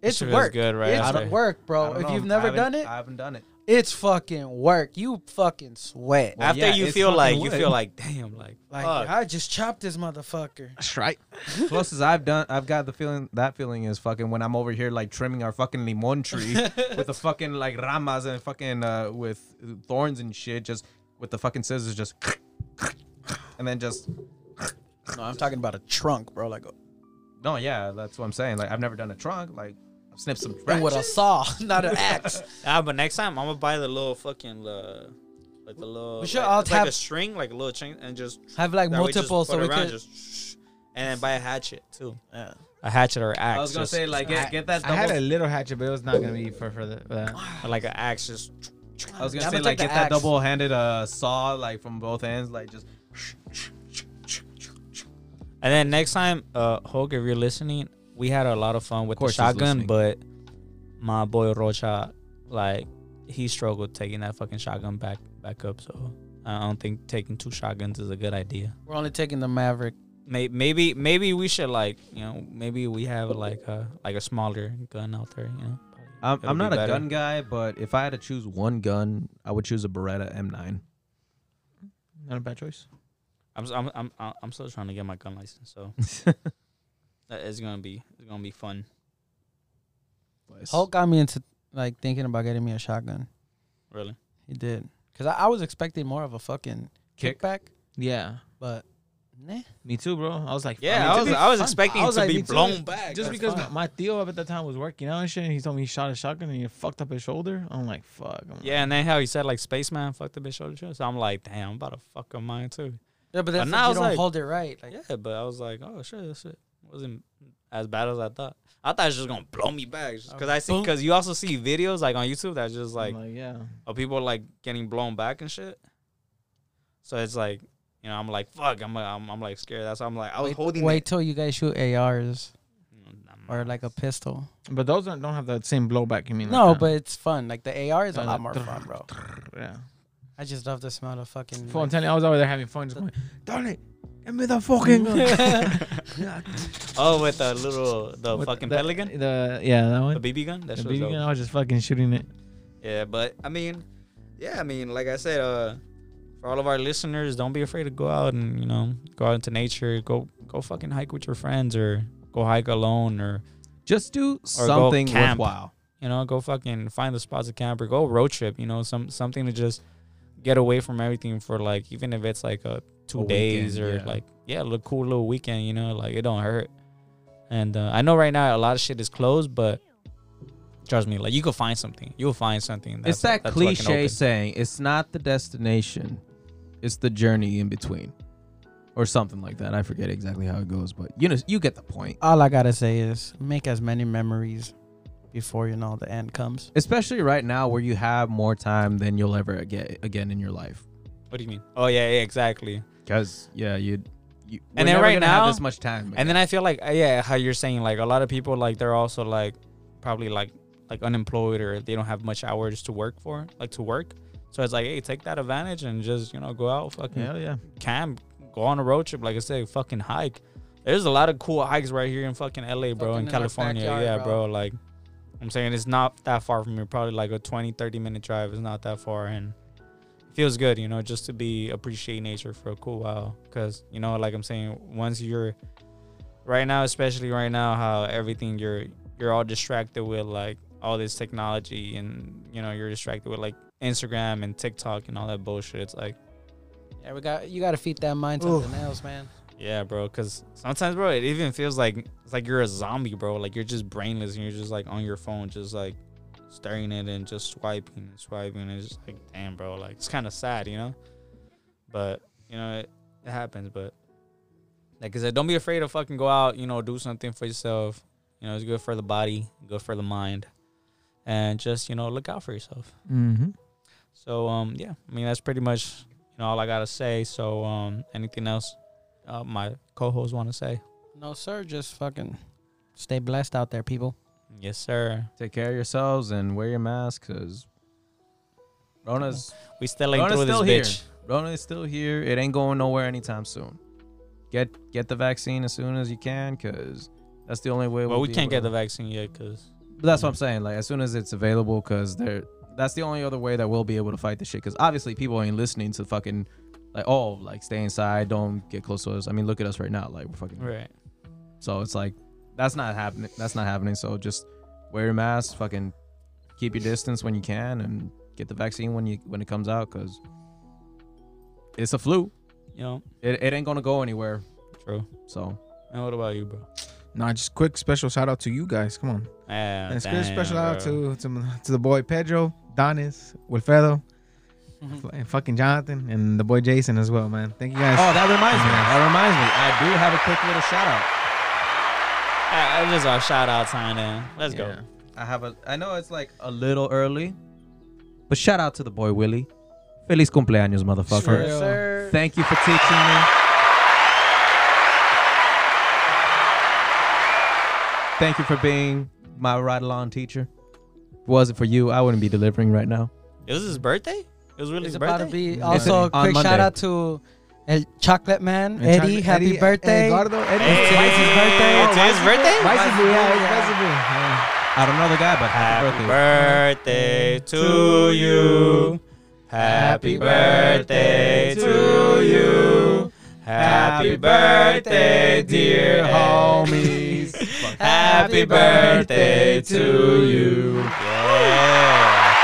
Speaker 4: It's
Speaker 2: shit feels
Speaker 4: work.
Speaker 2: good, right?
Speaker 1: I
Speaker 4: It's
Speaker 1: don't-
Speaker 4: work,
Speaker 1: I
Speaker 4: bro.
Speaker 1: don't
Speaker 4: Oh, If
Speaker 1: know,
Speaker 4: you've
Speaker 1: I
Speaker 4: never
Speaker 1: haven't-
Speaker 4: done it,
Speaker 1: I haven't done it.
Speaker 4: it's fucking work. You fucking sweat.
Speaker 1: Well,
Speaker 2: after
Speaker 1: yeah,
Speaker 2: you
Speaker 1: it's
Speaker 2: feel
Speaker 1: fucking
Speaker 2: like you
Speaker 1: wood.
Speaker 2: feel like damn, like
Speaker 4: Like
Speaker 2: fuck.
Speaker 4: I just chopped this motherfucker.
Speaker 3: That's right.
Speaker 1: closest I've done, I've got the feeling that feeling is fucking when I'm over here like trimming our fucking limon tree with the fucking like ramas and fucking uh, with thorns and shit, just with the fucking scissors, just and then just
Speaker 4: No, I'm talking about a trunk, bro. Like
Speaker 1: no, yeah, that's what I'm saying. Like I've never done a trunk, like I've snipped some.
Speaker 4: and with a
Speaker 1: branches.
Speaker 4: saw, not an axe.
Speaker 2: Ah, but next time I'm gonna buy the little fucking uh, like the little.
Speaker 4: We should
Speaker 2: like,
Speaker 4: all
Speaker 2: it's like a
Speaker 4: have-
Speaker 2: string, like a little chain, and just
Speaker 4: Have like
Speaker 2: that way just
Speaker 4: multiple,
Speaker 2: put
Speaker 4: so we
Speaker 2: around,
Speaker 4: could.
Speaker 2: just and then buy a hatchet too. A hatchet or axe.
Speaker 1: I was gonna
Speaker 2: just-
Speaker 1: say like get, get that.
Speaker 3: I had a
Speaker 1: Double,
Speaker 3: little hatchet, but it was not gonna be for for, the, for that.
Speaker 2: like an axe, just
Speaker 1: I, was
Speaker 4: I'm
Speaker 1: gonna say
Speaker 4: gonna
Speaker 1: like
Speaker 4: take
Speaker 1: get
Speaker 4: the
Speaker 1: that
Speaker 4: axe.
Speaker 1: double-handed uh, saw like from both ends, like just.
Speaker 2: And then next time, uh, Hulk, if you're listening, we had a lot of fun with the
Speaker 1: course he's listening.
Speaker 2: shotgun, but my boy Rocha, like, he struggled taking that fucking shotgun back back up. So I don't think taking two shotguns is a good idea.
Speaker 4: We're only taking the Maverick.
Speaker 2: May- Maybe maybe we should like you know maybe we have like a like a smaller gun out there. You know,
Speaker 1: I'm,
Speaker 2: It'll
Speaker 1: I'm
Speaker 2: be
Speaker 1: not a
Speaker 2: better.
Speaker 1: gun guy, but if I had to choose one gun, I would choose a Beretta M9.
Speaker 3: Not a bad choice.
Speaker 2: I'm s- I'm I'm I'm I'm still trying to get my gun license, so that is gonna be it's gonna be fun.
Speaker 4: Hulk got me into like thinking about getting me a shotgun.
Speaker 2: Really,
Speaker 4: He did, cause I, I was expecting more of a fucking
Speaker 1: Kick?
Speaker 4: kickback,
Speaker 3: Yeah,
Speaker 4: but nah.
Speaker 3: me too, bro. I was like,
Speaker 2: Yeah,
Speaker 3: I
Speaker 2: I
Speaker 3: mean, to
Speaker 2: was
Speaker 3: be
Speaker 2: I was
Speaker 3: fun-
Speaker 2: expecting
Speaker 3: I was
Speaker 2: to
Speaker 3: like,
Speaker 2: be
Speaker 3: me too.
Speaker 2: blown back.
Speaker 3: Just
Speaker 2: That's
Speaker 3: because
Speaker 2: fine.
Speaker 3: my, my Theo up at the time was working out and shit, and he told me he shot a shotgun and he fucked up his shoulder. I'm like, fuck. I'm
Speaker 2: Yeah, and then how he said like spaceman fuck the bitch shoulder chest. I'm like, damn, I'm about to fuck up mine too.
Speaker 4: Yeah, but
Speaker 2: But
Speaker 4: that's
Speaker 2: now
Speaker 4: if you
Speaker 2: it's
Speaker 4: don't
Speaker 2: like-
Speaker 4: hold it right. Like,
Speaker 2: Yeah, but I was like, oh shit, this shit wasn't as bad as I thought. I thought it was just gonna blow me back
Speaker 3: Oh,
Speaker 2: because I see
Speaker 4: Boom.
Speaker 2: because you also see videos like on YouTube that's just
Speaker 3: like,
Speaker 2: like
Speaker 3: yeah.
Speaker 2: of people like getting blown back and shit. So it's like, you know, I'm like, fuck, I'm I'm, I'm like scared. That's why I'm like, I was
Speaker 4: wait,
Speaker 2: holding.
Speaker 4: wait till you guys shoot ARs
Speaker 2: it. Mm, I'm
Speaker 4: or
Speaker 2: not.
Speaker 4: like a pistol.
Speaker 3: But those don't don't have that same blowback. You mean? like
Speaker 4: No,
Speaker 3: that.
Speaker 4: but it's fun. Like the AR is a
Speaker 3: Yeah,
Speaker 4: lot
Speaker 3: that-
Speaker 4: more fun, bro.
Speaker 3: yeah.
Speaker 4: I just love the smell of fucking.
Speaker 3: Full, I'm
Speaker 4: like,
Speaker 3: telling you, I was over there having fun, just going, darn it,
Speaker 10: Give me the fucking.
Speaker 2: Oh, with the little the
Speaker 10: With
Speaker 2: fucking
Speaker 10: the-
Speaker 2: pelican,
Speaker 10: The yeah, that
Speaker 2: the
Speaker 10: one.
Speaker 2: BB gun. That
Speaker 10: The
Speaker 2: shit
Speaker 10: big
Speaker 2: was dope.
Speaker 10: one, I was just fucking shooting it.
Speaker 2: Yeah, but I mean, yeah, I mean, like I said, uh, for all of our listeners, don't be afraid to go out and you know go out into nature. Go go fucking hike with your friends or go hike alone or
Speaker 1: Just do something
Speaker 2: camp.
Speaker 1: worthwhile.
Speaker 2: you know go fucking find the spots to camp or go road trip. You know, some something to just get away from everything for like even if it's like a two
Speaker 1: A
Speaker 2: days
Speaker 1: weekend,
Speaker 2: or
Speaker 1: yeah.
Speaker 2: like yeah, look cool little weekend. You know, like it don't hurt. And uh, I know right now a lot of shit is closed, but trust me, like you could find something. You'll find something.
Speaker 1: It's
Speaker 2: that's-
Speaker 1: that
Speaker 2: that's fucking
Speaker 1: cliche
Speaker 2: open.
Speaker 1: saying, it's not the destination, it's the journey in between. Or something like that. I forget exactly how it goes, but you know you get the point.
Speaker 4: All I gotta say is make as many memories before you know the end comes.
Speaker 1: Especially right now where you have more time than you'll ever get again in your life.
Speaker 2: What do you mean? Oh yeah, yeah, exactly.
Speaker 1: Cuz yeah, you you we're
Speaker 2: And then
Speaker 1: never
Speaker 2: right
Speaker 1: gonna have
Speaker 2: now-
Speaker 1: this much time.
Speaker 2: And then I feel like uh, yeah, how you're saying like a lot of people like they're also like probably like like unemployed or they don't have much hours to work for like to work. So it's like hey, take that advantage and just you know go out fucking
Speaker 10: Hell yeah.
Speaker 2: camp, go on a road trip. Like I said, fucking hike. There's a lot of cool hikes right here in fucking LA, bro,
Speaker 4: Fucking
Speaker 2: in
Speaker 4: in our
Speaker 2: California.
Speaker 4: backyard,
Speaker 2: yeah,
Speaker 4: bro.
Speaker 2: bro. Like I'm saying it's not that far from here. Probably like a 20, 30 minute drive is not that far and it feels good, you know, just to be appreciate nature for a cool while. Cause, you know, like I'm saying, once you're right now, especially right now, how everything you're you're all distracted with like all this technology and you know, you're distracted with like Instagram and TikTok and all that bullshit. It's like
Speaker 4: Yeah, we got you gotta feed that mind
Speaker 2: Oof.
Speaker 4: something else, man.
Speaker 2: yeah, bro. Cause sometimes, bro, it even feels like it's like you're a zombie, bro. Like you're just brainless and you're just like on your phone, just like staring at it and just swiping and swiping. And it's just like, damn, bro. Like it's kind of sad, you know. But you know, it, it happens. But like I said, don't be afraid to fucking go out. You know, do something for yourself. You know, it's good for the body, good for the mind, and just you know, look out for yourself.
Speaker 10: Mm-hmm.
Speaker 2: So um yeah, I mean that's pretty much you know all I gotta say. So um anything else uh, my co-hosts want to say?
Speaker 4: No sir, just fucking stay blessed out there, people.
Speaker 2: Yes, sir.
Speaker 1: Take care of yourselves and wear your mask cuz Rona's
Speaker 2: We still ain't
Speaker 1: Rona's
Speaker 2: through this
Speaker 1: still here.
Speaker 2: bitch.
Speaker 1: Rona is still here. It ain't going nowhere anytime soon. Get get the vaccine as soon as you can, cause that's the only way.
Speaker 2: Well, we can't get the vaccine yet because
Speaker 1: But that's what I'm saying. Like as soon as it's available, cause they're that's the only other way that we'll be able to fight this shit. Cause obviously people ain't listening to fucking like oh like stay inside, don't get close to us. I mean look at us right now, like we're fucking.
Speaker 2: right.
Speaker 1: So it's like that's not happening. That's not happening. So just wear your mask, fucking keep your distance when you can, and get the vaccine when you when it comes out, cause it's a flu.
Speaker 2: You know,
Speaker 1: It, it ain't gonna go anywhere.
Speaker 2: true.
Speaker 1: So
Speaker 2: And what about you, bro?
Speaker 3: Nah, just quick special shout out to you guys. Come on.
Speaker 2: Yeah,
Speaker 3: and a spe- special
Speaker 2: Uh, Ah, damn,
Speaker 3: out
Speaker 2: bro.
Speaker 3: to, to to the boy Pedro, Donis, Wilfredo,
Speaker 2: Mm-hmm.
Speaker 3: and fucking Jonathan, and the boy Jason as well, man. Thank you guys.
Speaker 1: Oh, that reminds me. That reminds me. I do have a quick little shout out.
Speaker 2: Ah, this is our shout out time. Then let's go.
Speaker 1: I have a. I know it's like a little early, but shout out to the boy Willie. Feliz cumpleaños, motherfucker.
Speaker 4: Yes, sir.
Speaker 1: Thank you for teaching me. Thank you for being my ride along teacher. If it wasn't for you, I wouldn't be delivering right now.
Speaker 2: It was his birthday. It was really his
Speaker 4: It's about to
Speaker 2: birthday.
Speaker 4: be
Speaker 3: It's
Speaker 4: also a
Speaker 1: on
Speaker 4: quick shout
Speaker 1: Monday.
Speaker 4: out to El Chocolate Man,
Speaker 3: And
Speaker 4: Eddie.
Speaker 3: Chuck-
Speaker 4: Happy
Speaker 3: Eddie-
Speaker 4: birthday.
Speaker 3: Eduardo, Eddie.
Speaker 2: Hey,
Speaker 4: It's his birthday.
Speaker 2: It's his birthday.
Speaker 3: Vice
Speaker 4: Vice
Speaker 3: Blue, yeah,
Speaker 4: Blue,
Speaker 3: it's
Speaker 4: yeah.
Speaker 3: Vice Blue, yeah.
Speaker 1: I don't know the guy, but happy,
Speaker 2: Happy
Speaker 1: birthday.
Speaker 2: birthday to you. Happy birthday to you. Happy birthday, dear homies. Happy birthday to you. Yeah.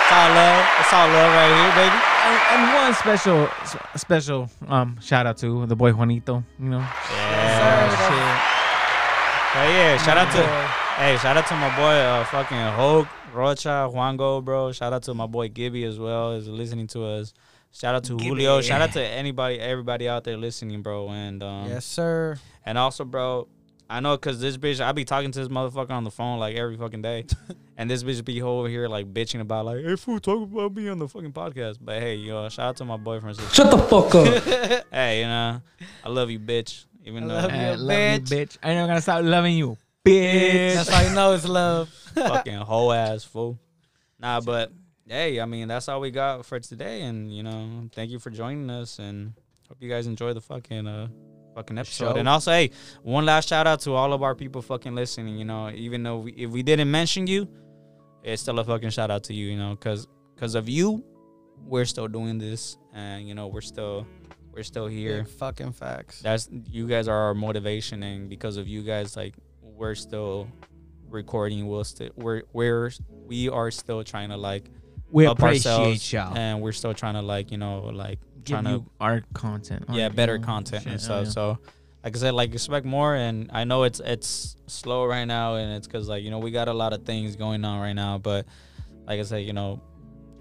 Speaker 2: It's all love. It's all love right here, baby.
Speaker 3: And, and one special, s- special um shout out to the boy Juanito. You know,
Speaker 2: Yeah. But yeah, shout out to hey, shout out to my boy uh, fucking Hulk Rocha Juango, bro. Shout out to my boy Gibby as well is listening to us. Shout out to Julio. Shout out to anybody, everybody out there listening, bro. And um,
Speaker 4: Yes, sir.
Speaker 2: and also, bro, I know because this bitch, I be talking to this motherfucker on the phone like every fucking day, and this bitch be over here like bitching about like, hey, fool, talk about me on the fucking podcast. But hey, yo, shout out to my boyfriend. Shut the fuck up. hey, you know, I love you, bitch. Even though
Speaker 4: love
Speaker 3: I
Speaker 4: you,
Speaker 3: love you,
Speaker 4: bitch.
Speaker 3: bitch. I ain't never gonna stop loving you, bitch.
Speaker 4: That's how you know it's love.
Speaker 2: fucking whole ass fool. Nah, but hey, I mean that's all we got for today, and you know, thank you for joining us, and Hope you guys enjoy the fucking uh fucking episode.
Speaker 11: show.
Speaker 2: And also, hey, one last shout out to all of our people fucking listening. You know, even though we, if we didn't mention you, it's still a fucking shout out to you. You know, because because of you, we're still doing this, and you know we're still we're still here.
Speaker 4: Big fucking facts.
Speaker 2: That's you guys are our motivation, and because of you guys, like we're still recording. We'll still we're we're we are still trying to like
Speaker 1: We
Speaker 2: up
Speaker 1: appreciate
Speaker 2: ourselves,
Speaker 1: y'all.
Speaker 2: and we're still trying to like you know like
Speaker 3: Give
Speaker 2: trying to
Speaker 3: you our content. our,
Speaker 2: yeah
Speaker 3: you
Speaker 2: better
Speaker 3: know,
Speaker 2: content
Speaker 3: shit,
Speaker 2: and
Speaker 3: hell
Speaker 2: stuff. So like I said, like expect more, and I know it's it's slow right now, and it's because like you know we got a lot of things going on right now, but like I said, you know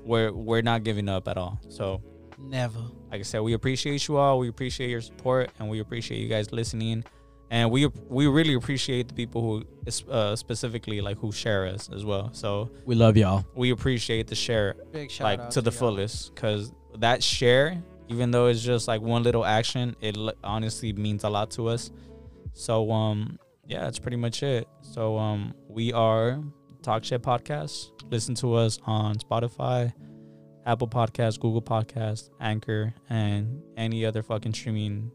Speaker 2: we're we're not giving up at all. So
Speaker 4: Never.
Speaker 2: like I said, we appreciate you all. We appreciate your support, and we appreciate you guys listening. And we we really appreciate the people who uh, specifically like who share us as well. So
Speaker 11: We love y'all.
Speaker 2: we appreciate the share
Speaker 4: Big shout
Speaker 2: like
Speaker 4: out
Speaker 2: to, the
Speaker 4: y'all.
Speaker 2: fullest because that share even though it's just like one little action it l- honestly means a lot to us so um yeah that's pretty much it so um we are talk shit podcast listen to us on spotify apple Podcasts, google Podcasts, anchor and any other fucking streaming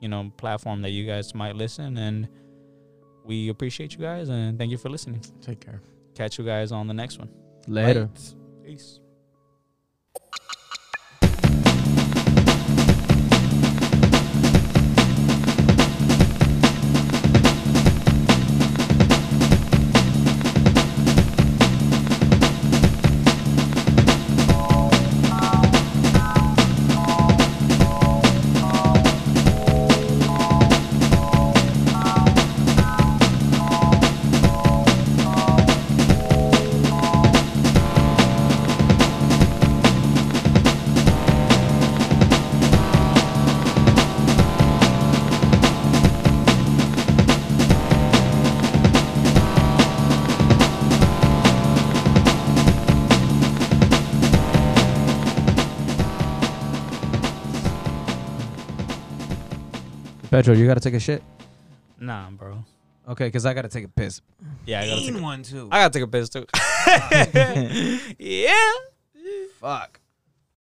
Speaker 2: you know platform that you guys might listen and we appreciate you guys and thank you for listening
Speaker 1: Take care.
Speaker 2: catch you guys on the next one
Speaker 11: Later.
Speaker 2: peace
Speaker 11: Pedro, you gotta take a shit.
Speaker 2: Nah, bro.
Speaker 11: Okay, cause I gotta take a piss.
Speaker 2: Yeah, I gotta take.
Speaker 11: one too.
Speaker 2: I gotta take a piss too. yeah.
Speaker 11: Fuck.